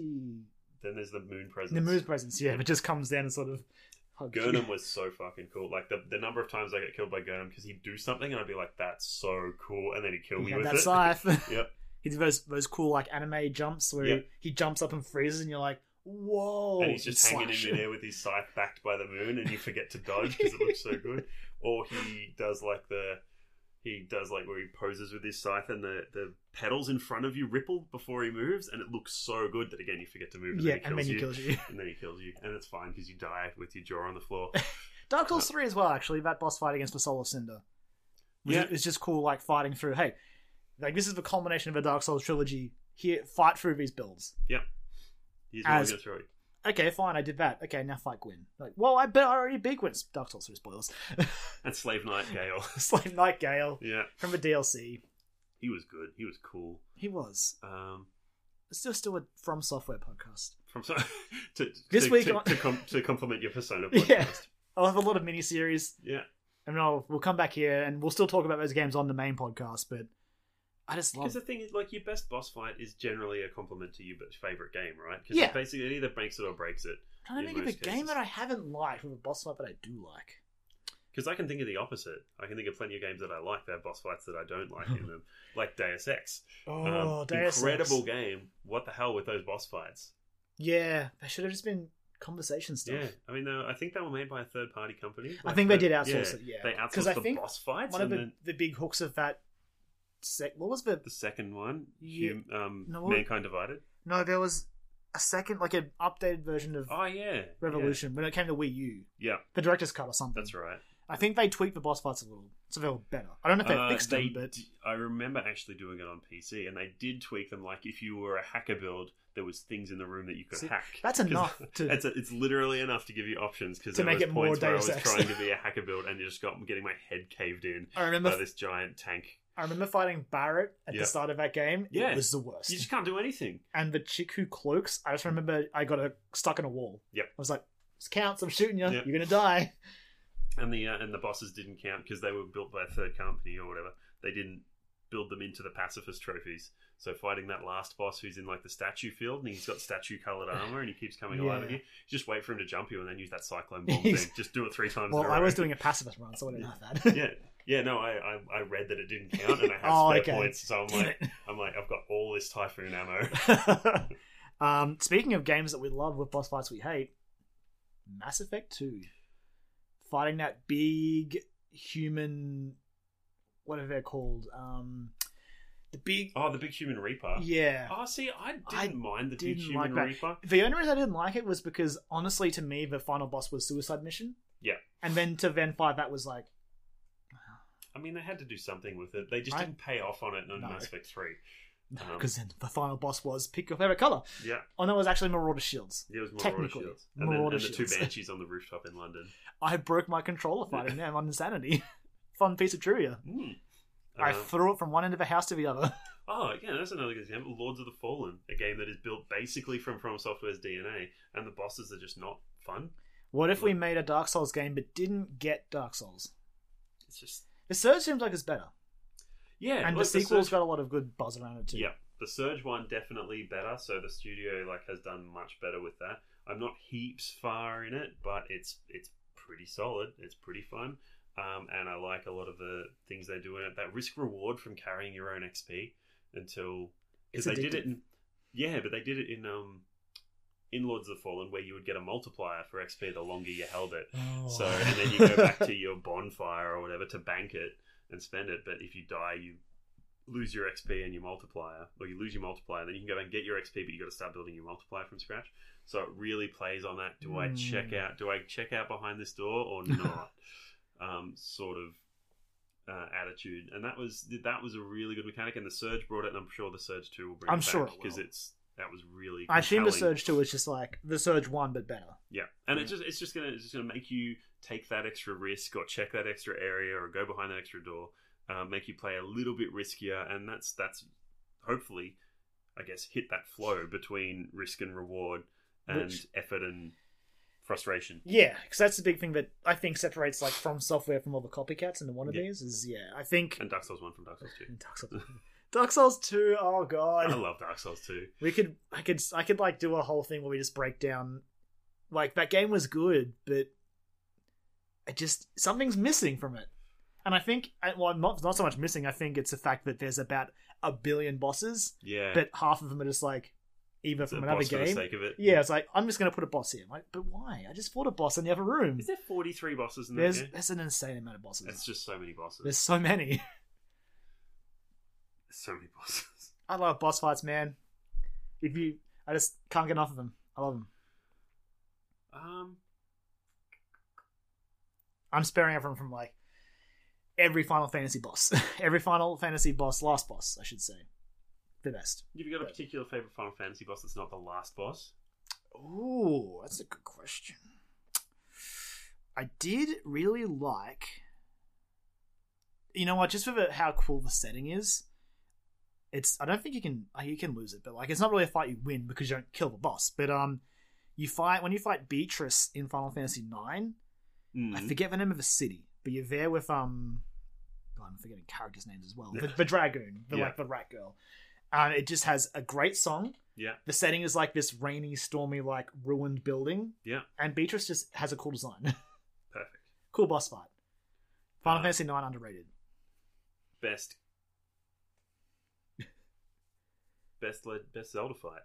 Then there's the moon presence. the moon's presence? Yeah, but just comes down and sort of. hugs you. Gurnham was so fucking cool. Like the, the number of times I got killed by Gurnham because he'd do something and I'd be like, "That's so cool," and then he'd kill He me had with that it. scythe. Yep. He did those those cool like anime jumps where Yep. he, he jumps up and freezes, and you're like, whoa! and he's just hanging slash. in midair with his scythe backed by the moon, and you forget to dodge because it looks so good. Or he does like the he does like where he poses with his scythe, and the the petals in front of you ripple before he moves, and it looks so good that again you forget to move. And Yeah, then he and then he kills you, kills you. and then he kills you, and it's fine because you die with your jaw on the floor. Dark Souls three as well, actually. That boss fight against the Soul of Cinder. Yeah. Yeah, it's just cool, like fighting through. Hey, like this is the culmination of a Dark Souls trilogy. Here, fight through these builds. He's going As- to throw it. Okay, fine, I did that. Okay, now fight Gwyn. Like, well, I bet I already beat Gwyn. Dark Souls three spoilers. And Slave Knight Gale. Slave Knight Gale yeah, from the DLC. he was good. He was cool. He was. Um, Let's just do a From Software podcast. from so, to This to, week to, on- to, com- to compliment your persona podcast. Yeah. I'll have a lot of miniseries, yeah. and I'll we'll come back here and we'll still talk about those games on the main podcast. But I just love Because the thing is, like, your best boss fight is generally a compliment to your favorite game, right? Because Yeah. basically, it either makes it or breaks it. I'm trying to in think of a most game cases. that I haven't liked with a boss fight that I do like. Because I can think of the opposite. I can think of plenty of games that I like that have boss fights that I don't like in them, like Deus Ex. Um, Oh, Deus incredible Ex. game. What the hell with those boss fights? Yeah, they should have just been conversation stuff. Yeah, I mean, they were- I think they were made by a third party company. I think they but- did outsource it, yeah. they 'Cause outsourced I the think boss fights, One of and the, then the big hooks of that sec. What was the the second one, Yeah. hum- um, No, what- Mankind Divided. no? There was a second, like an updated version of Oh yeah, Revolution when it came to Wii U, Yeah, yeah the director's cut or something. that's right. I think they tweaked the boss fights a little, so they were better. I don't know if they Uh, fixed they them, but d- I remember actually doing it on PC, and they did tweak them. Like if you were a hacker build, there was things in the room that you could See, hack. that's 'Cause enough to- it's, it's literally enough to give you options because To there make was it more points where I Deus was Ex. trying to be a hacker build and just got getting my head caved in I remember by this giant tank. I remember fighting Barrett at Yeah. the start of that game. Yeah. It was the You worst. just can't do anything. And the chick who cloaks, I just remember I got a, stuck in a wall. Yep. I was like, this counts, I'm shooting you, Yep. you're gonna die. And the uh, and the bosses didn't count because they were built by a third company or whatever. They didn't build them into the pacifist trophies. So fighting that last boss who's in like the statue field and he's got statue colored armor and he keeps coming alive at Yeah. you. Just wait for him to jump you and then use that cyclone bomb He's- thing. Just do it three times. Well, in a I row. was doing a pacifist run, so I didn't have that. Yeah. Yeah, no, I, I, I read that it didn't count and I have Oh, spare okay. points, so I'm Damn like I'm like I've got all this typhoon ammo. it. um, speaking of games that we love with boss fights we hate, Mass Effect 2. Fighting that big human what are they called? Um the big Oh, the big human reaper. Yeah. Oh, see, I didn't I mind the big didn't like human that. reaper. The only reason I didn't like it was because honestly, to me, the final boss was suicide mission. Yeah. And then to Ven Five, that was like, I mean, they had to do something with it. They just Right. didn't pay off on it in No. Mass Effect Three. Um, because then the final boss was pick your favorite color. Yeah, Oh no, it was actually Marauder Shields. yeah, it was Marauder Technically, Shields, and, then, Marauder and the two Shields. banshees on the rooftop in London. I broke my controller fighting them on Insanity. Fun piece of trivia. Mm. I Um, threw it from one end of the house to the other. Oh, yeah, that's another good example. Lords of the Fallen, a game that is built basically from From Software's DNA, and the bosses are just not fun. what if we made a Dark Souls game but didn't get Dark Souls? It's just The Surge seems like it's better, yeah, and the look, sequel's Surge- got a lot of good buzz around it too. yeah, the Surge one definitely better. So the studio like has done much better with that. I'm not heaps far in it, but it's it's pretty solid. It's pretty fun. Um, and I like a lot of the things they do in it. That risk reward from carrying your own XP until because It's they did addictive. it in yeah, but they did it in um in Lords of the Fallen where you would get a multiplier for XP the longer you held it. Oh. So and then you go back to your bonfire or whatever to bank it and spend it. But if you die, you lose your XP and your multiplier, or you lose your multiplier, then you can go back and get your XP, but you got to start building your multiplier from scratch. So it really plays on that. Do I check Hmm. out? Do I check out behind this door or not? um, sort of uh, attitude, and that was that was a really good mechanic. And the Surge brought it, and I'm sure the Surge two will bring. I'm it sure it because will. it's that was really. I assume the compelling. Surge Two is just like the Surge One but better. Yeah, and it's Yeah. just it's just gonna it's just gonna make you take that extra risk or check that extra area or go behind that extra door, uh, make you play a little bit riskier, and that's that's hopefully, I guess, hit that flow between risk and reward and Which- effort and frustration. Yeah, because that's the big thing that I think separates like from software from all the copycats and the wannabes is yeah, I think And Dark Souls 1 from Dark Souls 2. Dark Souls, Dark Souls Two. Oh I god, love Dark Souls 2. we could I could I could like do a whole thing where we just break down. Like that game was good, but it just something's missing from it. And I think, uh, well, not not so much missing. I think it's the fact that there's about a billion bosses, Yeah. but half of them are just like either It's a from another boss for the game. sake of it. Yeah, it's like I'm just going to put a boss here. I'm like, but why? I just fought a boss in the other room. Is there 43 bosses in that There's game? there's an insane amount of bosses. It's just so many bosses. There's so many. so many bosses. I love boss fights, man. If you, I just can't get enough of them. I love them. Um, I'm sparing everyone from like every Final Fantasy boss, every Final Fantasy boss, last boss, I should say, the best. have you got a particular favorite Final Fantasy boss that's not the last boss? Ooh, that's a good question. I did really like. You know what? Just for the, how cool the setting is, it's. I don't think you can. uh, You can lose it, but like, it's not really a fight you win because you don't kill the boss. But um, you fight when you fight Beatrice in Final Fantasy Nine. I Mm. forget the name of the city, but you're there with um. God, I'm forgetting characters' names as well. The, the dragoon, the Yeah. like the rat girl, and it just has a great song Yeah. the setting is like this rainy, stormy, like ruined building. Yeah. And Beatrice just has a cool design. Perfect. cool boss fight. Final Uh, Fantasy IX underrated. Best. Best led, best Zelda fight.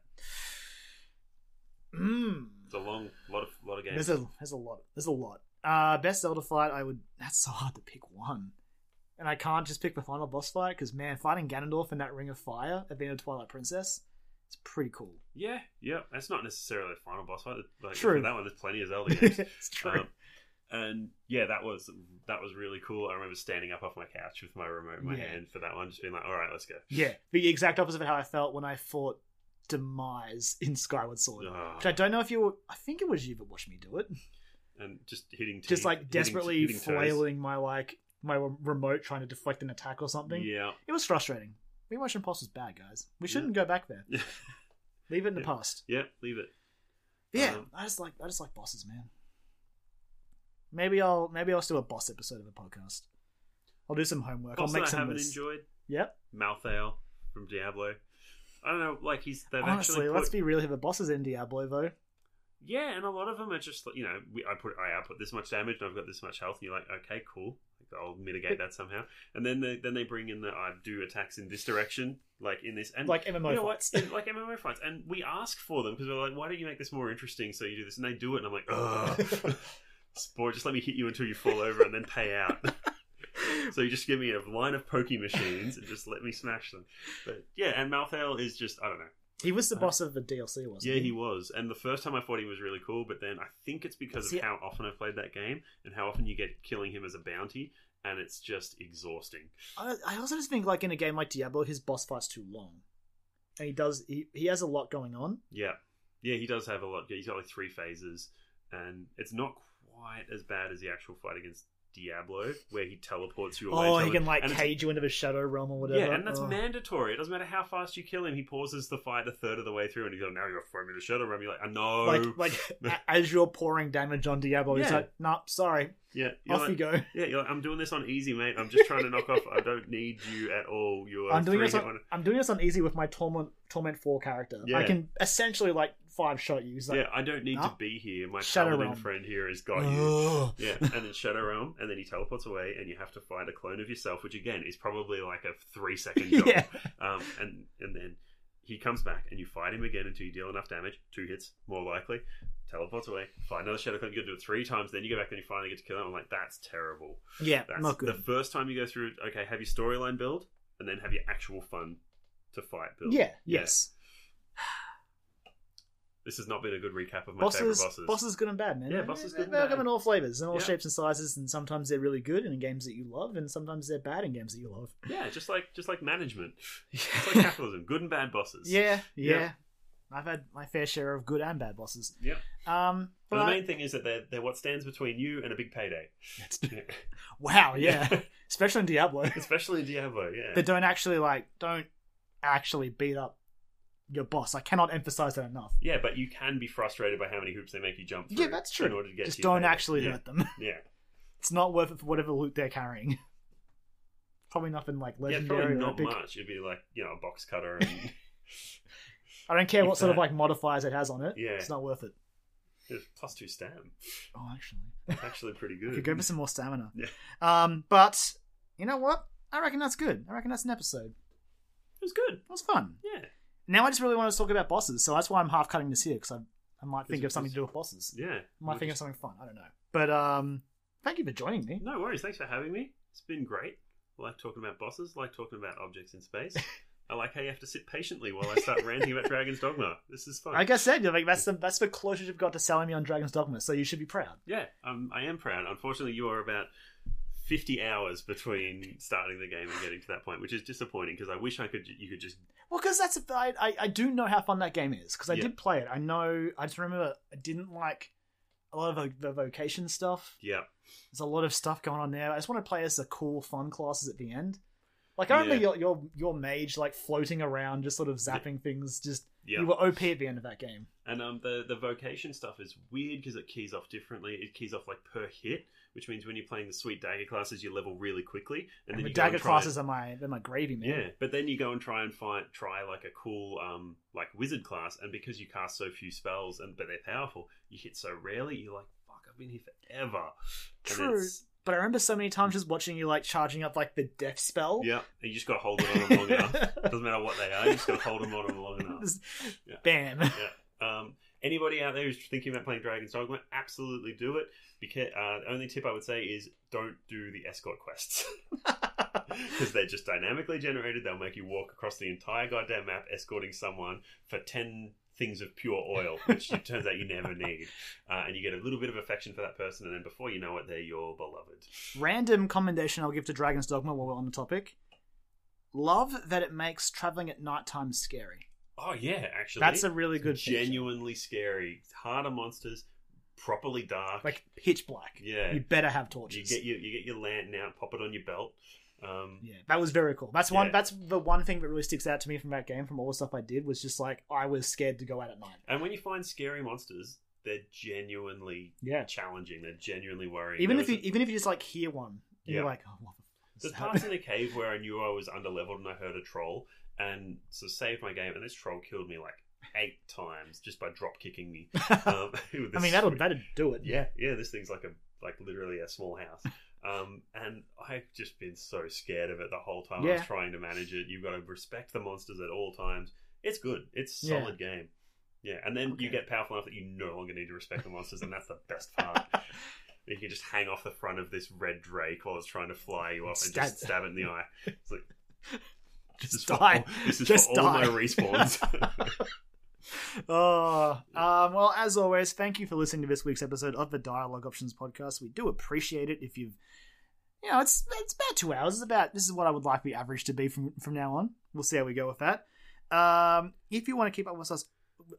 Mm. It's a long, lot of, lot of games. There's a there's a lot. There's a lot. Uh best Zelda fight, I would that's so hard to pick one. And I can't just pick the final boss fight because man, fighting Ganondorf in that Ring of Fire at the end of Twilight Princess, it's pretty cool. Yeah, yeah. That's not necessarily a final boss fight. Like, True. For that one, there's plenty of Zelda games. it's true. Oh, Um, and yeah, that was that was really cool. I remember standing up off my couch with my remote in my Yeah. hand for that one, just being like, "All right, let's go." yeah, the exact opposite of how I felt when I fought Demise in Skyward Sword. Ah, Which I don't know if you were. I think it was you that watched me do it. and just hitting, teeth, just like hitting- desperately hitting toes. flailing my like my re- remote trying to deflect an attack or something. Yeah, It was frustrating. Remote Impulse was bad, guys. We shouldn't go back there. Leave it in the past. yeah. Leave it. Yeah, Um, I just like I just like bosses, man. Maybe I'll maybe I'll just do a boss episode of the podcast. I'll do some homework. Also, I'll make I some. haven't lists. enjoyed Yep. Malthale from Diablo. I don't know, like he's they've Honestly, actually put, let's be real here. The bosses in Diablo though. yeah, and a lot of them are just like, you know we, I put I output this much damage and I've got this much health and you're like okay cool I'll mitigate that somehow and then they, then they bring in the I do attacks in this direction like in this and Like MMO you know fights. What? like MMO fights, and we ask for them because we're like, why don't you make this more interesting? So you do this, and they do it, and I'm like, ugh, sport, just let me hit you until you fall over, and then pay out. so you just give me a line of pokey machines and just let me smash them. But yeah, and Malthale is just I don't know. He was the boss of the DLC, wasn't Uh, Yeah, he? he was, and the first time I thought he was really cool, but then I think it's because See, of how often I played that game and how often you get killing him as a bounty, and it's just exhausting. I I also just think like in a game like Diablo, his boss fight's too long, and he does he, he has a lot going on. Yeah, yeah, he does have a lot. He's got like three phases, and it's not quite as bad as the actual fight against Diablo, where he teleports you away. Oh, tele- he can like and it's- cage you into the shadow realm or whatever. Yeah, and that's oh. mandatory. It doesn't matter how fast you kill him. He pauses the fight a third of the way through, and he's like, "Now you're throwing me to shadow realm." You're like, "I know." Like like a- as you're pouring damage on Diablo, he's Yeah. like, nah, sorry, yeah, you're off like, you go. yeah, you're like, I'm doing this on easy, mate. I'm just trying to knock off. I don't need you at all. You're I'm doing three this on, I'm doing this on easy with my torment torment four character. I Yeah. can essentially like five shot you. He's like, yeah, I don't need Nah. to be here. My Shadow paladin Realm. friend here has got you. "Ugh." Yeah, and then Shadow Realm, and then he teleports away, and you have to fight a clone of yourself, which again is probably like a three second job. Yeah. Um, and and then he comes back, and you fight him again until you deal enough damage, two hits more likely. Teleports away, fight another Shadow Clone. You got to do it three times, then you go back, then you finally get to kill him. I'm like, that's terrible. yeah, That's not The good. first time you go through, okay, have your storyline build, and then have your actual fun to fight build. yeah, yes. This has not been a good recap of my favorite Bosses, bosses. bosses, good and bad, man. Yeah, bosses good and They bad. come in all flavors and all Yeah. shapes and sizes, and sometimes they're really good in games that you love, and sometimes they're bad in games that you love. Yeah, just like just like management, it's like capitalism, good and bad bosses. Yeah, yeah, Yeah. I've had my fair share of good and bad bosses. Yep. Um, but But the I- main thing is that they're, they're what stands between you and a big payday. wow, Oh, yeah, especially in Diablo, Especially in Diablo, yeah. they don't actually like don't actually beat up your boss. I cannot emphasize that enough. Yeah, but you can be frustrated by how many hoops they make you jump through. Yeah, that's In true. order to get Just you don't payment. actually yeah. hurt them. Yeah, It's not worth it for whatever loot they're carrying. Probably nothing like yeah, legendary probably or not epic. much. It'd be like you know a box cutter and I don't care what sort of Exact- like modifiers it has on it. Yeah. It's not worth it. it's plus two stam. Oh, actually. Actually, pretty I good. could go for some more stamina. Yeah. Um, but you know what? I reckon that's good. I reckon that's an episode. It was good. That was fun. Yeah, Now I just really want to talk about bosses, so that's why I'm half cutting this here because I, I might think Is it of something just- to do with bosses. yeah. I might We'll think of just- something fun. I don't know. But um, thank you for joining me. No worries. Thanks for having me. It's been great. I like talking about bosses. I like talking about objects in space. I like how you have to sit patiently while I start ranting about Dragon's Dogma. This is fun. Like I said, like that's the that's the closest you've got to selling me on Dragon's Dogma, so you should be proud. Yeah, um, I am proud. Unfortunately, you are about 50 hours between starting the game and getting to that point, which is disappointing because I wish I could. You could just Well, because that's a, I, I I do know how fun that game is because I Yeah. did play it. I know. I just remember I didn't like a lot of the vocation stuff. yeah. There's a lot of stuff going on there. I just want to play as the cool, fun classes at the end. Like Yeah. I remember your your your mage like floating around, just sort of zapping things. Just Yeah, you were OP at the end of that game. and um, the the vocation stuff is weird because it keys off differently. It keys off like per hit, which means when you're playing the sweet dagger classes, you level really quickly, and, And, then the you go and dagger try and- classes are my they're my gravy man. Yeah, but then you go and try and find try like a cool um like wizard class, and because you cast so few spells and but they're powerful, you hit so rarely. You're like, fuck, I've been here forever. And True. it's- But I remember so many times just watching you like charging up like the death spell. Yeah, and you just got to hold on them long enough. Doesn't matter what they are, you just got to hold them on them long enough. Just- Yeah. Bam. Um, anybody out there who's thinking about playing Dragon's Dogma, absolutely do it. Because uh, the only tip I would say is don't do the escort quests because they're just dynamically generated. They'll make you walk across the entire goddamn map escorting someone for ten things of pure oil, which it turns out you never need, uh, and you get a little bit of affection for that person, and then before you know it, they're your beloved. Random commendation I'll give to Dragon's Dogma while we're on the topic. Love that it makes traveling at nighttime scary. Oh yeah, actually, That's a really good feature. genuinely scary. Harder monsters, properly dark, like pitch black. Yeah. you better have You torches. get your you get your lantern out, pop it on your belt. Um, yeah, that was very cool. That's one. Yeah. That's the one thing that really sticks out to me from that game, from all the stuff I did, was just like I was scared to go out at night. And when you find scary monsters, they're genuinely Yeah, challenging. They're genuinely worrying. even There if was you even if you just like hear one, and you're Yeah. like, oh, what the fuck is There's that? parts in the cave where I knew I was underleveled and I heard a troll, and so saved my game. And this troll killed me like eight times just by drop kicking me. Um, with I this mean, that'll sweet- that'll do it. Yeah, yeah. This thing's like a like literally a small house. Um, and I've just been so scared of it the whole time. I was Yeah. trying to manage it. You've got to respect the monsters at all times. It's good. It's a Yeah. solid game. Yeah, and then Okay. you get powerful enough that you no longer need to respect the monsters, and that's the best part. you can just hang off the front of this red drake while it's trying to fly you off and just Stab- stab it in the eye. It's like this is just for die. all- this is Just for all my die. respawns. Oh, um, well, as always, thank you for listening to this week's episode of the Dialogue Options Podcast. We do appreciate it if you've, you know, it's it's about two hours. It's about this is what I would like the average to be from from now on. We'll see how we go with that. Um, if you want to keep up with us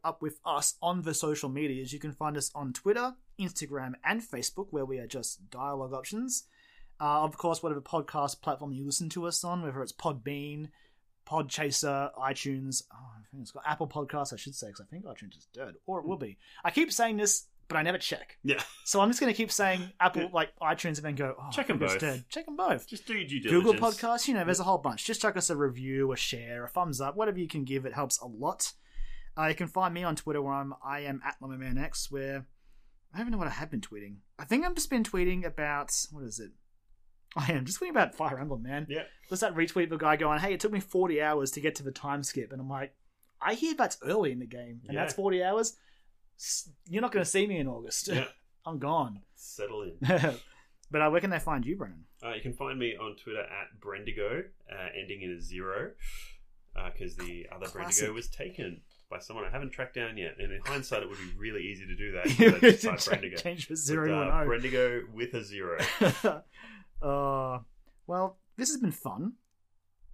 up with us on the social medias, you can find us on Twitter, Instagram, and Facebook, where we are just Dialogue Options. Uh, of course, whatever podcast platform you listen to us on, whether it's Podbean, Podchaser, iTunes. Oh, I think it's got Apple Podcasts. I should say because I think iTunes is dead, or it will be. I keep saying this, but I never check. yeah, So I'm just going to keep saying Apple, like iTunes, and then go oh, I Check 'em think it's both. Dead. Check them both. just do your due diligence. Google Podcasts. You know, there's a whole bunch. Just chuck us a review, a share, a thumbs up, whatever you can give. It helps a lot. Uh, you can find me on Twitter where I'm I am at LumbermanX, where I don't even know what I have been tweeting. I think I've just been tweeting about what is it? I am just tweeting about Fire Emblem, man. Yeah. There's that retweet of a guy going, "Hey, it took me 40 hours to get to the time skip," and I'm like, "I hear that's early in the game, and Yeah. that's 40 hours. S- You're not going to see me in August. Yeah, I'm gone." settle in. but uh, where can they find you, Brennan? Uh, you can find me on Twitter at Brendigo, uh, ending in a zero, because the other Classic. Brendigo was taken by someone I haven't tracked down yet. And in hindsight, it would be really easy to do that. 'cause I just typed Brendigo. change the But, zero oh. to uh, an O. Brendigo with a zero. uh, well, this has been fun,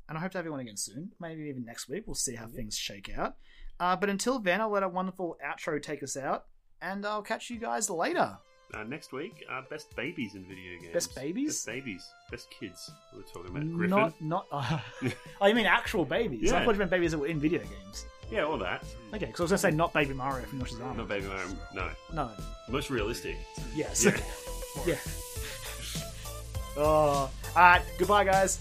and I hope to have you on again soon. Maybe even next week. We'll see how things shake out. Uh, but until then, I'll let a wonderful outro take us out, and I'll catch you guys later. Uh, next week, uh, best babies in video games. Best babies? Best babies. Best kids. We're talking about Griffin. Not, not. uh, oh, you mean actual babies? I Yeah. thought you meant babies that were in video games. Yeah, all that. Okay, because I was going to say not Baby Mario from Yoshi's Island. Not Baby Mario. No, No. most realistic. Yes. Yeah. yeah. oh. All right. Goodbye, guys.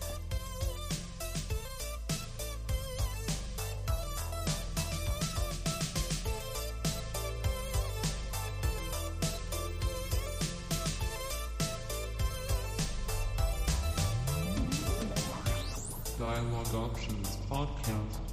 Dialogue Options Podcast.